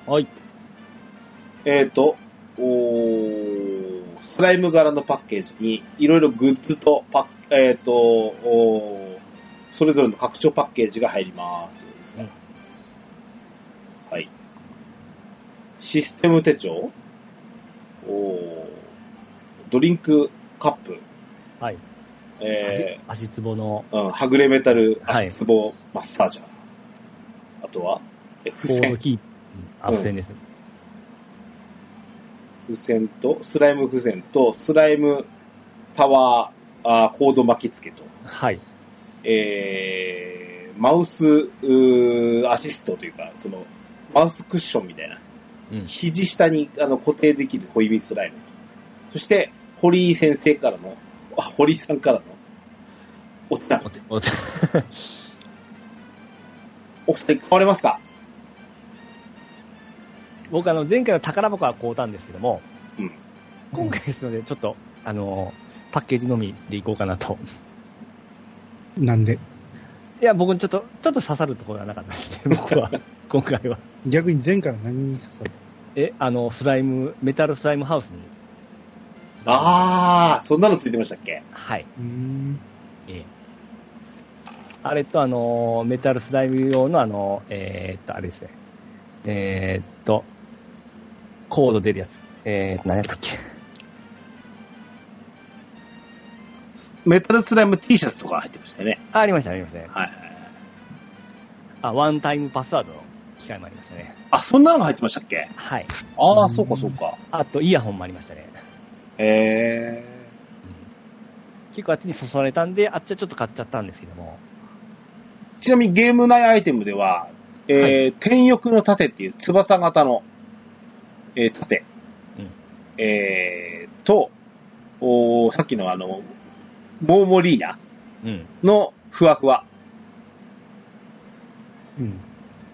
Speaker 2: はい。
Speaker 1: えっ、ー、と、おースライム柄のパッケージに、いろいろグッズとパッ、えっ、と、おーそれぞれの拡張パッケージが入りますということですね。はい。システム手帳おードリンクカップ、
Speaker 2: はい。
Speaker 1: え
Speaker 2: 足足つぼの
Speaker 1: ーうん、はぐれメタル
Speaker 2: はい
Speaker 1: 足つぼマッサージャー。あとは、え
Speaker 2: ボ
Speaker 1: 付
Speaker 2: ード
Speaker 1: 箋。
Speaker 2: キープ、あ、付箋ですね。
Speaker 1: 付箋と、スライム付箋と、スライムタワーあーコード巻き付けと、
Speaker 2: はい。
Speaker 1: えー、マウスうーアシストというか、その、マウスクッションみたいな。
Speaker 6: うん
Speaker 1: 肘下にあの固定できる小指スライム。そして、堀井先生からの、あ、堀井さんからの、お手
Speaker 6: お
Speaker 1: 玉
Speaker 6: 手お手
Speaker 1: お二人買われますか
Speaker 2: 僕、あの、前回の宝箱は買うたんですけども、
Speaker 1: うん
Speaker 2: 今回ですので、ちょっと、あの、パッケージのみでいこうかなと。
Speaker 3: なんで。
Speaker 2: いや、僕ちょっと、ちょっと刺さるところがなかったで
Speaker 1: [LAUGHS]
Speaker 2: すね、僕は。今回は。
Speaker 3: 逆に前回は何に刺さった
Speaker 2: え、あの、スライム、メタルスライムハウスに。
Speaker 1: あー、そんなのついてましたっけ
Speaker 2: はい。
Speaker 3: うーん。
Speaker 2: ええあれと、あの、メタルスライム用の、あの、えーっと、あれですね。えーっと、コード出るやつ。えーっと、何やったっけ。
Speaker 1: メタルスライム T シャツとか入ってましたよね。
Speaker 2: あ、ありました、ありましたね。
Speaker 1: はいはい。
Speaker 2: あ、ワンタイムパスワードの機械もありましたね。
Speaker 1: あ、そんなのが入ってましたっけ
Speaker 2: はい。
Speaker 1: あ
Speaker 3: う
Speaker 1: あ、
Speaker 3: ん
Speaker 1: そうかそうか。
Speaker 2: あと、イヤホンもありましたね。
Speaker 1: へえ。
Speaker 2: 結構あっちにそそられたんで、あっちはちょっと買っちゃったんですけども。
Speaker 1: ちなみにゲーム内アイテムでは、えー
Speaker 2: は
Speaker 1: 天翼の盾っていう翼型の、えー盾。
Speaker 2: うん
Speaker 1: えーと、おーさっきのあの、モーモリーナ
Speaker 2: うん。
Speaker 1: のふわふわ。
Speaker 3: うん。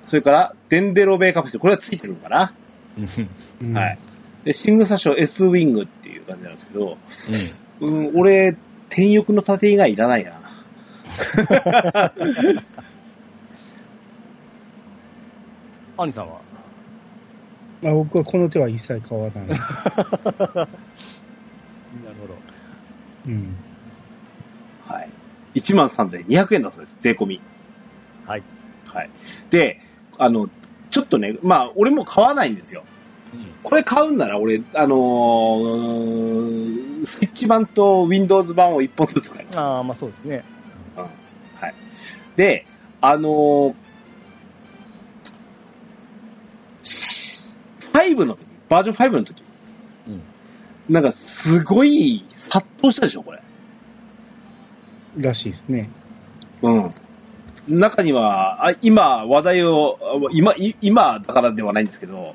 Speaker 1: それから、デンデロベーカプセル。これはついてるのかな、
Speaker 2: うん。
Speaker 3: うん
Speaker 1: はい。。で、シングサショ S ウィングっていう感じなんですけど、うん、俺、天翼の盾以外いらないな。
Speaker 2: アニさんは
Speaker 3: まあ、僕はこの手は一切買わ
Speaker 1: [LAUGHS]
Speaker 3: ない。
Speaker 2: なるほど。
Speaker 3: うん。
Speaker 1: はい。13,200円だそうです。税込み。
Speaker 2: はい。
Speaker 1: はい。で、あの、ちょっとね、まあ、俺も買わないんですよ。これ買うんなら俺、あのースイッチ版と Windows 版を1本ずつ買います。
Speaker 2: ああ、まあそうですね。
Speaker 1: うんはい。で、あのー、5の時、バージョン5の時、
Speaker 2: うん
Speaker 1: なんかすごい殺到したでしょ、これ。
Speaker 3: らしいですね。
Speaker 1: うん。中には、あ今話題を、あ今、い今だからではないんですけど、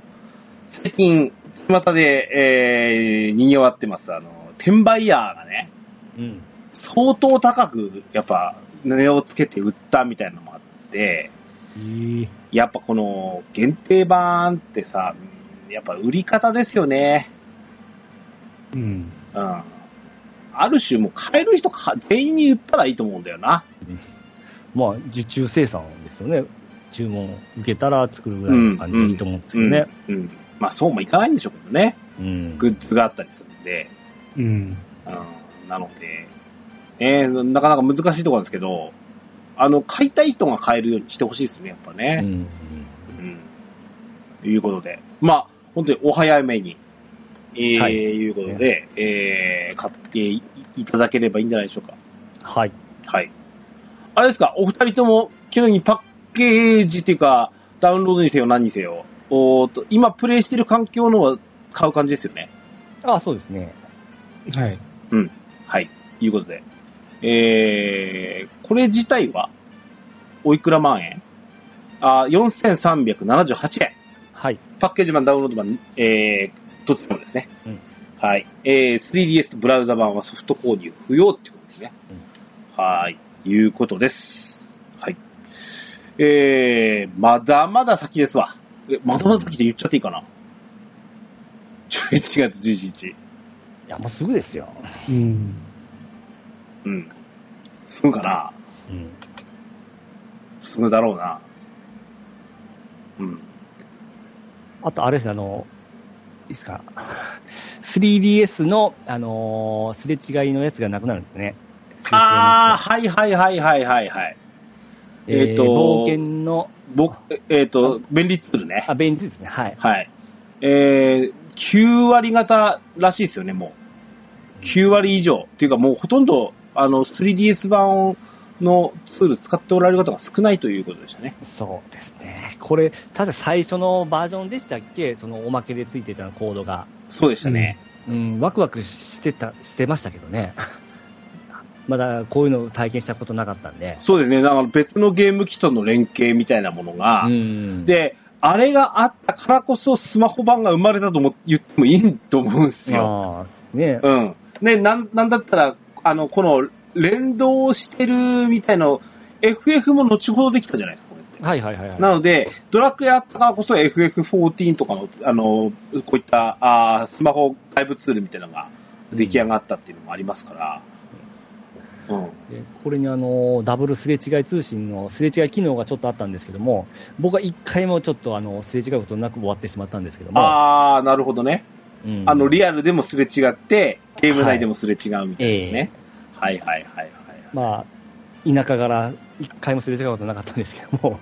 Speaker 1: 最近、巷で、えー、賑わってます。あの、転売ヤーがね、
Speaker 2: うん。
Speaker 1: 相当高く、やっぱ、値をつけて売ったみたいなのもあって、
Speaker 2: いい。
Speaker 1: やっぱこの、限定版ってさ、うんやっぱ売り方ですよね。
Speaker 3: うん。
Speaker 1: うん。ある種もう買える人か全員に売ったらいいと思うんだよな。
Speaker 2: まあ、受注生産ですよね。注文受けたら作るぐらいの感じでいいと思うんですけどね。
Speaker 1: うん。うん。まあそうもいかないんでしょうけどね。
Speaker 2: うん。
Speaker 1: グッズがあったりするんで、
Speaker 3: うん。
Speaker 1: うん、なので、えーなかなか難しいところなんですけど、あの、買いたい人が買えるようにしてほしいですね、やっぱ
Speaker 2: う
Speaker 1: ね。
Speaker 2: ん。
Speaker 1: うん。ということで、まあ、本当にお早めに、えー
Speaker 2: はい
Speaker 1: いうことで、えー買っていいただければいいんじゃないでしょうか。
Speaker 2: はい。
Speaker 1: はい。あれですか、お二人とも、昨日にパッケージっていうか、ダウンロードにせよ何にせよ、おーと今プレイしてる環境のは買う感じですよね。
Speaker 2: ああ、そうですね。
Speaker 3: はい。
Speaker 1: はい。いうことで。えー、これ自体は、おいくら万円あ、4378円。
Speaker 2: はい。
Speaker 1: パッケージ版、ダウンロード版、えー、どっちもですね。
Speaker 2: うん
Speaker 1: はい。えー、3DS とブラウザ版はソフト購入不要ってことですね。はーい。いうことです。はい。えー、まだまだ先ですわ。え、まだまだ先で言っちゃっていい [LAUGHS] かな ?11 月11日。
Speaker 2: いや、もうすぐですよ。
Speaker 3: うん。
Speaker 1: うん。すぐかな
Speaker 2: うん。
Speaker 1: 進むだろうな。うん。
Speaker 2: あと、あれですね、あの、いいですか。3DS の、あのーすれ違いのやつがなくなるんですね。
Speaker 1: ああ、はいはいはいはいはいはい。
Speaker 2: すれ
Speaker 1: えー
Speaker 2: 違いのやつえー
Speaker 1: と
Speaker 2: と、冒険の、
Speaker 1: 僕、えっ、と、便利ツールね
Speaker 2: あ、。ベンチですね。はい。
Speaker 1: はい。えー、9割型らしいですよね、もう。9割以上。っていうかもうほとんど、あの、3DS 版のツール使っておられる方が少ないということでしたね。
Speaker 2: そうですね。これ、確か最初のバージョンでしたっけそのおまけでついてたコードが。
Speaker 1: そうでしたね。
Speaker 2: うん、ワクワクしてた、してましたけどね。 [LAUGHS] まだこういうのを体験したことなかったんで。
Speaker 1: そうですね。だから別のゲーム機との連携みたいなものが、
Speaker 2: んで、
Speaker 1: で、あれがあったからこそスマホ版が生まれたとも言ってもいいと思うんですよ。
Speaker 2: ああ、ですね。
Speaker 1: うん。ね、なん、なんだったら、あの、この、連動してるみたいの、FF も後ほどできたじゃないですか、これって。
Speaker 2: はいはいはいはい。
Speaker 1: なので、ドラクエあったからこそ FF14 とかの、あの、こういった、あースマホ外部ツールみたいなのが出来上がったっていうのもありますから、うん。
Speaker 2: でこれにあのダブルすれ違い通信のすれ違い機能がちょっとあったんですけども、僕は一回もちょっとあのすれ違うことなく終わってしまったんですけども、
Speaker 1: あー、なるほどね。
Speaker 2: うん
Speaker 1: あの、リアルでもすれ違って、ゲーム内でもすれ違うみたいなね。はいはいはいはい。
Speaker 2: まあ、田舎から一回もすれ違うことなかったんですけども、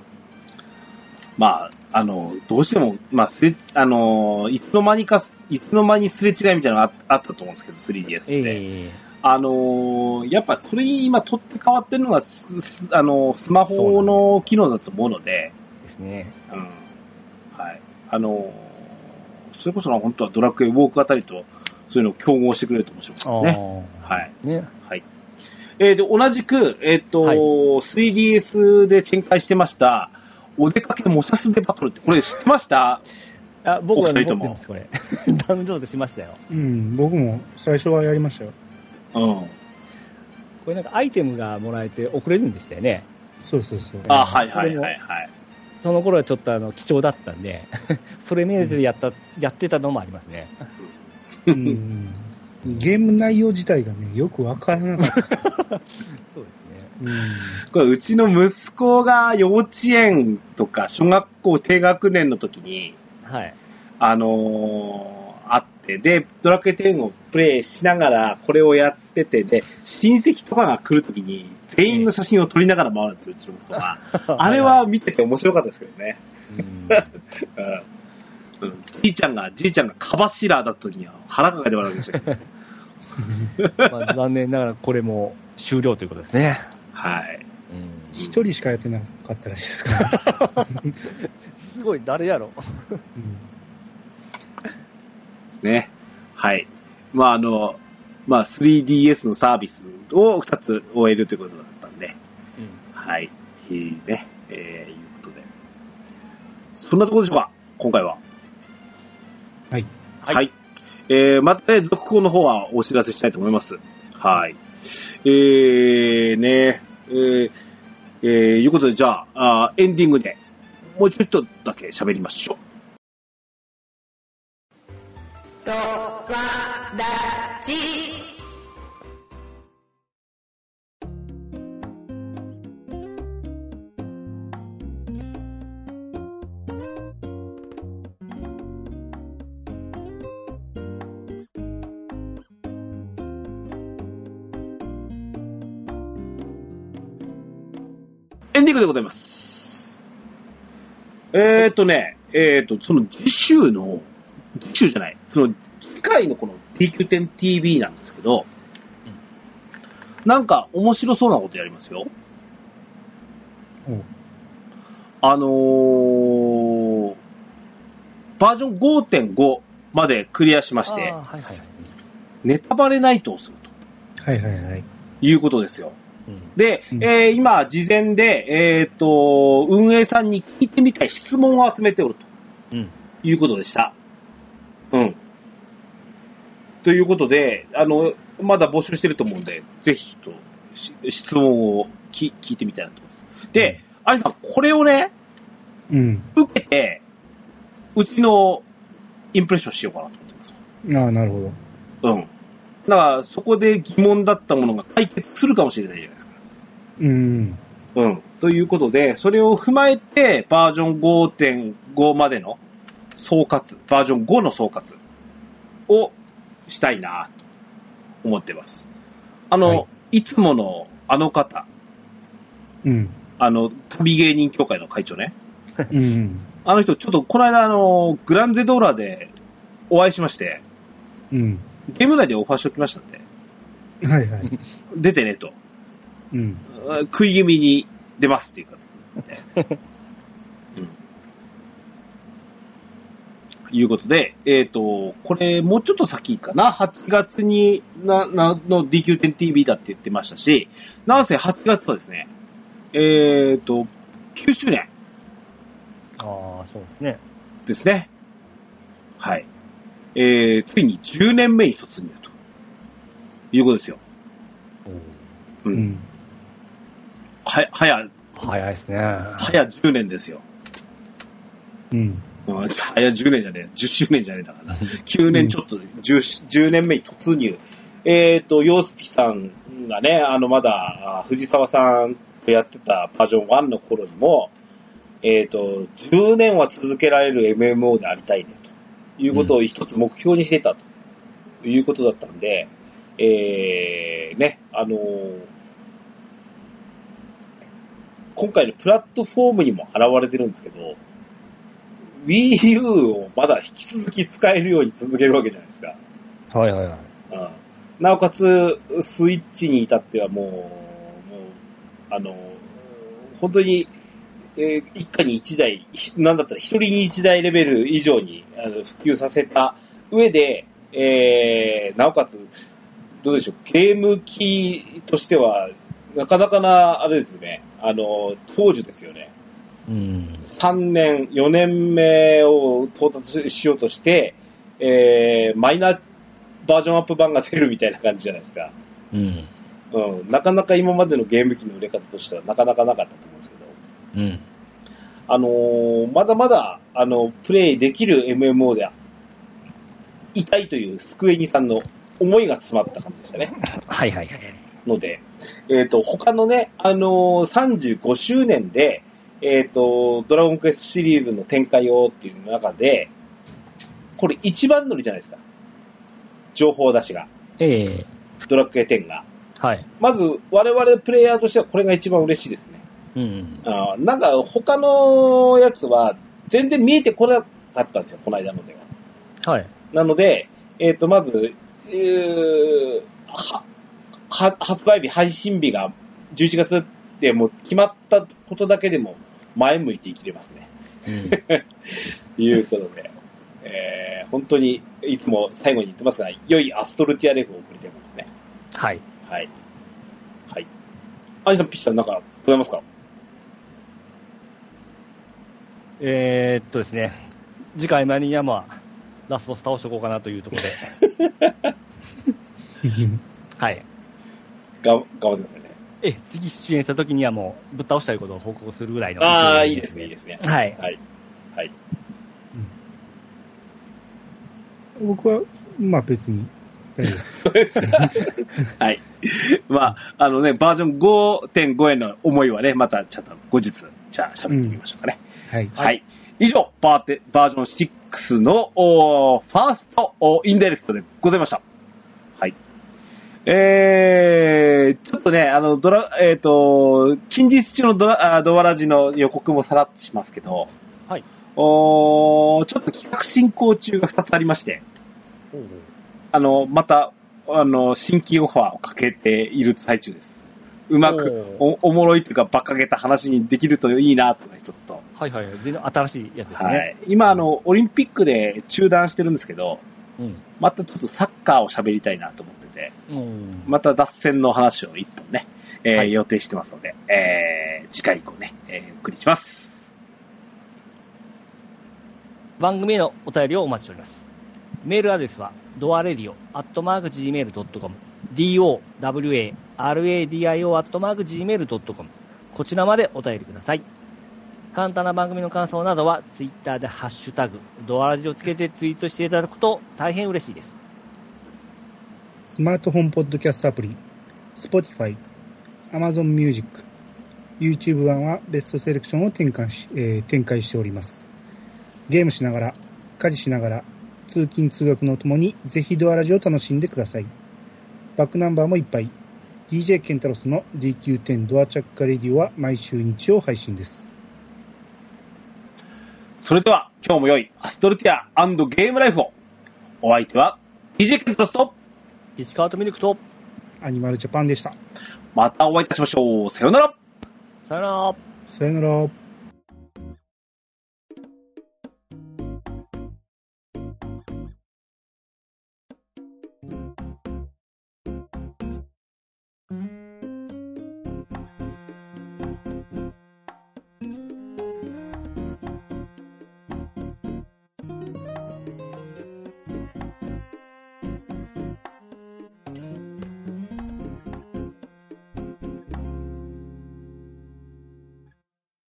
Speaker 1: まあ、あの、どうしても、まあ、すれ、あの、いつの間にか、いつの間にすれ違いみたいなのがああったと思うんですけど、3DS って。
Speaker 2: ええ
Speaker 1: あのーやっぱそれに今取って変わってるのはす、すあのースマホの機能だと思うので、
Speaker 2: ですね。
Speaker 1: うん。はい。あのーそれこそ本当はドラクエウォークあたりと、そういうのを競合してくれると面白いです
Speaker 2: ああ、
Speaker 1: ね。はい。
Speaker 2: ね。
Speaker 1: はい。えー、で、同じく、えっ、と、
Speaker 2: はい
Speaker 1: 3DS で展開してました、お出かけモサスデバトルって、これ知ってました
Speaker 2: あ僕は
Speaker 1: お
Speaker 2: 持
Speaker 1: 二人
Speaker 2: って
Speaker 1: とも
Speaker 2: ます、これ。 [LAUGHS] ダウンロードしましたよ。
Speaker 3: うん、僕も最初はやりましたよ。
Speaker 1: うん。
Speaker 2: これなんかアイテムがもらえて送れるんでしたよね。
Speaker 3: そうそうそう。
Speaker 1: あ、はい
Speaker 2: そ
Speaker 1: は
Speaker 2: れ
Speaker 1: い
Speaker 2: も
Speaker 1: はいはい。
Speaker 2: その頃はちょっとあの貴重だったんで、 [LAUGHS] それ目当てでやった、やってたのもありますね。
Speaker 3: うん、ゲーム内容自体がね、よくわからなかった。
Speaker 2: そうですね。
Speaker 3: うん
Speaker 1: これ、うちの息子が幼稚園とか小学校低学年の時に、
Speaker 2: はい。
Speaker 1: あのーあって、で、ドラクエ10をプレイしながらこれをやってて、で、親戚とかが来る時に全員の写真を撮りながら回るんですよ、うちの息子が。あれ
Speaker 2: [LAUGHS]
Speaker 1: は見てて面白かったですけどね。
Speaker 2: う
Speaker 1: う
Speaker 2: ん、
Speaker 1: んうんじいちゃんが、じいちゃんがカバシラーだった時には腹抱えて笑いま [LAUGHS] したけど。
Speaker 2: まあ残念ながらこれも終了ということですね。
Speaker 1: はい。
Speaker 3: 一人しかやってなかったらしいですから。
Speaker 2: すごい、誰やろ。
Speaker 1: ね。はい。まあ、あの、まあ、3DS のサービスを2つ終えるということだったんで、はい。えーね。えー、いうことで。そんなところでしょうか今回は。
Speaker 3: はい。
Speaker 1: はい。えー、またね、続報の方はお知らせしたいと思います。はい。えー、ね、えー、えー、いうことで、じゃあ、あーエンディングで、もうちょっとだけ喋りましょ
Speaker 7: とわだち。
Speaker 1: う。エンディングでございます。えーとね、えーと、その次週の、次週じゃない、その次回のこの DQ10TV なんですけど、なんか面白そうなことやりますよ。
Speaker 3: お
Speaker 1: あのー、バージョン5.5までクリアしまして、
Speaker 2: あーはいはいはい。
Speaker 1: ネタバレナイトをすると
Speaker 3: はいはいはい。
Speaker 1: いうことですよ。
Speaker 2: うん
Speaker 1: で、
Speaker 3: うん
Speaker 1: えー今、事前で、えっ、と、運営さんに聞いてみたい質問を集めておると、
Speaker 2: うん
Speaker 1: いうことでした。うん。ということで、あの、まだ募集してると思うんで、ぜひちょっとし、質問をき聞いてみたいなと思います。で、アリさん、これをね、
Speaker 3: うん。
Speaker 1: 受けて、うちのインプレッションしようかなと思ってます。
Speaker 3: ああ、なるほど。
Speaker 1: うん。だから、そこで疑問だったものが解決するかもしれないじゃないですか。
Speaker 3: うん。
Speaker 1: うん。ということで、それを踏まえて、バージョン5.5までの総括、バージョン5の総括をしたいなと思ってます。あの、、
Speaker 3: はい
Speaker 1: つものあの方、
Speaker 3: うん。
Speaker 1: あの、旅芸人協会の会長ね。
Speaker 3: うん。
Speaker 1: あの人、ちょっとこの間、あの、グランゼドーラでお会いしまして、
Speaker 3: うん。
Speaker 1: ゲーム内でオファーしておきましたんで、
Speaker 3: はいはい。
Speaker 1: 出てねと。
Speaker 3: うん。
Speaker 1: うん食い気味に出ますっていうか、うん。いうことで、えっ、と、これ、もうちょっと先かな、8月に、な、な、の DQ10TV だって言ってましたし、なんせ8月はですね、えっ、と、9周年
Speaker 2: ああ、そうですね。
Speaker 1: ですね。はい。えー、ついに10年目に突入と。いうことですよ。う。
Speaker 3: うんん。
Speaker 1: は、はや、
Speaker 2: 早いですね。
Speaker 1: はや10年ですよ。
Speaker 3: [LAUGHS] うん。
Speaker 1: うん早10年じゃねえ、10周年じゃねえだからな。9年ちょっと、10, 10年目に突入えっ、と、ヨースピさんがね、あの、まだ、あ藤沢さんとやってたバージョン1の頃にも、えっ、と、10年は続けられる MMO でありたいね、ということを一つ目標にしてたということだったんで、えー、ね、あのー今回のプラットフォームにも現れてるんですけど、Wii U をまだ引き続き使えるように続けるわけじゃないですか。
Speaker 6: はいはいはい。
Speaker 1: うんなおかつ、スイッチに至ってはもう、もう、あの、本当に、えー一家に一台、ひなんだったら一人に一台レベル以上にあの普及させた上で、えーなおかつ、どうでしょう、ゲーム機としては、なかなかな、あれですね、あの、当時ですよね。
Speaker 6: うん。
Speaker 1: 3年、4年目を到達しようとして、えー、マイナーバージョンアップ版が出るみたいな感じじゃないですか。
Speaker 6: うん。
Speaker 1: うん。なかなか今までのゲーム機の売れ方としてはなかなかなかったと思うんですけど、
Speaker 6: うん。
Speaker 1: あのーまだまだ、あの、プレイできる MMO で、いたいというスクエニさんの思いが詰まった感じでしたね。
Speaker 6: はいはいはい。
Speaker 1: ので、えっ、と、他のね、あのー35周年で、えっ、と、ドラゴンクエストシリーズの展開をっていう中で、これ一番乗りじゃないですか。情報出しが。
Speaker 6: ええ
Speaker 1: ドラクエ10が。
Speaker 6: はい。
Speaker 1: まず、我々プレイヤーとしてはこれが一番嬉しいですね。
Speaker 6: うん。
Speaker 1: あーなんか、他のやつは全然見えてこなかったんですよ、この間のでは。
Speaker 6: はい。
Speaker 1: なので、えっ、と、まず、えーはは発売日、配信日が11月ってもう決まったことだけでも前向いていきれますね。
Speaker 2: [LAUGHS]
Speaker 6: うん。
Speaker 1: ということで、 [LAUGHS] えー本当にいつも最後に言ってますが、良いアストルティアレフを送りたいものですね。
Speaker 6: はい。
Speaker 1: はい。はい。アニさん、ピッチさん、なんかございますか
Speaker 2: えーっとですね、次回マニアマラスボス倒しておこうかなというところで、
Speaker 6: [LAUGHS] はい。
Speaker 1: が頑張ってくださいね。
Speaker 2: え、次出演した時にはもうぶっ倒したいことを報告するぐらいの。
Speaker 1: ああ、いいですね、いいですね。
Speaker 6: はい。
Speaker 1: はい。はい。
Speaker 3: 僕は、まあ別に、大丈夫です。
Speaker 1: はい。 [LAUGHS] まあ、あのね、バージョン5.5への思いはね、またちょっと後日、じゃあ喋ってみましょうかね。
Speaker 3: [LAUGHS] はい。
Speaker 1: はい。以上、バーテバージョン6のおーファーストおーインダイレクトでございました。はい。えー、ちょっとね、あの、ドラ、えっ、と、近日中のドラ、あドワラジの予告もさらっとしますけど、
Speaker 2: はい。
Speaker 1: おーちょっと企画進行中が2つありまして、あの、また、あの、新規オファーをかけている最中です。うまくお、おもろいというか、馬鹿げた話にできるといいな、というのが一つと。
Speaker 2: はいはい。全然新しいやつですね。
Speaker 1: はい。今、あの、オリンピックで中断してるんですけど、
Speaker 2: うん。
Speaker 1: またちょっとサッカーを喋りたいなと思ってて、
Speaker 2: うん。
Speaker 1: また脱線の話を一本ね、えー
Speaker 2: はい
Speaker 1: 予定してますので、えー、次回以降ね、えー、お送りします。
Speaker 2: 番組へのお便りをお待ちしております。メールアドレスは、ドアレディオ、アットマーク Gmail.com、dowaradio、アットマーク Gmail.com、こちらまでお便りください。簡単な番組の感想などは、ツイッターでハッシュタグ、ドアラジをつけてツイートしていただくと大変嬉しいです。
Speaker 3: スマートフォンポッドキャストアプリ、Spotify、Amazon Music、YouTube 版はベストセレクションを展開し、えー展開しております。ゲームしながら、家事しながら、通勤通学のともに、ぜひドアラジを楽しんでください。バックナンバーもいっぱい。DJ ケンタロスの DQ10 ドアチャッカレディオは毎週日曜配信です。
Speaker 1: それでは、今日も良いアストルティアゲームライフを。お相手は、DJ ケントロスと、
Speaker 2: 石川とミルクと、
Speaker 3: アニマルジャパンでした。
Speaker 1: またお会いいたしましょう。さようなら
Speaker 2: さよなら。
Speaker 3: さよなら。